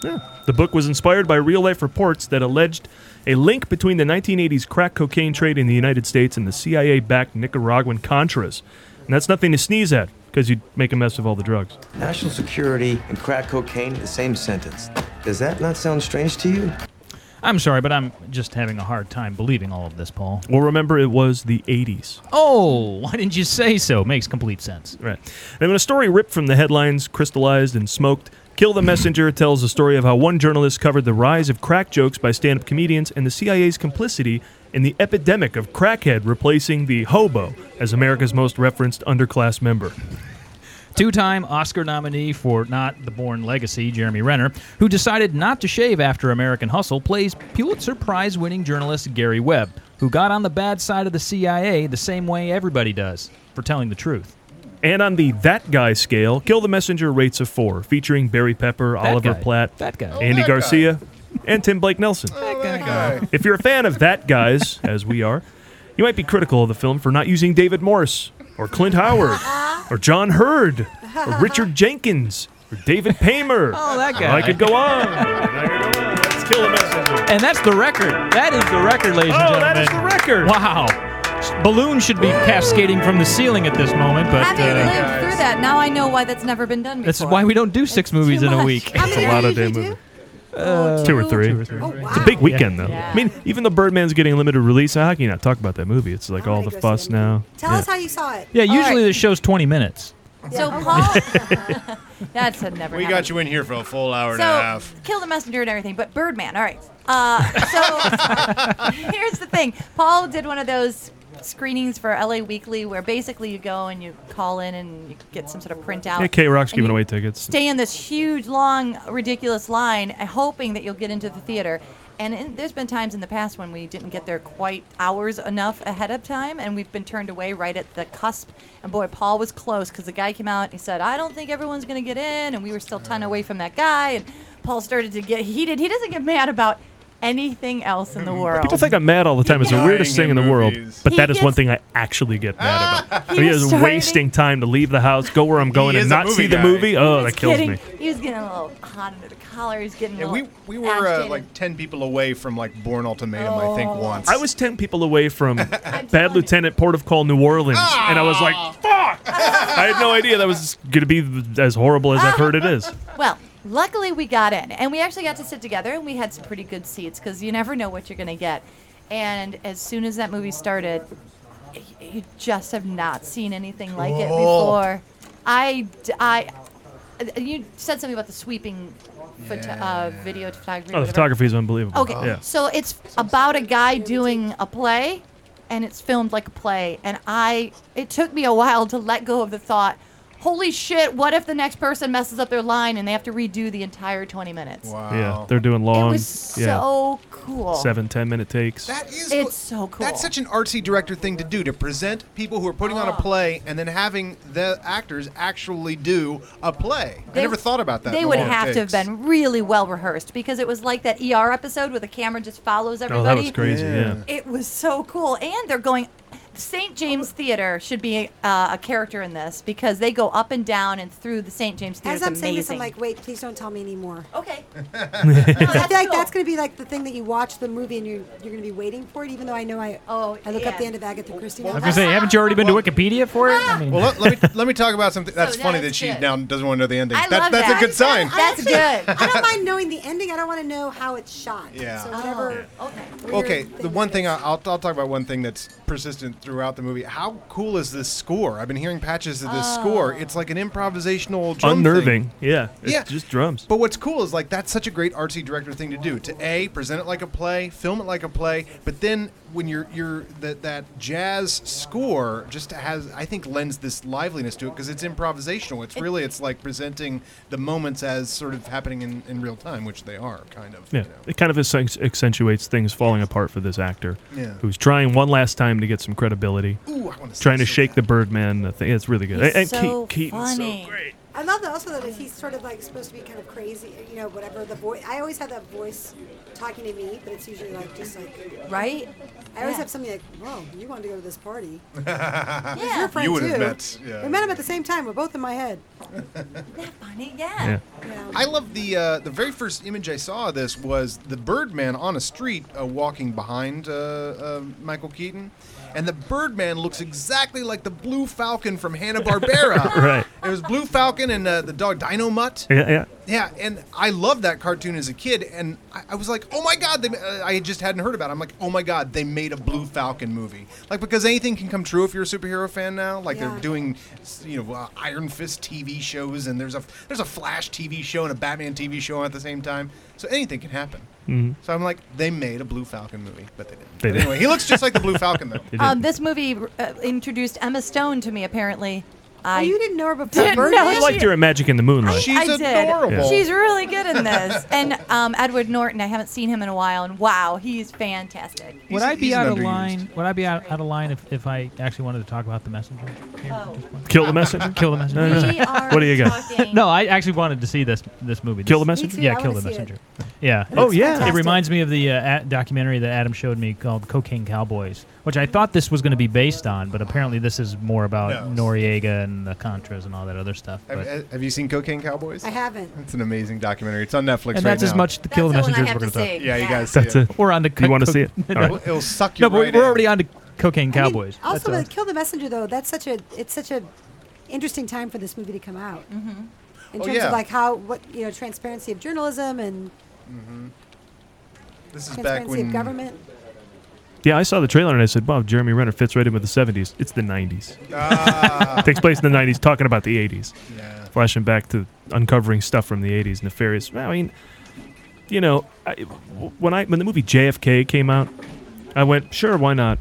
[SPEAKER 1] Yeah. The book was inspired by real life reports that alleged a link between the 1980s crack cocaine trade in the United States and the CIA backed Nicaraguan Contras. And that's nothing to sneeze at, because you'd make a mess of all the drugs.
[SPEAKER 26] National security and crack cocaine, the same sentence. Does that not sound strange to you?
[SPEAKER 2] I'm sorry, but I'm just having a hard time believing all of this, Paul.
[SPEAKER 1] Well, remember, it was the 80s.
[SPEAKER 2] Oh, why didn't you say so? Makes complete sense.
[SPEAKER 1] Right. And when a story ripped from the headlines, crystallized, and smoked, Kill the Messenger tells the story of how one journalist covered the rise of crack jokes by stand up comedians and the CIA's complicity in the epidemic of crackhead replacing the hobo as America's most referenced underclass member.
[SPEAKER 2] Two time Oscar nominee for Not the Born Legacy, Jeremy Renner, who decided not to shave after American Hustle, plays Pulitzer Prize winning journalist Gary Webb, who got on the bad side of the CIA the same way everybody does for telling the truth.
[SPEAKER 1] And on the That Guy scale, Kill the Messenger rates a four, featuring Barry Pepper,
[SPEAKER 2] That
[SPEAKER 1] Oliver
[SPEAKER 2] guy.
[SPEAKER 1] Platt,
[SPEAKER 2] That guy. Oh,
[SPEAKER 1] Andy
[SPEAKER 2] that guy.
[SPEAKER 1] Garcia, and Tim Blake Nelson. If you're a fan of That Guys, as we are, you might be critical of the film for not using David Morse, or Clint Howard, or John Hurd, or Richard Jenkins, or David Paymer.
[SPEAKER 2] Oh, that guy.
[SPEAKER 1] I could go on. Let's kill the messenger.
[SPEAKER 2] And that's the record. That is the record, ladies and
[SPEAKER 1] Oh,
[SPEAKER 2] gentlemen.
[SPEAKER 1] that is the record.
[SPEAKER 2] Wow. Balloons should be cascading from the ceiling at this moment, but
[SPEAKER 7] Having
[SPEAKER 2] uh,
[SPEAKER 7] lived through that, now I know why that's never been done before.
[SPEAKER 2] this is why we don't do six movies in a week.
[SPEAKER 1] That's a lot of damn movies. two or three. It's a big weekend, though. I mean, even though Birdman's getting a limited release, how can you not talk about that movie? It's
[SPEAKER 6] Oh
[SPEAKER 1] like all the fuss now.
[SPEAKER 6] Tell us how you saw it.
[SPEAKER 2] Yeah, usually the show's 20 minutes.
[SPEAKER 7] So, Paul, that's a never.
[SPEAKER 3] We
[SPEAKER 7] happened.
[SPEAKER 3] got you in here for a full hour and
[SPEAKER 7] so,
[SPEAKER 3] a half.
[SPEAKER 7] Kill the messenger and everything, but Birdman. All right. Uh, so here's the thing. Paul did one of those screenings for LA Weekly where basically you go and you call in and you get some sort of printout.
[SPEAKER 1] Yeah, K Rock's
[SPEAKER 7] and
[SPEAKER 1] giving
[SPEAKER 7] you
[SPEAKER 1] away tickets.
[SPEAKER 7] Stay in this huge, long, ridiculous line, uh, hoping that you'll get into the theater. And in, there's been times in the past when we didn't get there quite hours enough ahead of time, and we've been turned away right at the cusp. And boy, Paul was close because the guy came out and he said, "I don't think everyone's going to get in," and we were still ton away from that guy. And Paul started to get heated. He doesn't get mad about anything else in the world.
[SPEAKER 1] Mm-hmm. People think I'm mad all the time. It's the
[SPEAKER 3] Dying
[SPEAKER 1] weirdest thing in
[SPEAKER 3] in
[SPEAKER 1] the world.
[SPEAKER 3] movies.
[SPEAKER 1] But
[SPEAKER 7] He
[SPEAKER 1] that is one
[SPEAKER 7] gets- Ah,
[SPEAKER 1] thing I actually get mad about.
[SPEAKER 7] He
[SPEAKER 1] I mean,
[SPEAKER 7] was
[SPEAKER 1] it's
[SPEAKER 7] starting-
[SPEAKER 1] wasting time to leave the house, go where I'm going,
[SPEAKER 3] is
[SPEAKER 1] and
[SPEAKER 3] a
[SPEAKER 1] not
[SPEAKER 3] movie
[SPEAKER 1] see the
[SPEAKER 3] guy.
[SPEAKER 1] movie. Oh,
[SPEAKER 7] He was
[SPEAKER 1] that kills
[SPEAKER 7] getting-
[SPEAKER 1] me.
[SPEAKER 7] He was getting a little hot under the collar. He was getting
[SPEAKER 3] Yeah,
[SPEAKER 7] a
[SPEAKER 3] we
[SPEAKER 7] little
[SPEAKER 3] we were uh,
[SPEAKER 7] agitated.
[SPEAKER 3] like ten people away from like Born Ultimatum, I
[SPEAKER 7] Oh.
[SPEAKER 3] think once.
[SPEAKER 1] I was 10 people away from Bad Lieutenant Port of Call, New Orleans, and I was like,
[SPEAKER 3] Ah.
[SPEAKER 1] fuck! I had no idea that was going to be as horrible as I've heard it is. Oh,
[SPEAKER 7] Well, luckily we got in, and we actually got to sit together, and we had some pretty good seats because you never know what you're going to get. And as soon as that movie started, y- you just have not seen anything like it
[SPEAKER 27] Cool.
[SPEAKER 7] before. I, d- I- uh, you said something about the sweeping photo- uh, video photography.
[SPEAKER 1] Oh, the
[SPEAKER 7] whatever.
[SPEAKER 1] photography is unbelievable.
[SPEAKER 7] Okay,
[SPEAKER 3] Uh-huh.
[SPEAKER 1] Yeah.
[SPEAKER 7] so it's about a guy doing a play, and it's filmed like a play. And I, it took me a while to let go of the thought, holy shit, what if the next person messes up their line and they have to redo the entire 20 minutes?
[SPEAKER 1] Yeah, they're doing long.
[SPEAKER 7] It was
[SPEAKER 1] Um, yeah.
[SPEAKER 7] so cool.
[SPEAKER 1] Seven, ten minute takes.
[SPEAKER 3] That is
[SPEAKER 7] It's
[SPEAKER 3] what-
[SPEAKER 7] so cool.
[SPEAKER 3] That's such an artsy director thing to do to present people who are putting
[SPEAKER 7] Oh.
[SPEAKER 3] on a play and then having the actors actually do a play. I
[SPEAKER 7] They-
[SPEAKER 3] never thought about that.
[SPEAKER 7] They
[SPEAKER 3] in
[SPEAKER 7] would
[SPEAKER 3] long
[SPEAKER 7] have to have
[SPEAKER 3] takes.
[SPEAKER 7] been really well rehearsed because it was like that ER episode where the camera just follows
[SPEAKER 1] Oh,
[SPEAKER 7] everybody.
[SPEAKER 1] that was crazy. Yeah.
[SPEAKER 7] It was so cool. And they're going. St. James Theater should be uh, a character in this because they go up and down and through the St. James Theater.
[SPEAKER 6] As I'm saying this, I'm like, wait, please don't tell me anymore.
[SPEAKER 7] Okay.
[SPEAKER 6] I feel like that's going to be like the thing that you watch the movie and you're, you're going to be waiting for it, even though I know I oh, I look up the end of Agatha Christie.
[SPEAKER 2] I was going to say, haven't you already been to Wikipedia for it? I mean,
[SPEAKER 3] Well, let, let me let me talk about something. That's
[SPEAKER 6] So
[SPEAKER 3] funny
[SPEAKER 6] that's
[SPEAKER 3] that she
[SPEAKER 6] good.
[SPEAKER 3] now doesn't want to know the ending.
[SPEAKER 6] I
[SPEAKER 3] That-
[SPEAKER 6] love
[SPEAKER 3] that's
[SPEAKER 6] that.
[SPEAKER 3] a good sign.
[SPEAKER 7] That's good.
[SPEAKER 6] I don't mind knowing the ending. I don't want to know how it's shot.
[SPEAKER 3] Yeah.
[SPEAKER 6] So whatever.
[SPEAKER 7] okay.
[SPEAKER 3] Okay, the one thing I- I'll, I'll talk about one thing that's persistent throughout the movie. How cool is this score? I've been hearing patches of this score. It's like an improvisational drum thing.
[SPEAKER 1] Unnerving. Yeah. It's
[SPEAKER 3] Yeah.
[SPEAKER 1] just drums.
[SPEAKER 3] But what's cool is like that's such a great artsy director thing to do to a present it like a play, film it like a play, but then when you're you're that that jazz score just has I think lends this liveliness to it because it's improvisational. It's really it's like presenting the moments as sort of happening in, in real time, which they are kind of.
[SPEAKER 1] Yeah, it kind of accentu- accentuates things falling apart for this actor,
[SPEAKER 3] Yeah.
[SPEAKER 1] who's trying one last time to get some credibility,
[SPEAKER 3] Ooh, I wanna see
[SPEAKER 1] trying to
[SPEAKER 3] this so
[SPEAKER 1] shake the Birdman. Thing. It's really good.
[SPEAKER 6] He's
[SPEAKER 1] and
[SPEAKER 6] so
[SPEAKER 1] Keat- Keaton's
[SPEAKER 6] funny.
[SPEAKER 1] so great.
[SPEAKER 6] I love that also that he's sort of like supposed to be kind of crazy, you know, whatever the voice. I always have that voice talking to me, but it's usually like just like
[SPEAKER 7] Right?
[SPEAKER 6] I always
[SPEAKER 7] Yeah.
[SPEAKER 6] have something like, "Whoa, you wanted to go to this party?" He's your
[SPEAKER 3] yeah.
[SPEAKER 6] friend
[SPEAKER 3] You would have
[SPEAKER 6] too.
[SPEAKER 3] met. Yeah.
[SPEAKER 6] We met him at the same time. We're both in my head.
[SPEAKER 7] Funny, yeah.
[SPEAKER 1] Yeah.
[SPEAKER 3] I love the uh, the very first image I saw of this was the Birdman on a street uh, walking behind uh, uh, Michael Keaton, and the Birdman looks exactly like the Blue Falcon from Hanna Barbera.
[SPEAKER 1] Right.
[SPEAKER 3] It was Blue Falcon and uh, the dog Dino Mutt.
[SPEAKER 1] Yeah, yeah.
[SPEAKER 3] Yeah, and I loved that cartoon as a kid, and I, I was like, oh my god, they, ma- uh, I just hadn't heard about. it. I'm like, oh my god, they made a Blue Falcon movie. Like because anything can come true if you're a superhero fan now. Like
[SPEAKER 6] Yeah.
[SPEAKER 3] they're doing, s- you know, uh, Iron Fist TV shows, and there's a there's a Flash TV show and a Batman TV show at the same time. So anything can happen.
[SPEAKER 1] Mhm.
[SPEAKER 3] So I'm like, they made a Blue Falcon movie, but they didn't.
[SPEAKER 1] They
[SPEAKER 3] But
[SPEAKER 1] didn't.
[SPEAKER 3] Anyway, he looks just like the Blue Falcon though.
[SPEAKER 7] Um, this movie uh, introduced Emma Stone to me, apparently. I
[SPEAKER 6] Oh, you didn't know her before.
[SPEAKER 7] didn't
[SPEAKER 6] Birdman?
[SPEAKER 7] know
[SPEAKER 1] I liked
[SPEAKER 7] she-
[SPEAKER 1] her in Magic in the Moonlight.
[SPEAKER 3] She's
[SPEAKER 7] I did.
[SPEAKER 3] adorable.
[SPEAKER 7] She's really good in this. and um, Edward Norton, I haven't seen him in a while, and wow, he's fantastic.
[SPEAKER 15] Would I be
[SPEAKER 3] he's an
[SPEAKER 15] out of
[SPEAKER 3] underused.
[SPEAKER 15] line? Would I be out, out of line if, if I actually wanted to talk about the messenger? here at this point?
[SPEAKER 1] Kill the messenger.
[SPEAKER 15] Kill the messenger.
[SPEAKER 1] No, no,
[SPEAKER 7] We are
[SPEAKER 1] What do you got?
[SPEAKER 7] talking-
[SPEAKER 15] no, I actually wanted to see this this movie.
[SPEAKER 1] Kill the
[SPEAKER 15] This-
[SPEAKER 1] Messenger?
[SPEAKER 6] too,
[SPEAKER 15] Yeah,
[SPEAKER 6] I
[SPEAKER 15] kill
[SPEAKER 6] wanna
[SPEAKER 15] the
[SPEAKER 6] see it.
[SPEAKER 15] messenger. Yeah.
[SPEAKER 1] Oh, yeah.
[SPEAKER 15] It
[SPEAKER 1] fantastic.
[SPEAKER 15] reminds me of the uh, a- documentary that Adam showed me called Cocaine Cowboys, which I thought this was going to be based on, but apparently this is more about
[SPEAKER 3] No.
[SPEAKER 15] Noriega and the Contras and all that other stuff.
[SPEAKER 3] Have,
[SPEAKER 15] but-
[SPEAKER 3] have- have you seen Cocaine Cowboys?
[SPEAKER 6] I haven't.
[SPEAKER 3] It's an amazing documentary. It's on
[SPEAKER 15] and
[SPEAKER 3] Netflix right
[SPEAKER 15] that's as
[SPEAKER 3] now.
[SPEAKER 15] much to kill the
[SPEAKER 7] That's the one I
[SPEAKER 15] messengers
[SPEAKER 7] have
[SPEAKER 15] we're going
[SPEAKER 7] to
[SPEAKER 15] talk.
[SPEAKER 7] see.
[SPEAKER 3] Yeah, you
[SPEAKER 7] Yeah.
[SPEAKER 3] guys.
[SPEAKER 1] That's
[SPEAKER 3] see it.
[SPEAKER 1] it.
[SPEAKER 15] We're on the.
[SPEAKER 1] You want to see it? All right.
[SPEAKER 3] It'll, it'll suck you
[SPEAKER 15] No, but
[SPEAKER 3] right
[SPEAKER 15] we're
[SPEAKER 3] in.
[SPEAKER 15] already on to Cocaine
[SPEAKER 6] I mean,
[SPEAKER 15] Cowboys.
[SPEAKER 6] also,
[SPEAKER 15] That's,
[SPEAKER 6] but
[SPEAKER 15] uh,
[SPEAKER 6] Kill the Messenger though. That's such a it's such a interesting time for this movie to come out. Mm-hmm. In
[SPEAKER 3] Oh,
[SPEAKER 6] terms
[SPEAKER 3] yeah.
[SPEAKER 6] of like how what you know transparency of journalism and
[SPEAKER 3] This is back
[SPEAKER 6] transparency
[SPEAKER 3] when
[SPEAKER 6] of government.
[SPEAKER 1] Yeah, I saw the trailer and I said, "Wow, Jeremy Renner fits right in with the '70s." It's the '90s. Takes place in the '90s, talking about the '80s,
[SPEAKER 3] Yeah.
[SPEAKER 1] flashing back to uncovering stuff from the '80s, nefarious. I mean, you know, I, when I when the movie JFK came out, I went, "Sure, why not?"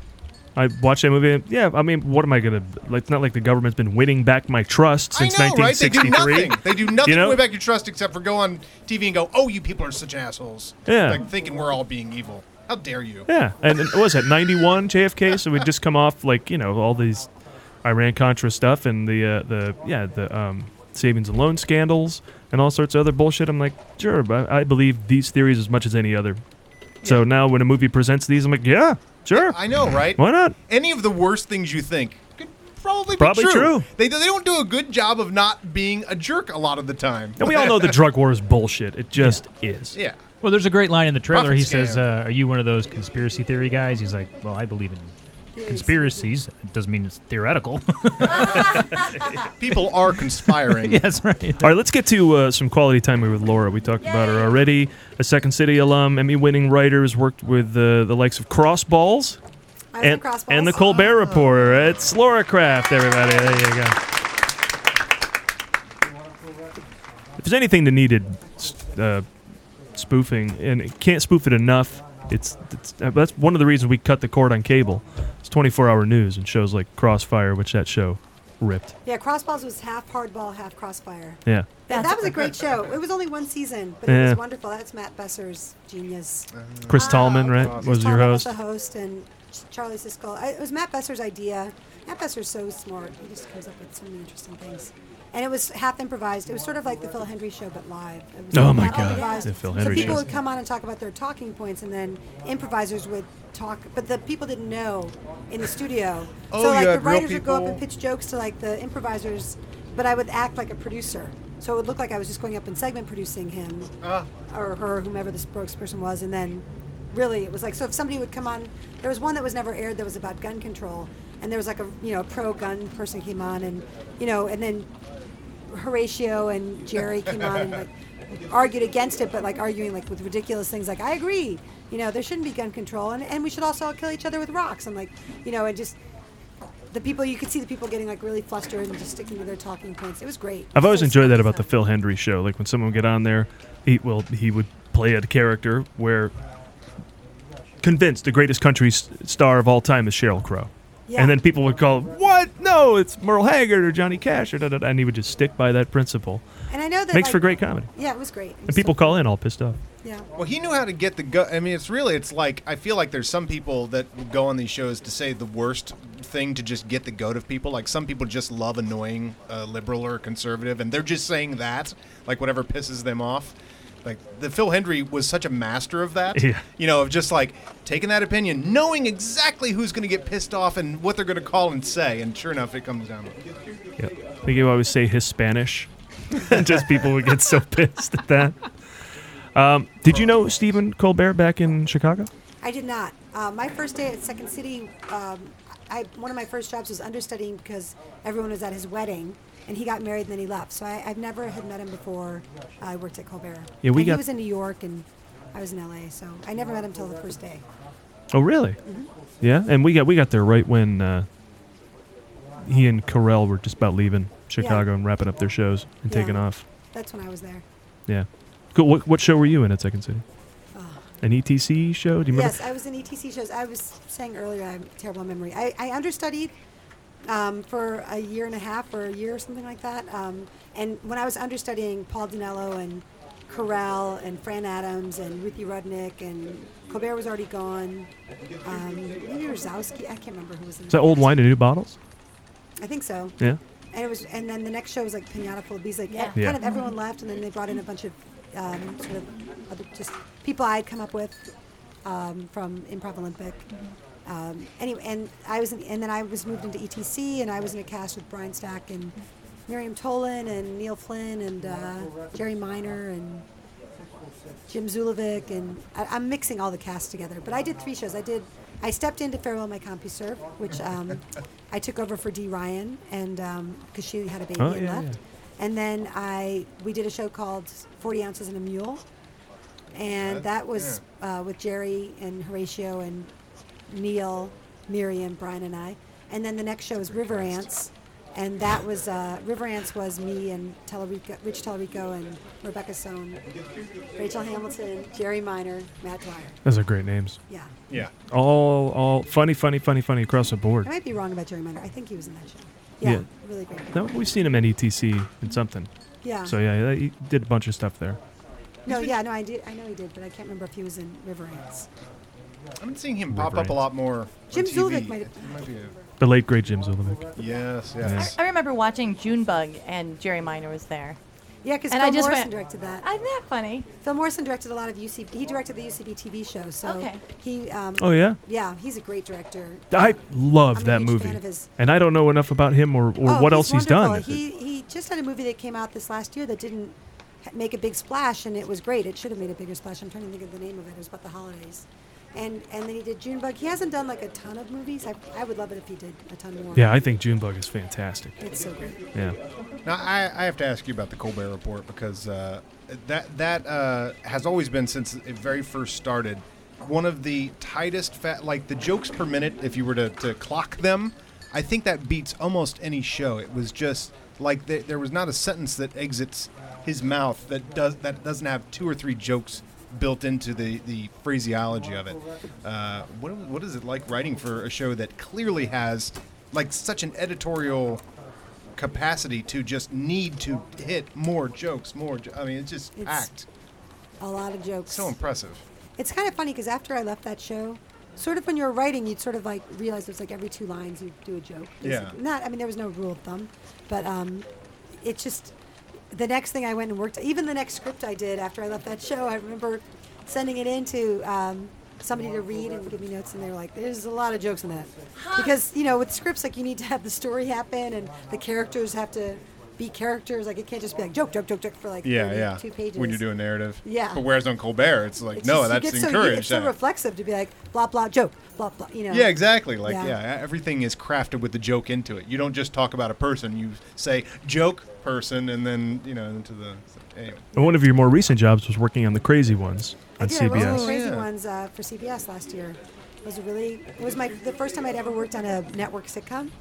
[SPEAKER 1] I watched that movie. Yeah, I mean, what am I gonna? Like, it's not like the government's been winning back my trust since
[SPEAKER 3] I know, right? They do
[SPEAKER 1] 1963.
[SPEAKER 3] nothing. They do nothing
[SPEAKER 1] You know?
[SPEAKER 3] to win back your trust except for go on TV and go, "Oh, you people are such assholes."
[SPEAKER 1] Yeah.
[SPEAKER 3] Like thinking we're all being evil. How dare you?
[SPEAKER 1] Yeah, and and what was that '91 JFK? So we'd just come off like you know all these Iran Contra stuff and the uh, the yeah the um, savings and loan scandals and all sorts of other bullshit. I'm like, sure, but I believe these theories as much as any other. So now when a movie presents these, I'm like, yeah, sure,
[SPEAKER 3] I know, right?
[SPEAKER 1] why not?
[SPEAKER 3] Any of the worst things you think could probably be
[SPEAKER 1] Probably true.
[SPEAKER 3] They, they don't do a good job of not being a jerk a lot of the time.
[SPEAKER 1] And we all know the drug war is bullshit. It just is.
[SPEAKER 3] yeah.
[SPEAKER 15] well, there's a great line in the trailer. He
[SPEAKER 3] Profit
[SPEAKER 15] says,
[SPEAKER 3] scam.
[SPEAKER 15] uh, "Are you one of those conspiracy theory guys?" He's like, "Well, I believe in." Conspiracies it doesn't mean it's theoretical.
[SPEAKER 3] People are conspiring.
[SPEAKER 15] yes, right.
[SPEAKER 1] All right, let's get to uh, some quality time here with Laura. We talked about her already. A Second City alum, Emmy-winning writer, has worked with uh, the likes of Crossballs,
[SPEAKER 6] I was in
[SPEAKER 1] and,
[SPEAKER 6] Crossballs.
[SPEAKER 1] and the Colbert Report. It's Laura Craft, everybody. There you go. If there's anything that needed s- uh, spoofing, and it can't spoof it enough, it's, it's uh, that's one of the reasons we cut the cord on cable. It's 24-hour news and shows like Crossfire, which that show ripped.
[SPEAKER 6] Yeah, Crossballs was half hardball, half crossfire.
[SPEAKER 1] Yeah.
[SPEAKER 6] Yeah,
[SPEAKER 7] That's
[SPEAKER 6] that was a great show. It was only one season, but it
[SPEAKER 1] Yeah.
[SPEAKER 6] was wonderful. That's Matt Besser's genius.
[SPEAKER 1] Chris Tallman, right, was your
[SPEAKER 6] Tom
[SPEAKER 1] host.
[SPEAKER 6] the host, and Ch- Charlie Siskel. I, it was Matt Besser's idea. Matt Besser's so smart. He just comes up with so many interesting things. And it was half improvised. It was sort of like the Phil Hendry show, but live. It was
[SPEAKER 1] Oh my
[SPEAKER 6] half
[SPEAKER 1] God,
[SPEAKER 6] improvised.
[SPEAKER 1] the Phil Hendry
[SPEAKER 6] so people
[SPEAKER 1] show.
[SPEAKER 6] would come on and talk about their talking points, and then improvisers would talk. But the people didn't know in the studio.
[SPEAKER 3] Oh,
[SPEAKER 6] so
[SPEAKER 3] you
[SPEAKER 6] like
[SPEAKER 3] had
[SPEAKER 6] the
[SPEAKER 3] real
[SPEAKER 6] writers would go up
[SPEAKER 3] people?
[SPEAKER 6] and pitch jokes to like the improvisers, but I would act like a producer. So it would look like I was just going up and segment producing him
[SPEAKER 3] Ah.
[SPEAKER 6] or her, whomever the spokesperson was, and then really it was like so if somebody would come on, there was one that was never aired that was about gun control, and there was like a you know a pro gun person came on, and you know and then Horatio and Jerry came on and like argued against it, but like arguing like with ridiculous things like I agree, you know there shouldn't be gun control, and and we should also all kill each other with rocks, and like you know and just the people you could see the people getting like really flustered and just sticking to their talking points. It was great.
[SPEAKER 1] I've always enjoyed that about the Phil Hendry show. Like when someone would get on there, he well he would play a character where convinced the greatest country s- star of all time is Cheryl Crow.
[SPEAKER 6] Yeah.
[SPEAKER 1] And then people would call, "What? No, it's Merle Haggard or Johnny Cash," or da, da, da, and he would just stick by that principle.
[SPEAKER 6] And I know that
[SPEAKER 1] makes
[SPEAKER 6] like-
[SPEAKER 1] for great comedy.
[SPEAKER 6] Yeah, it was great.
[SPEAKER 1] And people call in all pissed off.
[SPEAKER 6] Yeah.
[SPEAKER 3] Well, he knew how to get the go. I mean, it's really, it's like I feel like there's some people that go on these shows to say the worst thing to just get the goat of people. Like some people just love annoying a liberal or conservative, and they're just saying that, like whatever pisses them off. Like the Phil Hendry was such a master of that.
[SPEAKER 1] Yeah.
[SPEAKER 3] You know, of just like taking that opinion, knowing exactly who's going to get pissed off and what they're going to call and say, and sure enough, it comes down.
[SPEAKER 1] Yeah. I think you always say Hispanish. Just people would get so pissed at that. Um, did you know Stephen Colbert back in Chicago?
[SPEAKER 6] I did not. Uh, my first day at Second City, um, I one of my first jobs was understudying because everyone was at his wedding, and he got married and then he left. So I, I've never had met him before. I worked at Colbert.
[SPEAKER 1] Yeah, we
[SPEAKER 6] And
[SPEAKER 1] got-
[SPEAKER 6] He was in New York and I was in LA, so I never met him till the first day.
[SPEAKER 1] Oh, really?
[SPEAKER 6] Mm-hmm.
[SPEAKER 1] Yeah. And we got we got there right when uh, he and Carell were just about leaving Chicago and wrapping up their shows and
[SPEAKER 6] Yeah.
[SPEAKER 1] taking off.
[SPEAKER 6] That's when I was there.
[SPEAKER 1] Yeah. Cool. What, what show were you in at Second City? An ETC show? Do you remember?
[SPEAKER 6] Yes, I was in ETC shows. I was saying earlier, I have terrible memory. I, I understudied um, for a year and a half or a year or something like that. Um, and when I was understudying Paul Dinello and Carell and Fran Adams and Ruthie Rudnick and Colbert was already gone. Um, maybe Rosowski. I can't remember who was in
[SPEAKER 1] Is that old wine in new bottles?
[SPEAKER 6] I think so.
[SPEAKER 1] Yeah.
[SPEAKER 6] And it was, and then the next show was like Pinata Full of Bees. Like
[SPEAKER 1] Yeah.
[SPEAKER 6] kind of everyone left, and then they brought in a bunch of um, sort of other just people I had come up with um, from Improv Olympic. Um, anyway, and I was, in, and then I was moved into ETC, and I was in a cast with Brian Stack and Miriam Tolan and Neil Flynn and uh, Jerry Minor and Jim Zulovic, and I, I'm mixing all the casts together. But I did three shows. I did. I stepped into Farewell My CompuServe, which um, I took over for Dee Ryan, and because she had a baby
[SPEAKER 20] Oh,
[SPEAKER 6] and
[SPEAKER 20] yeah,
[SPEAKER 6] left. And then I we did a show called Forty Ounces and a Mule, and
[SPEAKER 20] That-
[SPEAKER 6] that was uh, with Jerry and Horatio and Neil, Miriam, Brian, and I. And then the next show was River Ants, and that was uh, River Ants was me and Tellerico, Rich Tellerico and Rebecca Sohn, Rachel Hamilton, Jerry Minor, Matt Dwyer.
[SPEAKER 1] Those are great names.
[SPEAKER 6] Yeah.
[SPEAKER 3] Yeah.
[SPEAKER 1] All all funny, funny, funny, funny across the board.
[SPEAKER 6] I might be wrong about Jerry Minor. I think he was in that show. Yeah, really great.
[SPEAKER 1] No, we've seen him E at ETC and something.
[SPEAKER 6] Yeah.
[SPEAKER 1] So yeah, he did a bunch of stuff there.
[SPEAKER 6] No, yeah, no, I did. I know he did, but I can't remember if he was in River Ants.
[SPEAKER 3] I've been seeing him pop up a lot more. on
[SPEAKER 6] Jim
[SPEAKER 3] TV.
[SPEAKER 6] Zulvik might have.
[SPEAKER 3] Might be a-
[SPEAKER 1] The late great Jim Zulovic.
[SPEAKER 3] Yes,
[SPEAKER 1] Yeah.
[SPEAKER 3] yes.
[SPEAKER 7] I remember watching Junebug and Jerry Minor was there.
[SPEAKER 6] Yeah, because Phil
[SPEAKER 7] And I just
[SPEAKER 6] Morrison
[SPEAKER 7] went-
[SPEAKER 6] directed that. Isn't that funny? Phil Morrison directed a lot of UCB. He directed the UCB TV show, so
[SPEAKER 7] Okay.
[SPEAKER 6] he. Um,
[SPEAKER 1] Oh, yeah?
[SPEAKER 6] Yeah, he's a great director.
[SPEAKER 1] I love
[SPEAKER 6] I'm a
[SPEAKER 1] that
[SPEAKER 6] huge
[SPEAKER 1] movie,
[SPEAKER 6] fan of his-
[SPEAKER 1] and I don't know enough about him or, or
[SPEAKER 6] Oh,
[SPEAKER 1] what else he's done.
[SPEAKER 6] wonderful. He he just had a movie that came out this last year that didn't ha- make a big splash, and it was great. It should have made a bigger splash. I'm trying to think of the name of it. It was about the holidays. And, and then he did Junebug. He hasn't done like a ton of movies. I, I would love it if he did a ton more.
[SPEAKER 1] yeah, I think Junebug is fantastic.
[SPEAKER 6] It's so great.
[SPEAKER 1] Yeah.
[SPEAKER 3] Now I, I have to ask you about the Colbert Report because uh, that that uh, has always been since it very first started one of the tightest fat like the jokes per minute if you were to, to clock them I think that beats almost any show it was just like th- there was not a sentence that exits his mouth that does that doesn't have two or three jokes built into the, the phraseology of it uh, what, what is it like writing for a show that clearly has like such an editorial capacity to just need to hit more jokes, more. Jo- I mean, it's just
[SPEAKER 6] It's-
[SPEAKER 3] packed.
[SPEAKER 6] A lot of jokes.
[SPEAKER 3] So impressive.
[SPEAKER 6] It's kind of funny because after I left that show, sort of when you were writing, you'd sort of like realize it was like every two lines you do a joke.
[SPEAKER 20] Yeah.
[SPEAKER 6] basically. Not, I mean, there was no rule of thumb, but um, it just the next thing I went and worked. Even the next script I did after I left that show, I remember sending it in to um, somebody to read and give me notes, and they were like, "There's a lot of jokes in that," because you know with scripts like you need to have the story happen and the characters have to be characters. Like it can't just be like joke, joke, joke, joke for like
[SPEAKER 3] yeah,
[SPEAKER 6] 30,
[SPEAKER 3] yeah.
[SPEAKER 6] two pages
[SPEAKER 3] When you're doing narrative.
[SPEAKER 6] Yeah.
[SPEAKER 3] But whereas on Colbert, it's like
[SPEAKER 6] it's
[SPEAKER 3] no,
[SPEAKER 6] just- you
[SPEAKER 3] that's
[SPEAKER 6] get so- you-
[SPEAKER 3] encouraged.
[SPEAKER 6] it's so
[SPEAKER 3] yeah.
[SPEAKER 6] reflexive to be like blah blah joke blah blah. You know.
[SPEAKER 3] Yeah, exactly. Like yeah. everything is crafted with the joke into it. You don't just talk about a person. You say joke person, and then you know into the anyway.
[SPEAKER 1] And one of your more recent jobs was working on the Crazy Ones
[SPEAKER 6] I
[SPEAKER 1] on
[SPEAKER 6] did. I wrote
[SPEAKER 1] CBS.
[SPEAKER 6] some crazy ones uh, for CBS last year. was really it was my the first time I'd ever worked on a network sitcom,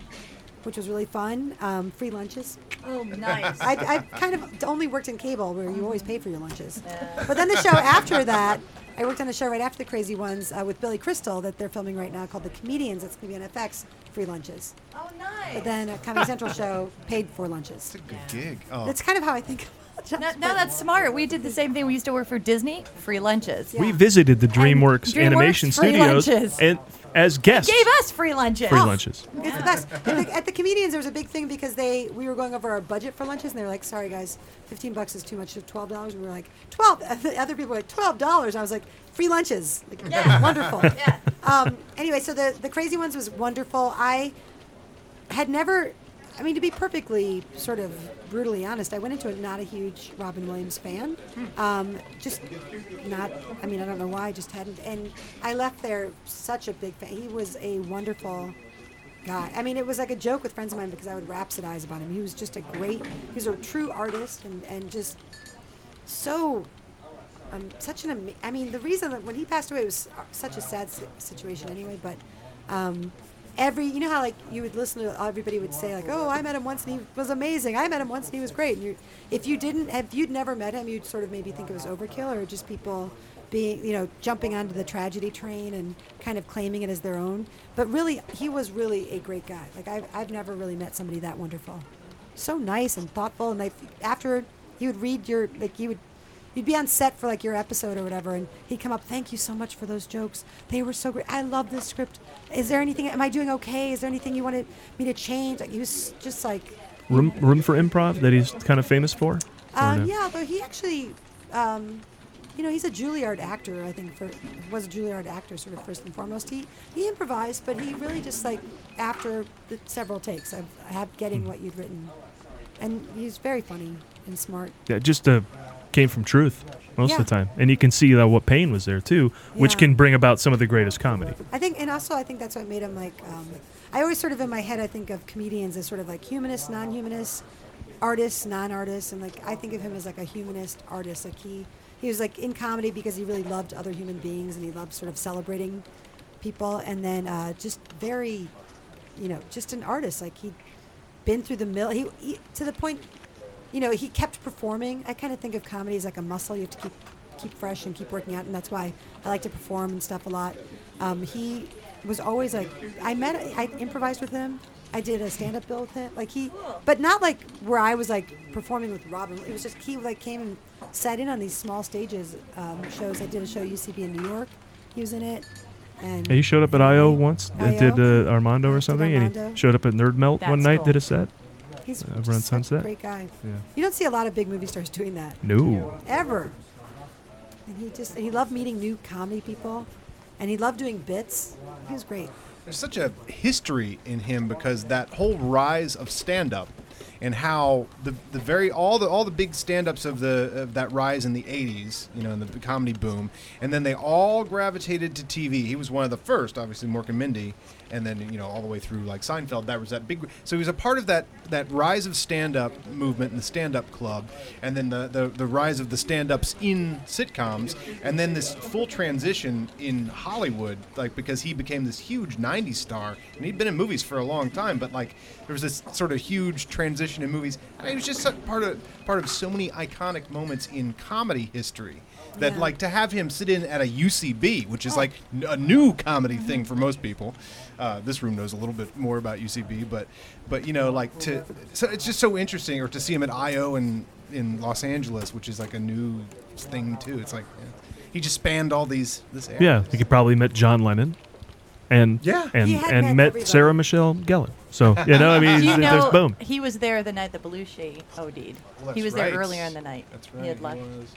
[SPEAKER 6] which was really fun. Um, free lunches.
[SPEAKER 7] Oh, nice.
[SPEAKER 6] I, I kind of only worked in cable where you always pay for your lunches. But then the show after that, I worked on a show right after the Crazy Ones uh, with Billy Crystal that they're filming right now called The Comedians. It's going to be on FX. Free lunches.
[SPEAKER 7] Oh, nice.
[SPEAKER 6] But then a Comedy Central show paid for lunches.
[SPEAKER 3] Good gig. Oh.
[SPEAKER 6] That's kind of how I think.
[SPEAKER 7] No, no, that's smart. We did the same thing. We used to work for Disney, free lunches.
[SPEAKER 1] We visited the DreamWorks,
[SPEAKER 7] DreamWorks
[SPEAKER 1] animation
[SPEAKER 7] free
[SPEAKER 1] studios
[SPEAKER 7] lunches.
[SPEAKER 1] and as guests.
[SPEAKER 7] Gave Oh. us free lunches.
[SPEAKER 1] Free lunches.
[SPEAKER 6] It's the best. At the, at the comedians, there was a big thing because they we were going over our budget for lunches, and they were like, "Sorry guys, fifteen bucks is too much. so Twelve dollars." We were like, 12 And The other people were like, 12 dollars." I was like, "Free lunches, like, wonderful." Yeah. Um, anyway, so the the crazy ones was wonderful. I had never. I mean, to be perfectly sort of brutally honest, I went into it not a huge Robin Williams fan. Um, just not, I mean, I don't know why, I just hadn't. And I left there such a big fan. He was a wonderful guy. I mean, it was like a joke with friends of mine because I would rhapsodize about him. He was just a great, he was a true artist and, and just so um, such an ama- I mean the reason that when he passed away it was such a sad si- situation anyway but um, every you know how like you would listen to everybody would say like oh I met him once and he was amazing I met him once and he was great and you if you didn't if you'd never met him you'd sort of maybe think it was overkill or just people being you know jumping onto the tragedy train and kind of claiming it as their own but really he was really a great guy like I've, I've never really met somebody that wonderful so nice and thoughtful and like after he would read your like he would You'd be on set for like your episode or whatever, and he'd come up, "Thank you so much for those jokes. They were so great. I love this script. Is there anything? Am I doing okay? Is there anything you wanted me to change?" Like he was just like,
[SPEAKER 1] Room, room for improv that he's kind of famous for? Or
[SPEAKER 6] um,
[SPEAKER 1] no?
[SPEAKER 6] "Yeah." Though he actually, um, you know, he's a Juilliard actor. I think for was a Juilliard actor, sort of first and foremost. He he improvised, but he really just like after the several takes of have getting what you'd written, and he's very funny and smart.
[SPEAKER 1] Yeah, just uh, came from truth most
[SPEAKER 6] Yeah.
[SPEAKER 1] of the time. And you can see that what pain was there too, which
[SPEAKER 6] Yeah.
[SPEAKER 1] can bring about some of the greatest comedy.
[SPEAKER 6] I think, and also I think that's what made him like. Um, I always sort of in my head I think of comedians as sort of like humanists, non-humanists, artists, non-artists, and like I think of him as like a humanist artist. Like he he was like in comedy because he really loved other human beings and he loved sort of celebrating people, and then uh, just very, you know, just an artist. Like he'd been through the mill. He, he to the point, you know, he kept performing. I kind of think of comedy as like a muscle. You have to keep keep fresh and keep working out, and that's why I like to perform and stuff a lot. Um, he was always like, I met, I improvised with him. I did a stand up bill with him. Like he, but not like where I was like performing with Robin. It was just he like came and sat in on these small stages um, shows. I did a show UCB in New York. He was in it. And
[SPEAKER 1] Yeah, he showed up at IO once and
[SPEAKER 6] IO?
[SPEAKER 1] did uh, Armando or something, and
[SPEAKER 6] Armando.
[SPEAKER 1] he showed up at Nerd Melt one
[SPEAKER 6] That's
[SPEAKER 1] night,
[SPEAKER 6] cool.
[SPEAKER 1] did a set.
[SPEAKER 6] He's
[SPEAKER 1] Over on
[SPEAKER 6] just such a
[SPEAKER 1] Uh, Sunset?
[SPEAKER 6] Great guy.
[SPEAKER 1] Yeah.
[SPEAKER 6] You don't see a lot of big movie stars doing that
[SPEAKER 1] No.
[SPEAKER 6] ever. And he just he loved meeting new comedy people, and he loved doing bits. He was great.
[SPEAKER 3] There's such a history in him because that whole rise of stand up and how the, the very all the all the big stand-ups of the of that rise in the 80s, you know, in the comedy boom, and then they all gravitated to TV. He was one of the first, obviously Mork and Mindy, and then you know all the way through like Seinfeld. That was that big so he was a part of that that rise of stand-up movement and the stand-up club and then the the, the rise of the stand-ups in sitcoms and then this full transition in Hollywood, like because he became this huge 90s star and he'd been in movies for a long time, but like there was this sort of huge transition in movies. And it was just such part of part of so many iconic moments in comedy history that
[SPEAKER 6] Yeah.
[SPEAKER 3] like to have him sit in at a UCB, which
[SPEAKER 7] Oh.
[SPEAKER 3] is like n- a new comedy thing for most people. Uh, this room knows a little bit more about UCB, but but you know like to so it's just so interesting, or to see him at IO in in Los Angeles, which is like a new thing too. It's like yeah. he just spanned all these this era.
[SPEAKER 1] Yeah, like he probably met John Lennon. And
[SPEAKER 3] Yeah.
[SPEAKER 1] and,
[SPEAKER 3] He had
[SPEAKER 1] and
[SPEAKER 3] met
[SPEAKER 1] met
[SPEAKER 3] everybody.
[SPEAKER 1] Sarah Michelle Gellar. So you know, I mean,
[SPEAKER 7] Do you
[SPEAKER 1] there's-
[SPEAKER 7] know,
[SPEAKER 1] there's boom.
[SPEAKER 7] He was there the night that Belushi OD'd.
[SPEAKER 3] Well,
[SPEAKER 7] he
[SPEAKER 3] that's
[SPEAKER 7] was
[SPEAKER 3] right.
[SPEAKER 7] there earlier in the night.
[SPEAKER 3] That's
[SPEAKER 7] He
[SPEAKER 3] right,
[SPEAKER 7] had
[SPEAKER 3] he
[SPEAKER 7] left.
[SPEAKER 3] was.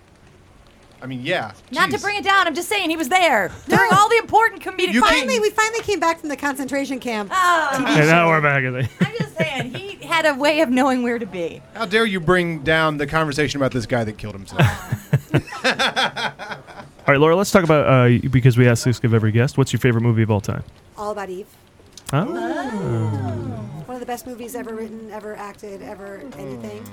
[SPEAKER 3] I mean, yeah.
[SPEAKER 7] Not to
[SPEAKER 3] jeez.
[SPEAKER 7] bring it down. I'm just saying he was there during all the important comedic.
[SPEAKER 6] We finally,
[SPEAKER 7] finally,
[SPEAKER 6] we finally came back from the concentration camp.
[SPEAKER 1] And now we're back at the
[SPEAKER 7] man, he had a way of knowing where to be.
[SPEAKER 3] How dare you bring down the conversation about this guy that killed himself?
[SPEAKER 1] All right, Laura, let's talk about uh, because we ask this of every guest. What's your favorite movie of all time?
[SPEAKER 6] All About Eve.
[SPEAKER 1] Huh?
[SPEAKER 6] One of the best movies ever written, ever acted, ever anything.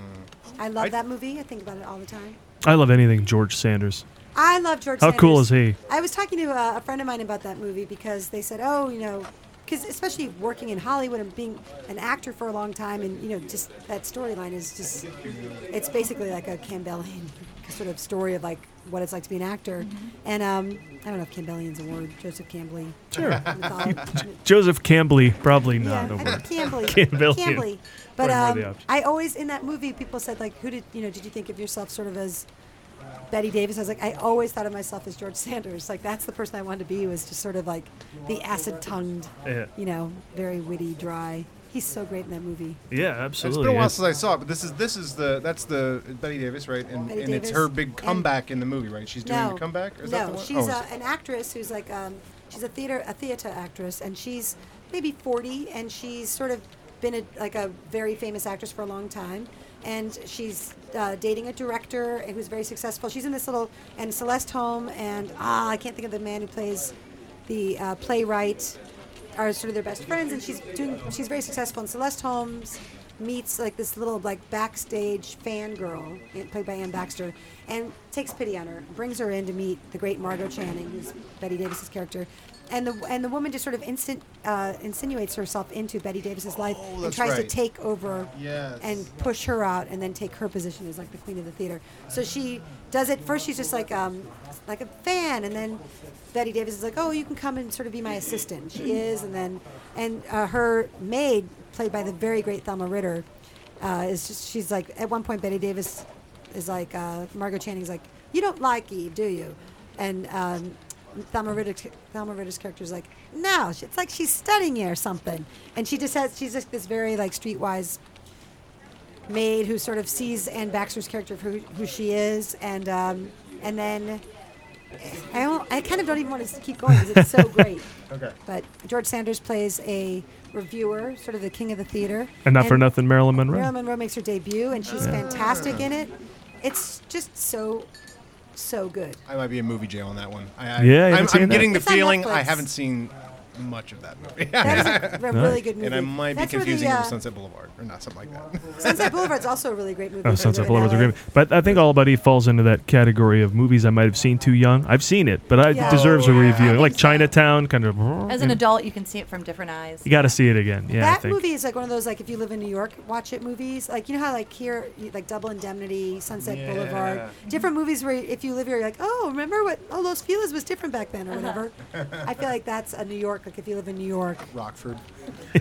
[SPEAKER 6] I love that movie. I think about it all the time.
[SPEAKER 1] I love anything George Sanders.
[SPEAKER 6] I love George.
[SPEAKER 1] How cool
[SPEAKER 6] Sanders.
[SPEAKER 1] is he?
[SPEAKER 6] I was talking to a, a friend of mine about that movie because they said, "Oh, you know, because especially working in Hollywood and being an actor for a long time, and you know, just that storyline is just—it's basically like a Campbellian sort of story of like what it's like to be an actor." And um, I don't know if Campbellian's a word. Joseph Campbell.
[SPEAKER 1] Sure.
[SPEAKER 6] mythology-
[SPEAKER 1] Joseph Campbell, probably not
[SPEAKER 6] yeah,
[SPEAKER 1] a
[SPEAKER 6] I
[SPEAKER 1] word.
[SPEAKER 6] think Campbell.
[SPEAKER 1] Campbellian.
[SPEAKER 6] Campbell. But
[SPEAKER 1] Probably more
[SPEAKER 6] um,
[SPEAKER 1] the option.
[SPEAKER 6] I always in that movie, people said like, "Who did you know? Did you think of yourself sort of as Betty Davis?" I was like, I always thought of myself as George Sanders. Like that's the person I wanted to be was just sort of like the acid-tongued,
[SPEAKER 1] Yeah.
[SPEAKER 6] you know, very witty, dry. He's so great in that movie.
[SPEAKER 1] yeah,
[SPEAKER 3] It's
[SPEAKER 1] absolutely.
[SPEAKER 3] been a while
[SPEAKER 1] yeah.
[SPEAKER 3] since I saw it, but this is this is the that's the Betty Davis, right? And,
[SPEAKER 6] Betty
[SPEAKER 3] and it's
[SPEAKER 6] Davis.
[SPEAKER 3] her big
[SPEAKER 6] And-
[SPEAKER 3] comeback in the movie, right? She's doing
[SPEAKER 6] no,
[SPEAKER 3] the comeback. Is
[SPEAKER 6] no,
[SPEAKER 3] that the one?
[SPEAKER 6] she's
[SPEAKER 3] Oh, is
[SPEAKER 6] uh,
[SPEAKER 3] it-
[SPEAKER 6] an actress who's like um, she's a theater a theater actress, and she's maybe forty, and she's sort of been a, like a very famous actress for a long time, and she's uh, dating a director who's very successful. She's in this little and Celeste Home, and ah, I can't think of the man who plays the uh, playwright are sort of their best friends, and she's doing she's very successful. And Celeste Holmes meets like this little like backstage fangirl eh, played by Ann Baxter, and takes pity on her, brings her in to meet the great Margot Channing, who's Betty Davis's character. And the, and the woman just sort of instant uh, insinuates herself into Betty Davis's life and
[SPEAKER 3] Oh, that's
[SPEAKER 6] tries to
[SPEAKER 3] right.
[SPEAKER 6] take over
[SPEAKER 3] Yes.
[SPEAKER 6] and push her out and then take her position as like the queen of the theater. So she does it first. She's just like um, like a fan, and then Betty Davis is like, "Oh, you can come and sort of be my assistant." She is, and then and uh, her maid, played by the very great Thelma Ritter, uh, is just she's like at one point Betty Davis is like uh, Margot Channing's like, "You don't like Eve, do you?" And um, Thelma, Ritter, Thelma Ritter's character is like, "No," it's like she's studying it or something, and she just has she's just this very like streetwise maid who sort of sees Anne Baxter's character for who, who she is, and um, and then I don't, I kind of don't even want to keep going because it's so great.
[SPEAKER 3] Okay.
[SPEAKER 6] But George Sanders plays a reviewer, sort of the king of the theater,
[SPEAKER 1] And not for nothing, Marilyn Monroe.
[SPEAKER 6] Marilyn Monroe makes her debut, and she's
[SPEAKER 1] Yeah.
[SPEAKER 6] fantastic in it. It's just so, so good.
[SPEAKER 3] I might be in movie jail on that one. I, I,
[SPEAKER 1] Yeah, you haven't
[SPEAKER 3] I'm,
[SPEAKER 1] seen
[SPEAKER 3] I'm
[SPEAKER 1] that.
[SPEAKER 3] getting the
[SPEAKER 6] It's on
[SPEAKER 3] feeling I
[SPEAKER 6] Netflix.
[SPEAKER 3] haven't seen much of that movie.
[SPEAKER 6] That is a re-
[SPEAKER 1] Nice.
[SPEAKER 6] really good movie.
[SPEAKER 3] and I might
[SPEAKER 6] That's
[SPEAKER 3] be
[SPEAKER 6] where the,
[SPEAKER 3] confusing it
[SPEAKER 6] uh,
[SPEAKER 3] with Sunset Boulevard or not something like that.
[SPEAKER 6] Sunset Boulevard's also a really great movie.
[SPEAKER 1] Oh,
[SPEAKER 6] if you
[SPEAKER 1] Sunset
[SPEAKER 6] live in
[SPEAKER 1] Boulevard's a
[SPEAKER 6] LA.
[SPEAKER 1] great. But I think All About Eve falls into that category of movies I might have seen too young. I've seen it, but I
[SPEAKER 6] Yeah.
[SPEAKER 1] deserves a
[SPEAKER 6] Oh, yeah.
[SPEAKER 1] review. Like Chinatown, kind of.
[SPEAKER 7] As an adult, you can see it from different eyes.
[SPEAKER 1] you got to see it again. Yeah, I
[SPEAKER 6] that
[SPEAKER 1] think.
[SPEAKER 6] movie is like one of those like if you live in New York, watch it movies. Like you know how like here you- like Double Indemnity, Sunset
[SPEAKER 3] Yeah.
[SPEAKER 6] Boulevard, different movies where if you live here, you're like, oh, remember what all those Feliz was different back then or whatever. I feel like that's a New York. Like if you live in New York,
[SPEAKER 3] Rockford.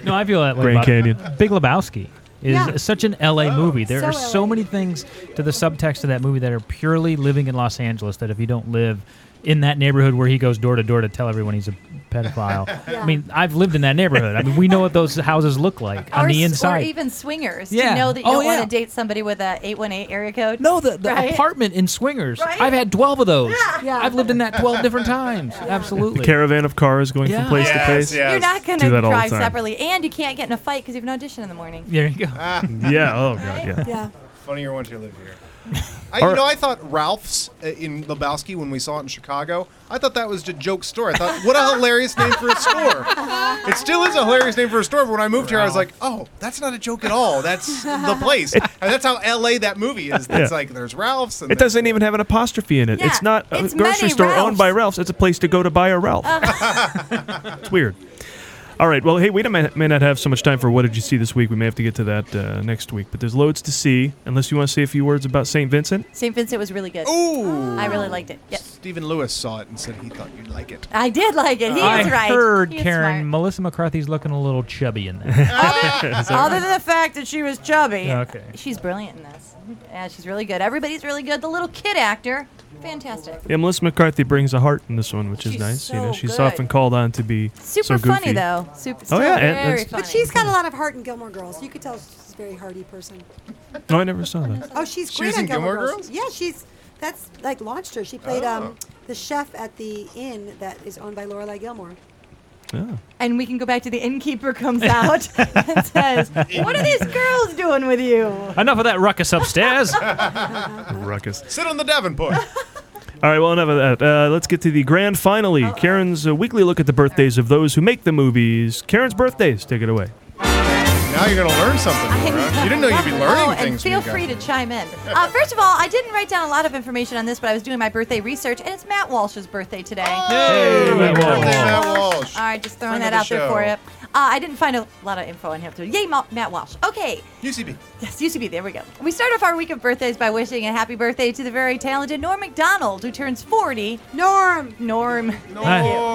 [SPEAKER 2] No, I feel that way.
[SPEAKER 1] Grand
[SPEAKER 2] about
[SPEAKER 1] Canyon.
[SPEAKER 2] Big Lebowski is
[SPEAKER 6] Yeah.
[SPEAKER 2] such an LA
[SPEAKER 7] Oh,
[SPEAKER 2] movie. There
[SPEAKER 6] So
[SPEAKER 2] are so
[SPEAKER 6] LA.
[SPEAKER 2] many things to the subtext of that movie that are purely living in Los Angeles that if you don't live in that neighborhood where he goes door to door to tell everyone he's a pedophile. I mean, I've lived in that neighborhood. I mean, we know what those houses look like on
[SPEAKER 7] or,
[SPEAKER 2] the
[SPEAKER 7] s-
[SPEAKER 2] inside.
[SPEAKER 7] Or even swingers.
[SPEAKER 2] Yeah.
[SPEAKER 7] To know that you
[SPEAKER 2] Oh,
[SPEAKER 7] don't
[SPEAKER 2] yeah.
[SPEAKER 7] want to date somebody with a 818 area code.
[SPEAKER 2] no, the, the
[SPEAKER 7] Right?
[SPEAKER 2] apartment in Swingers.
[SPEAKER 7] Right?
[SPEAKER 2] I've had 12 of those.
[SPEAKER 6] Yeah.
[SPEAKER 2] I've lived in that 12 different times. Absolutely.
[SPEAKER 1] the caravan of cars going
[SPEAKER 2] Yeah.
[SPEAKER 1] from place
[SPEAKER 3] Yes,
[SPEAKER 1] to place.
[SPEAKER 3] yes.
[SPEAKER 7] You're not going
[SPEAKER 1] Do
[SPEAKER 7] to
[SPEAKER 1] that all the
[SPEAKER 7] drive
[SPEAKER 1] time.
[SPEAKER 7] separately, and you can't get in a fight because you have an audition in the morning.
[SPEAKER 2] there you go.
[SPEAKER 1] Yeah. Oh god. Yeah.
[SPEAKER 6] yeah,
[SPEAKER 3] Funnier once you live here. I,
[SPEAKER 1] Or-
[SPEAKER 3] you know, I thought Ralph's uh, in Lebowski when we saw it in Chicago. I thought that was a joke store. I thought, what a hilarious name for a store! It still is a hilarious name for a store. But when I moved here, I was like, oh, that's not a joke at all. That's the place, and that's how L.A. that movie is. It's
[SPEAKER 1] Yeah.
[SPEAKER 3] like there's Ralph's. And
[SPEAKER 1] It
[SPEAKER 3] there's-
[SPEAKER 1] doesn't even have an apostrophe in it.
[SPEAKER 7] Yeah,
[SPEAKER 1] it's not a
[SPEAKER 7] it's
[SPEAKER 1] grocery
[SPEAKER 7] many
[SPEAKER 1] store
[SPEAKER 7] Ralphs. Uh-huh.
[SPEAKER 1] owned by Ralph's. It's a place to go to buy a Ralph. it's weird. All right. Well, hey, we don't- may not have so much time for what did you see this week. We may have to get to that uh, next week. But there's loads to see. Unless you want to say a few words about St. Vincent.
[SPEAKER 7] St. Vincent was really good.
[SPEAKER 3] Ooh.
[SPEAKER 7] I really liked it. Yes.
[SPEAKER 3] Stephen Lewis saw it and said he thought you'd like it.
[SPEAKER 7] I did like it. He
[SPEAKER 2] I
[SPEAKER 7] was right.
[SPEAKER 2] heard,
[SPEAKER 7] He was
[SPEAKER 2] Karen,
[SPEAKER 7] smart.
[SPEAKER 2] Melissa McCarthy's looking a little chubby in there.
[SPEAKER 7] Other than the fact that she was chubby,
[SPEAKER 2] Okay.
[SPEAKER 7] she's brilliant in this. Yeah, she's really good. Everybody's really good. The little kid actor, fantastic.
[SPEAKER 1] Yeah, Melissa McCarthy brings a heart in this one, which is
[SPEAKER 7] She's
[SPEAKER 1] nice. you know,
[SPEAKER 7] so
[SPEAKER 1] she's
[SPEAKER 7] good.
[SPEAKER 1] often called on to be
[SPEAKER 7] Super
[SPEAKER 1] so goofy.
[SPEAKER 7] funny though. Super.
[SPEAKER 1] Oh,
[SPEAKER 7] Oh
[SPEAKER 1] yeah,
[SPEAKER 7] yeah,
[SPEAKER 1] and-
[SPEAKER 7] very
[SPEAKER 1] and-
[SPEAKER 7] funny.
[SPEAKER 6] but she's got a lot of heart in Gilmore Girls. You could tell she's a very hardy person.
[SPEAKER 1] No, I never saw that.
[SPEAKER 6] Oh, she's
[SPEAKER 3] She
[SPEAKER 6] great
[SPEAKER 3] was
[SPEAKER 6] on
[SPEAKER 3] in
[SPEAKER 6] Gilmore,
[SPEAKER 3] Gilmore
[SPEAKER 6] Girls. Yeah, she's that's like launched her. She played um, the chef at the inn that is owned by Lorelai Gilmore.
[SPEAKER 1] Yeah.
[SPEAKER 7] and we can go back to the innkeeper comes out and says, "What are these girls doing with you?"
[SPEAKER 2] Enough of that ruckus upstairs.
[SPEAKER 1] Ruckus.
[SPEAKER 3] Sit on the Davenport.
[SPEAKER 1] All right, well, enough of that. Uh, let's get to the grand
[SPEAKER 7] Oh,
[SPEAKER 1] finale. Karen's uh, weekly look at the birthdays of those who make the movies. Karen's birthdays. Take it away.
[SPEAKER 3] Now Now you're going to learn something. More, huh? You didn't know you'd be learning
[SPEAKER 7] oh, and
[SPEAKER 3] things.
[SPEAKER 7] feel
[SPEAKER 3] Mika.
[SPEAKER 7] free to chime in. Uh, first of all, I didn't write down a lot of information on this, but I was doing my birthday research, and it's Matt Walsh's birthday today.
[SPEAKER 3] Hey, Matt Happy Walsh. Oh! birthday, Matt Walsh.
[SPEAKER 7] All right, just throwing
[SPEAKER 3] Friend
[SPEAKER 7] that
[SPEAKER 3] of
[SPEAKER 7] out
[SPEAKER 3] the
[SPEAKER 7] there for
[SPEAKER 3] show.
[SPEAKER 7] you. Uh, I didn't find a lot of info on him today. Yay, Ma- Matt Walsh. Okay.
[SPEAKER 3] UCB.
[SPEAKER 7] Yes, UCB. There we go. We start off our week of birthdays by wishing a happy birthday to the very talented Norm McDonald, who turns 40.
[SPEAKER 6] Norm.
[SPEAKER 7] Norm.
[SPEAKER 15] Uh,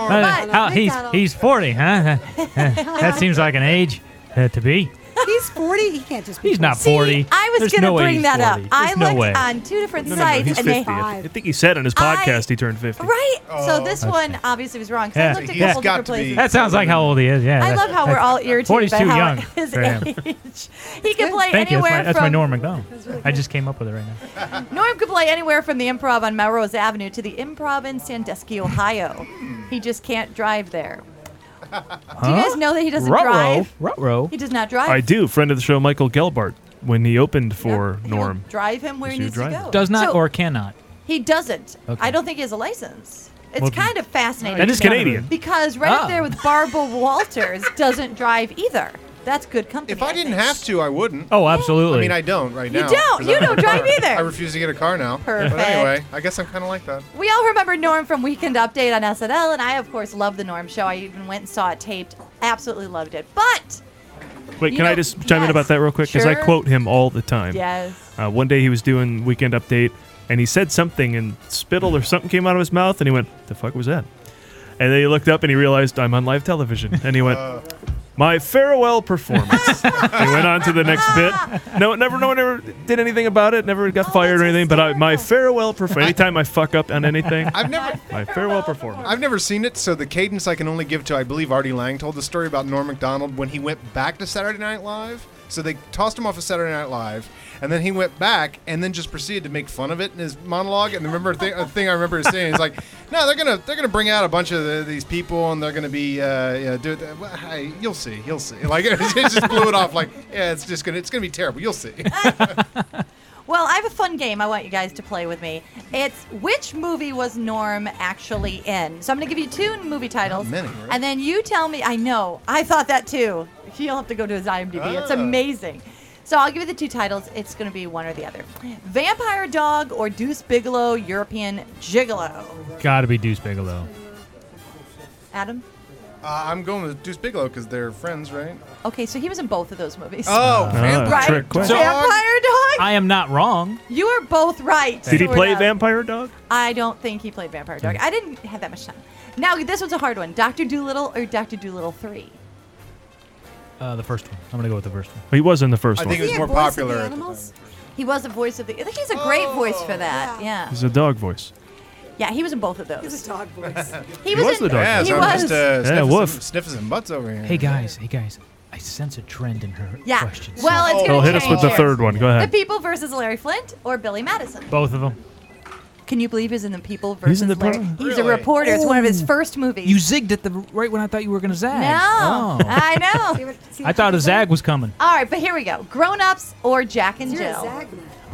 [SPEAKER 7] But-
[SPEAKER 15] how- he's he's forty, huh? that seems like an age uh, to be.
[SPEAKER 6] He's 40. He can't just be
[SPEAKER 15] He's not
[SPEAKER 6] See,
[SPEAKER 15] forty.
[SPEAKER 7] I was
[SPEAKER 15] There's
[SPEAKER 7] going to
[SPEAKER 15] no way
[SPEAKER 7] bring
[SPEAKER 15] he's
[SPEAKER 7] that up.
[SPEAKER 15] 40.
[SPEAKER 7] I
[SPEAKER 15] There's no
[SPEAKER 7] looked
[SPEAKER 15] way.
[SPEAKER 7] on two different
[SPEAKER 1] No, no, no,
[SPEAKER 7] sites,
[SPEAKER 1] he's
[SPEAKER 7] and they
[SPEAKER 1] 50. I th- I think he said on his podcast he turned 50.
[SPEAKER 7] Right. So this
[SPEAKER 1] Okay.
[SPEAKER 7] one obviously was wrong. 'cause I looked at a couple different places.
[SPEAKER 15] That sounds like how old he is. Yeah.
[SPEAKER 7] I love how we're all irritated
[SPEAKER 15] 40's
[SPEAKER 7] by
[SPEAKER 15] too
[SPEAKER 7] how
[SPEAKER 15] young
[SPEAKER 7] his
[SPEAKER 15] for him.
[SPEAKER 7] age. He can play
[SPEAKER 15] Thank you. That's
[SPEAKER 7] anywhere
[SPEAKER 15] my, that's my
[SPEAKER 7] from
[SPEAKER 15] Norm Macdonald. I just came up with it right now.
[SPEAKER 7] Norm could play anywhere from the Improv on Melrose Avenue to the Improv in Sandusky, Ohio. he just can't drive there. Do you guys know that he doesn't drive?
[SPEAKER 1] Ruh-roh.
[SPEAKER 7] He does not drive.
[SPEAKER 1] I do. Friend of the show, Michael Gelbart, when he opened for Norm.
[SPEAKER 7] Drive him where he
[SPEAKER 1] Should
[SPEAKER 7] needs
[SPEAKER 1] drive
[SPEAKER 7] to
[SPEAKER 1] him.
[SPEAKER 7] go.
[SPEAKER 15] Does not
[SPEAKER 7] So,
[SPEAKER 15] or cannot.
[SPEAKER 7] He doesn't.
[SPEAKER 15] Okay.
[SPEAKER 7] I don't think he has a license. It's
[SPEAKER 15] Well,
[SPEAKER 7] kind of fascinating.
[SPEAKER 15] And he's
[SPEAKER 7] to me.
[SPEAKER 15] Canadian.
[SPEAKER 7] Because right
[SPEAKER 3] Oh.
[SPEAKER 7] up there with Barbara Walters doesn't drive either. That's good company.
[SPEAKER 3] If I didn't have to, I wouldn't.
[SPEAKER 15] Oh, absolutely.
[SPEAKER 3] I mean, I don't right
[SPEAKER 7] You
[SPEAKER 3] now.
[SPEAKER 7] don't.
[SPEAKER 3] 'cause
[SPEAKER 7] You
[SPEAKER 3] I
[SPEAKER 7] don't
[SPEAKER 3] a
[SPEAKER 7] drive
[SPEAKER 3] car.
[SPEAKER 7] either.
[SPEAKER 3] I refuse to get a car now.
[SPEAKER 7] Perfect.
[SPEAKER 3] But anyway, I guess I'm kind of like that.
[SPEAKER 7] We all remember Norm from Weekend Update on SNL, and I, of course, love the Norm show. I even went and saw it taped. Absolutely loved it. But
[SPEAKER 1] Wait,
[SPEAKER 7] You
[SPEAKER 1] can I
[SPEAKER 7] know-
[SPEAKER 1] just chime in about that real quick? Because I
[SPEAKER 7] Sure.
[SPEAKER 1] quote him all the time.
[SPEAKER 7] Yes.
[SPEAKER 1] Uh, one day he was doing Weekend Update, and he said something, and spittle or something came out of his mouth, and he went, "The fuck was that?" And then he looked up and he realized I'm on live television, and he went, "My farewell performance." he went on to the next bit. No, never, no one ever did anything about it. Never
[SPEAKER 15] Oh,
[SPEAKER 1] got fired or anything. But I, my farewell performance. Anytime I fuck up on anything,
[SPEAKER 3] I've never-
[SPEAKER 1] my farewell performance.
[SPEAKER 3] I've never seen it, so the cadence I can only give to, I believe, Artie Lang told the story about Norm MacDonald when he went back to Saturday Night Live. So they tossed him off of Saturday Night Live, and then he went back and then just proceeded to make fun of it in his monologue. And remember, th- a thing I remember saying is like, "No, they're gonna they're gonna bring out a bunch of the, these people, and they're gonna be uh, yeah, do it. Well, hey, you'll see, you'll see." Like it just blew it off. Like, yeah, it's just gonna it's gonna be terrible. You'll see.
[SPEAKER 7] Well, I have a fun game I want you guys to play with me. It's which movie was Norm actually in? So I'm going to give you two movie titles.
[SPEAKER 20] many, right?
[SPEAKER 7] And then you tell me. I know. I thought that too. You'll have to go to his IMDb. It's
[SPEAKER 20] Ah.
[SPEAKER 7] amazing. So I'll give you the two titles. It's going to be one or the other Vampire Dog or Deuce Bigelow European Gigolo.
[SPEAKER 15] Gotta be Deuce Bigelow.
[SPEAKER 7] Adam?
[SPEAKER 3] Uh, I'm going with Deuce Bigelow because they're friends, right?
[SPEAKER 7] Okay, so he was in both of those movies.
[SPEAKER 3] Oh,
[SPEAKER 1] Ah,
[SPEAKER 7] right?
[SPEAKER 1] trick question.
[SPEAKER 7] Vampire Dog?
[SPEAKER 15] I am not wrong.
[SPEAKER 7] You are both right.
[SPEAKER 1] Did he
[SPEAKER 7] Stuart
[SPEAKER 1] play
[SPEAKER 7] Adam.
[SPEAKER 1] Vampire Dog?
[SPEAKER 7] I don't think he played Vampire Dog.
[SPEAKER 1] Hmm.
[SPEAKER 7] I didn't have that much time. Now, this one's a hard one Dr. Doolittle or Dr. Doolittle 3?
[SPEAKER 15] Uh, the first one. I'm gonna go with the first one.
[SPEAKER 1] He was in the first
[SPEAKER 3] I
[SPEAKER 1] one.
[SPEAKER 3] think it was more popular.
[SPEAKER 7] He was the voice of the. I think he's a great voice for that. Oh, Yeah.
[SPEAKER 1] He's a dog voice.
[SPEAKER 7] Yeah, he was in both of those. He was
[SPEAKER 6] a dog voice.
[SPEAKER 7] he was, in,
[SPEAKER 1] the dog
[SPEAKER 3] Yeah,
[SPEAKER 1] voice.
[SPEAKER 7] he
[SPEAKER 3] so I'm
[SPEAKER 7] was.
[SPEAKER 3] just uh,
[SPEAKER 1] Yeah,
[SPEAKER 3] sniffing,
[SPEAKER 1] woof.
[SPEAKER 3] some, sniffing some butts over here.
[SPEAKER 15] Hey guys, hey guys. I sense a trend in her
[SPEAKER 7] Yeah.
[SPEAKER 15] questions.
[SPEAKER 7] Well, it's
[SPEAKER 1] Oh,
[SPEAKER 7] gonna
[SPEAKER 1] hit us with the
[SPEAKER 7] change.
[SPEAKER 1] third one. Go
[SPEAKER 7] The
[SPEAKER 1] ahead.
[SPEAKER 7] People versus Larry Flint or Billy Madison.
[SPEAKER 15] Both of them.
[SPEAKER 7] Can you believe he's in The People versus
[SPEAKER 15] He's in The
[SPEAKER 7] Larry?
[SPEAKER 15] People?
[SPEAKER 7] He's a reporter. It's one of his
[SPEAKER 15] Ooh.
[SPEAKER 7] first movies.
[SPEAKER 15] You zigged at the right when I thought you were gonna zag. Oh.
[SPEAKER 7] no,
[SPEAKER 1] Oh.
[SPEAKER 7] I know.
[SPEAKER 15] I thought a zag was coming.
[SPEAKER 7] All right, but here we go. Grown ups or Jack and
[SPEAKER 6] You're a
[SPEAKER 7] Jill.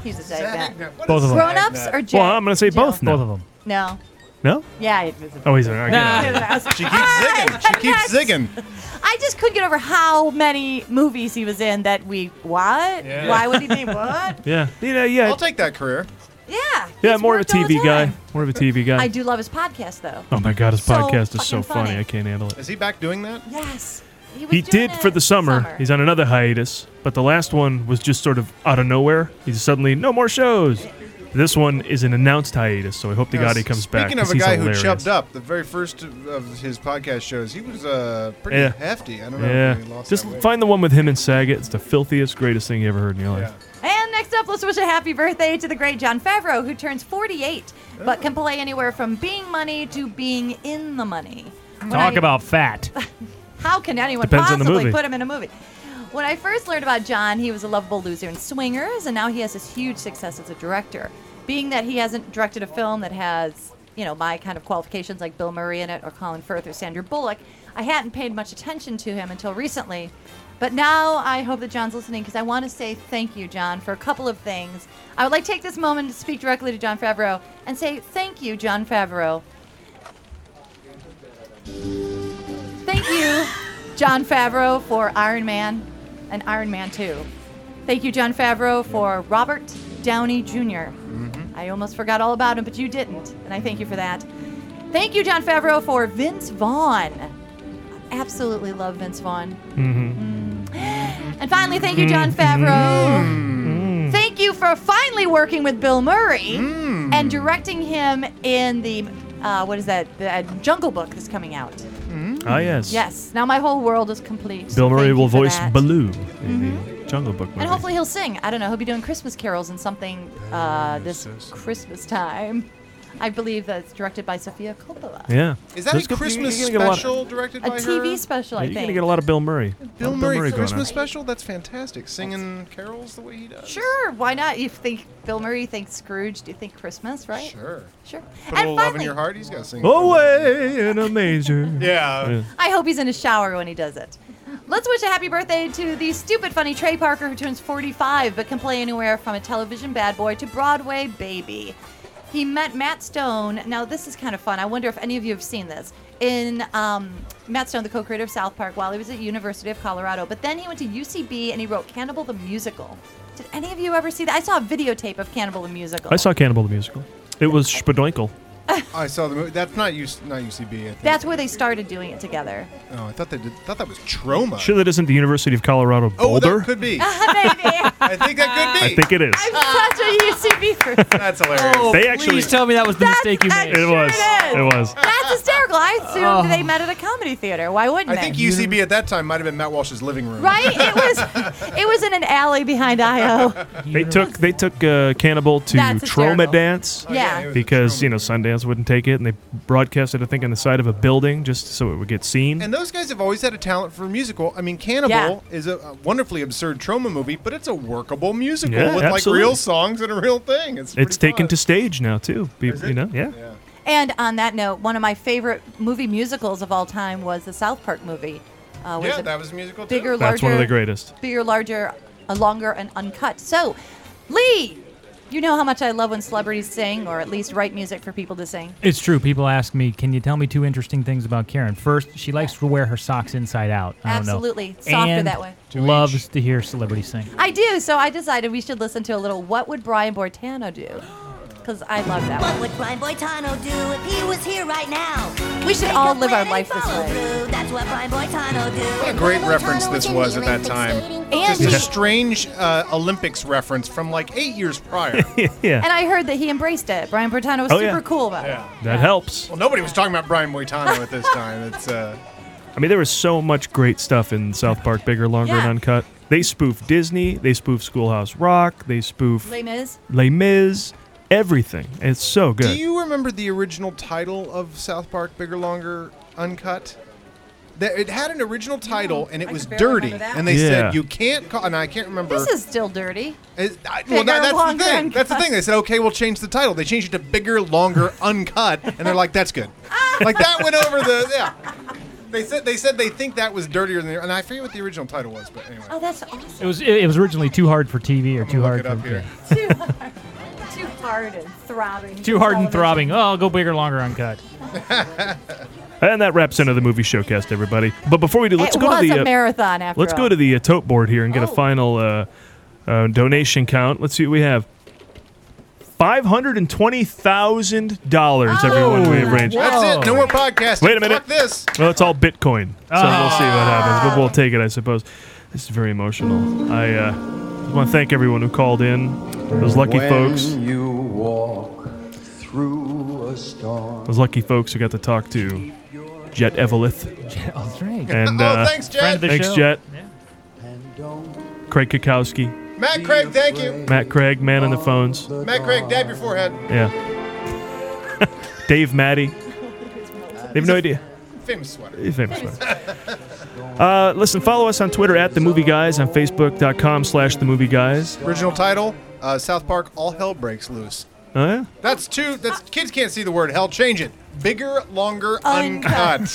[SPEAKER 7] He's a Zag. nut.
[SPEAKER 15] Both of them.
[SPEAKER 7] Grown ups or Jack?
[SPEAKER 1] Well, I'm gonna say both. Now.
[SPEAKER 15] Both of them.
[SPEAKER 7] no.
[SPEAKER 1] No.
[SPEAKER 7] Yeah, it was a
[SPEAKER 1] Oh, he's there. I get it.
[SPEAKER 3] She keeps zigging. She keeps zigging.
[SPEAKER 7] I just couldn't get over how many movies he was in that we what?
[SPEAKER 3] Yeah.
[SPEAKER 7] Why would he be what?
[SPEAKER 1] Yeah. Yeah. Yeah.
[SPEAKER 3] I'll take that career.
[SPEAKER 7] Yeah.
[SPEAKER 1] yeah.
[SPEAKER 7] he's
[SPEAKER 1] More of a
[SPEAKER 7] worked all the
[SPEAKER 1] TV guy.
[SPEAKER 7] time.
[SPEAKER 1] More of a TV guy.
[SPEAKER 7] I do love his podcast though.
[SPEAKER 1] Oh my god, his
[SPEAKER 7] So
[SPEAKER 1] podcast is so
[SPEAKER 7] fucking
[SPEAKER 1] funny.
[SPEAKER 7] funny.
[SPEAKER 1] I can't handle it.
[SPEAKER 3] Is he back doing that?
[SPEAKER 7] Yes. He, was
[SPEAKER 1] He
[SPEAKER 7] doing
[SPEAKER 1] did
[SPEAKER 7] it
[SPEAKER 1] for the summer.
[SPEAKER 7] summer.
[SPEAKER 1] He's on another hiatus, but the last one was just sort of out of nowhere. He's suddenly no more shows. This one is an announced hiatus, so I hope to God he comes back.
[SPEAKER 3] Speaking
[SPEAKER 1] 'cause
[SPEAKER 3] of a
[SPEAKER 1] he's
[SPEAKER 3] guy
[SPEAKER 1] hilarious.
[SPEAKER 3] who chubbed up, the very first of- of his podcast shows, he was uh, pretty
[SPEAKER 1] yeah.
[SPEAKER 3] hefty. I don't know.
[SPEAKER 1] Yeah.
[SPEAKER 3] if he lost
[SPEAKER 1] Just
[SPEAKER 3] that weight.
[SPEAKER 1] find the one with him and Saget. It's the filthiest, greatest thing you ever heard in your life.
[SPEAKER 7] And next up, let's wish a happy birthday to the great John Favreau, who turns 48, but can play anywhere from being money to being in the money. When
[SPEAKER 15] Talk
[SPEAKER 7] I-
[SPEAKER 15] about fat.
[SPEAKER 7] How can anyone
[SPEAKER 15] Depends on the
[SPEAKER 7] possibly
[SPEAKER 15] movie.
[SPEAKER 7] put him in a movie? When I first learned about John, he was a lovable loser in Swingers, and now he has this huge success as a director. Being that he hasn't directed a film that has, you know, my kind of qualifications like Bill Murray in it or Colin Firth or Sandra Bullock, I hadn't paid much attention to him until recently. But now I hope that John's listening because I want to say thank you, John, for a couple of things. I would like to take this moment to speak directly to John Favreau and say thank you, John Favreau, Thank you, John Favreau, for Iron Man. and Iron Man 2. Thank you, John Favreau, for Robert Downey junior I almost forgot all about him, but you didn't, and I thank you for that. Thank you, John Favreau, for Vince Vaughn. I absolutely love Vince Vaughn. Mm.
[SPEAKER 1] Mm-hmm.
[SPEAKER 7] And finally, thank you, John Favreau. Thank you for finally working with Bill Murray and directing him in the uh, what is that? The uh, Jungle Book that's coming out.
[SPEAKER 1] Ah, yes.
[SPEAKER 7] Yes. Now my whole world is complete.
[SPEAKER 1] Bill Murray
[SPEAKER 7] Thank
[SPEAKER 1] will
[SPEAKER 7] you for
[SPEAKER 1] voice
[SPEAKER 7] that. Mm-hmm.
[SPEAKER 1] Baloo in the Jungle Book movie.
[SPEAKER 7] And hopefully he'll sing. I don't know. He'll be doing Christmas carols and something uh, this Christmas time. I believe that's directed by Sofia Coppola.
[SPEAKER 1] yeah.
[SPEAKER 3] Is that
[SPEAKER 1] There's gonna-
[SPEAKER 3] a
[SPEAKER 1] you're
[SPEAKER 3] Christmas
[SPEAKER 1] gonna get a lot of-
[SPEAKER 3] special directed
[SPEAKER 7] A
[SPEAKER 3] by
[SPEAKER 7] TV
[SPEAKER 3] her?
[SPEAKER 7] special,
[SPEAKER 1] yeah,
[SPEAKER 7] I
[SPEAKER 1] you're going
[SPEAKER 7] think.
[SPEAKER 1] to get a lot of Bill Murray.
[SPEAKER 3] Bill
[SPEAKER 1] Bill
[SPEAKER 3] Murray,
[SPEAKER 1] going on.
[SPEAKER 3] Christmas special? That's fantastic. Singing carols the way he does.
[SPEAKER 7] Sure, why not? You think Bill Murray, you think Scrooge, do you think Christmas, right?
[SPEAKER 3] Sure.
[SPEAKER 7] Sure.
[SPEAKER 3] Put a
[SPEAKER 7] and
[SPEAKER 3] little love in
[SPEAKER 7] finally,
[SPEAKER 3] your heart. He's got to sing.
[SPEAKER 1] Oh, Away in a major.
[SPEAKER 3] Yeah.
[SPEAKER 7] I hope he's in a shower when he does it. Let's wish a happy birthday to the stupid funny Trey Parker who turns 45 but can play anywhere from a television bad boy to Broadway baby. He met Matt Stone. Now this is kind of fun. I wonder if any of you have seen this. In um, Matt Stone, the co-creator of South Park, while he was at University of Colorado, but then he went to UCB and he wrote Cannibal the Musical. Did any of you ever see that? I saw a videotape of Cannibal the Musical.
[SPEAKER 1] I saw Cannibal the Musical. It was Spadoinkle.
[SPEAKER 3] I saw the movie. That's not UC, not UCB. I think.
[SPEAKER 7] That's where they started doing it together.
[SPEAKER 3] Oh, I thought they did, thought that was Troma.
[SPEAKER 1] Sure, that isn't the University of Colorado
[SPEAKER 3] oh,
[SPEAKER 1] Boulder.
[SPEAKER 3] that could be.
[SPEAKER 7] I
[SPEAKER 3] think that could
[SPEAKER 1] I
[SPEAKER 3] be.
[SPEAKER 1] think it is.
[SPEAKER 7] I'm such a UCB person.
[SPEAKER 3] That's hilarious.
[SPEAKER 7] Oh,
[SPEAKER 1] they actually
[SPEAKER 15] please tell me that was the mistake you made.
[SPEAKER 1] It was. It was.
[SPEAKER 7] That's hysterical. I assumed
[SPEAKER 3] Oh.
[SPEAKER 7] they met at a comedy theater. Why wouldn't
[SPEAKER 3] I
[SPEAKER 7] they?
[SPEAKER 3] think UCB at that time might have been Matt Walsh's living room.
[SPEAKER 7] Right? It was. it was in an alley behind IO.
[SPEAKER 1] They took they took uh, Cannibal to
[SPEAKER 7] That's hysterical.
[SPEAKER 1] Troma Dance.
[SPEAKER 7] Oh, yeah, it was a
[SPEAKER 1] Because you know Sundance wouldn't take it, and they broadcasted I think on the side of a building just so it would get seen.
[SPEAKER 3] And those guys have always had a talent for musical. I mean, Cannibal is a, a wonderfully absurd trauma movie, but it's a workable musical
[SPEAKER 1] Yeah,
[SPEAKER 3] with
[SPEAKER 1] absolutely.
[SPEAKER 3] like real songs and a real thing. It's
[SPEAKER 1] It's taken to stage now too. Be- you know, yeah.
[SPEAKER 7] And on that note, one of my favorite movie musicals of all time was the South Park movie. Uh,
[SPEAKER 3] Yeah,
[SPEAKER 7] it
[SPEAKER 3] that was a musical too.
[SPEAKER 7] Bigger, larger.
[SPEAKER 1] That's one of the greatest.
[SPEAKER 7] Bigger, larger, uh, longer, and uncut. So, Lee, you know how much I love when celebrities sing, or at least write music for people to sing.
[SPEAKER 15] It's true. People ask me, "Can you tell me two interesting things about Karen?" First, she likes to wear her socks inside out. I don't know.
[SPEAKER 7] Absolutely. Softer
[SPEAKER 15] And
[SPEAKER 7] that way.
[SPEAKER 15] Loves to hear celebrities sing.
[SPEAKER 7] I do. So I decided we should listen to a little "What Would Brian Bortano Do?" because I love that
[SPEAKER 10] What
[SPEAKER 7] one.
[SPEAKER 10] would Brian Boitano do if he was here right now?
[SPEAKER 7] We should all live our life this
[SPEAKER 10] Follow
[SPEAKER 7] way.
[SPEAKER 10] through, that's what Brian Boitano do.
[SPEAKER 3] What a great reference this was at that time. Just a strange uh, Olympics reference from like eight years prior.
[SPEAKER 1] yeah.
[SPEAKER 7] And I heard that he embraced it. Brian Bortano was
[SPEAKER 1] Oh,
[SPEAKER 7] super
[SPEAKER 1] yeah.
[SPEAKER 7] cool about
[SPEAKER 1] That helps.
[SPEAKER 3] Well, nobody was talking about Brian Moitano at this time. It's uh,
[SPEAKER 1] I mean, there was so much great stuff in South Park, bigger, longer,
[SPEAKER 7] Yeah.
[SPEAKER 1] and uncut. They spoof Disney. They spoof Schoolhouse Rock. They
[SPEAKER 7] it.
[SPEAKER 1] spoof
[SPEAKER 7] Les Mis.
[SPEAKER 1] Les Mis. Everything. It's so good.
[SPEAKER 3] Do you remember the original title of South Park Bigger Longer Uncut? That it had an original title and it was
[SPEAKER 7] barely remember
[SPEAKER 3] dirty,
[SPEAKER 7] that.
[SPEAKER 3] and they
[SPEAKER 1] Yeah.
[SPEAKER 3] said you can't call. And I can't remember.
[SPEAKER 7] This is still dirty.
[SPEAKER 3] It- I- well,
[SPEAKER 7] Bigger,
[SPEAKER 3] that, that's
[SPEAKER 7] longer,
[SPEAKER 3] the thing.
[SPEAKER 7] uncut.
[SPEAKER 3] That's the thing. They said, okay, we'll change the title. They changed it to Bigger Longer Uncut, and they're like, that's good. like that went over the yeah. They said they said they think that was dirtier than the, and I forget what the original title was, but anyway.
[SPEAKER 7] Oh, that's awesome.
[SPEAKER 15] It was. It, it was originally too hard for TV or too hard
[SPEAKER 3] it up
[SPEAKER 15] for
[SPEAKER 3] here.
[SPEAKER 7] Too hard, too hard and throbbing.
[SPEAKER 15] too hard and
[SPEAKER 7] Television.
[SPEAKER 15] throbbing. Oh, I'll go bigger, longer, uncut.
[SPEAKER 1] And that wraps into the movie showcast, everybody. But before we do, let's
[SPEAKER 7] it
[SPEAKER 1] go
[SPEAKER 7] was
[SPEAKER 1] to the
[SPEAKER 7] a Oh.
[SPEAKER 1] uh,
[SPEAKER 7] marathon after
[SPEAKER 1] let's
[SPEAKER 7] all.
[SPEAKER 1] go to the uh, tote board here and get a final uh, uh, donation count. Let's see what we have. Five hundred and twenty thousand dollars, everyone we
[SPEAKER 7] Oh,
[SPEAKER 1] arranged.
[SPEAKER 3] That's it. No more podcast.
[SPEAKER 1] Wait a minute.
[SPEAKER 3] Fuck this.
[SPEAKER 1] Well, it's all Bitcoin, so we'll see what happens. But we'll take it, I suppose. This is very emotional. I uh, want to thank everyone who called in. Those lucky
[SPEAKER 11] when
[SPEAKER 1] folks.
[SPEAKER 11] You walk through a storm.
[SPEAKER 1] Those lucky folks who got to talk to Jet Evelith.
[SPEAKER 11] Jet- oh, that's right.
[SPEAKER 1] And,
[SPEAKER 11] Oh,
[SPEAKER 1] uh,
[SPEAKER 11] thanks, Jet. Friend of the
[SPEAKER 1] thanks,
[SPEAKER 11] show.
[SPEAKER 1] Jet. Craig Kukowski.
[SPEAKER 3] Matt Craig, thank you.
[SPEAKER 1] Matt Craig, man on the phones.
[SPEAKER 3] Matt Craig, dab your forehead.
[SPEAKER 1] Yeah. Dave Matty. They have no idea.
[SPEAKER 3] Famous sweater.
[SPEAKER 1] He's famous sweater. Uh, listen, follow us on Twitter at The Movie Guys, on Facebook.com slash The Movie Guys.
[SPEAKER 3] Original title: uh, South Park. All hell breaks loose.
[SPEAKER 1] Oh, yeah?
[SPEAKER 3] That's two. That's kids can't see the word hell. Change it. Bigger, longer, uncut.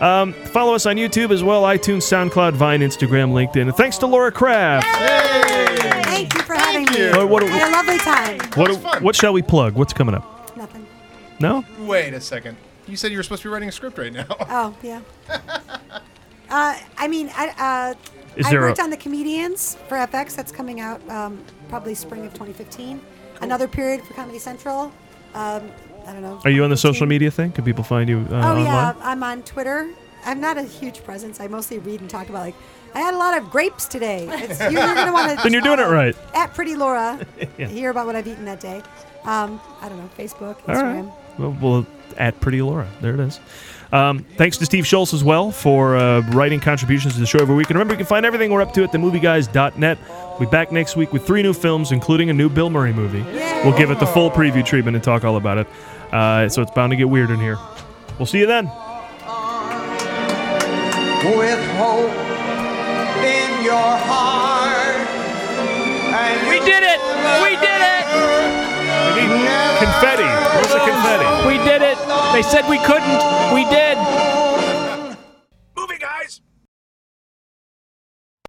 [SPEAKER 1] Um, follow us on YouTube as well, iTunes, SoundCloud, Vine, Instagram, LinkedIn. And thanks to Laura Kraft.
[SPEAKER 6] Thank you for having me.
[SPEAKER 1] you. Well, what a-
[SPEAKER 6] Had a lovely time.
[SPEAKER 1] What, what shall we plug? What's coming up?
[SPEAKER 6] Nothing.
[SPEAKER 1] No?
[SPEAKER 3] Wait a second. You said you were supposed to be writing a script right now.
[SPEAKER 6] Oh yeah. Oh, Uh, I mean, I, uh,
[SPEAKER 1] Is
[SPEAKER 6] I
[SPEAKER 1] there
[SPEAKER 6] worked
[SPEAKER 1] a-
[SPEAKER 6] on the comedians for FX. That's coming out um, probably spring of 2015. Another period for Comedy Central. Um, I don't know.
[SPEAKER 1] Are you on the social media thing? Can people find you uh,
[SPEAKER 6] oh
[SPEAKER 1] online?
[SPEAKER 6] yeah, I'm on Twitter. I'm not a huge presence. I mostly read and talk about like I had a lot of grapes today. It's, you're gonna want to.
[SPEAKER 1] Then you're doing it right.
[SPEAKER 6] At Pretty Laura,
[SPEAKER 1] Yeah.
[SPEAKER 6] hear about what I've eaten that day. Um, I don't know, Facebook,
[SPEAKER 1] All
[SPEAKER 6] Instagram.
[SPEAKER 1] right. Well, well, at Pretty Laura. There it is. Um, thanks to Steve Schultz as well for uh, writing contributions to the show every week. And remember, you can find everything we're up to at themovieguys.net. We'll be back next week with three new films, including a new Bill Murray movie. We'll give it the full preview treatment and talk all about it. Uh, so it's bound to get weird in here. We'll see you then.
[SPEAKER 20] with hope in your heart. we did it! We did it!
[SPEAKER 1] confetti. Where's the confetti?
[SPEAKER 15] We did it. They said we couldn't. We did.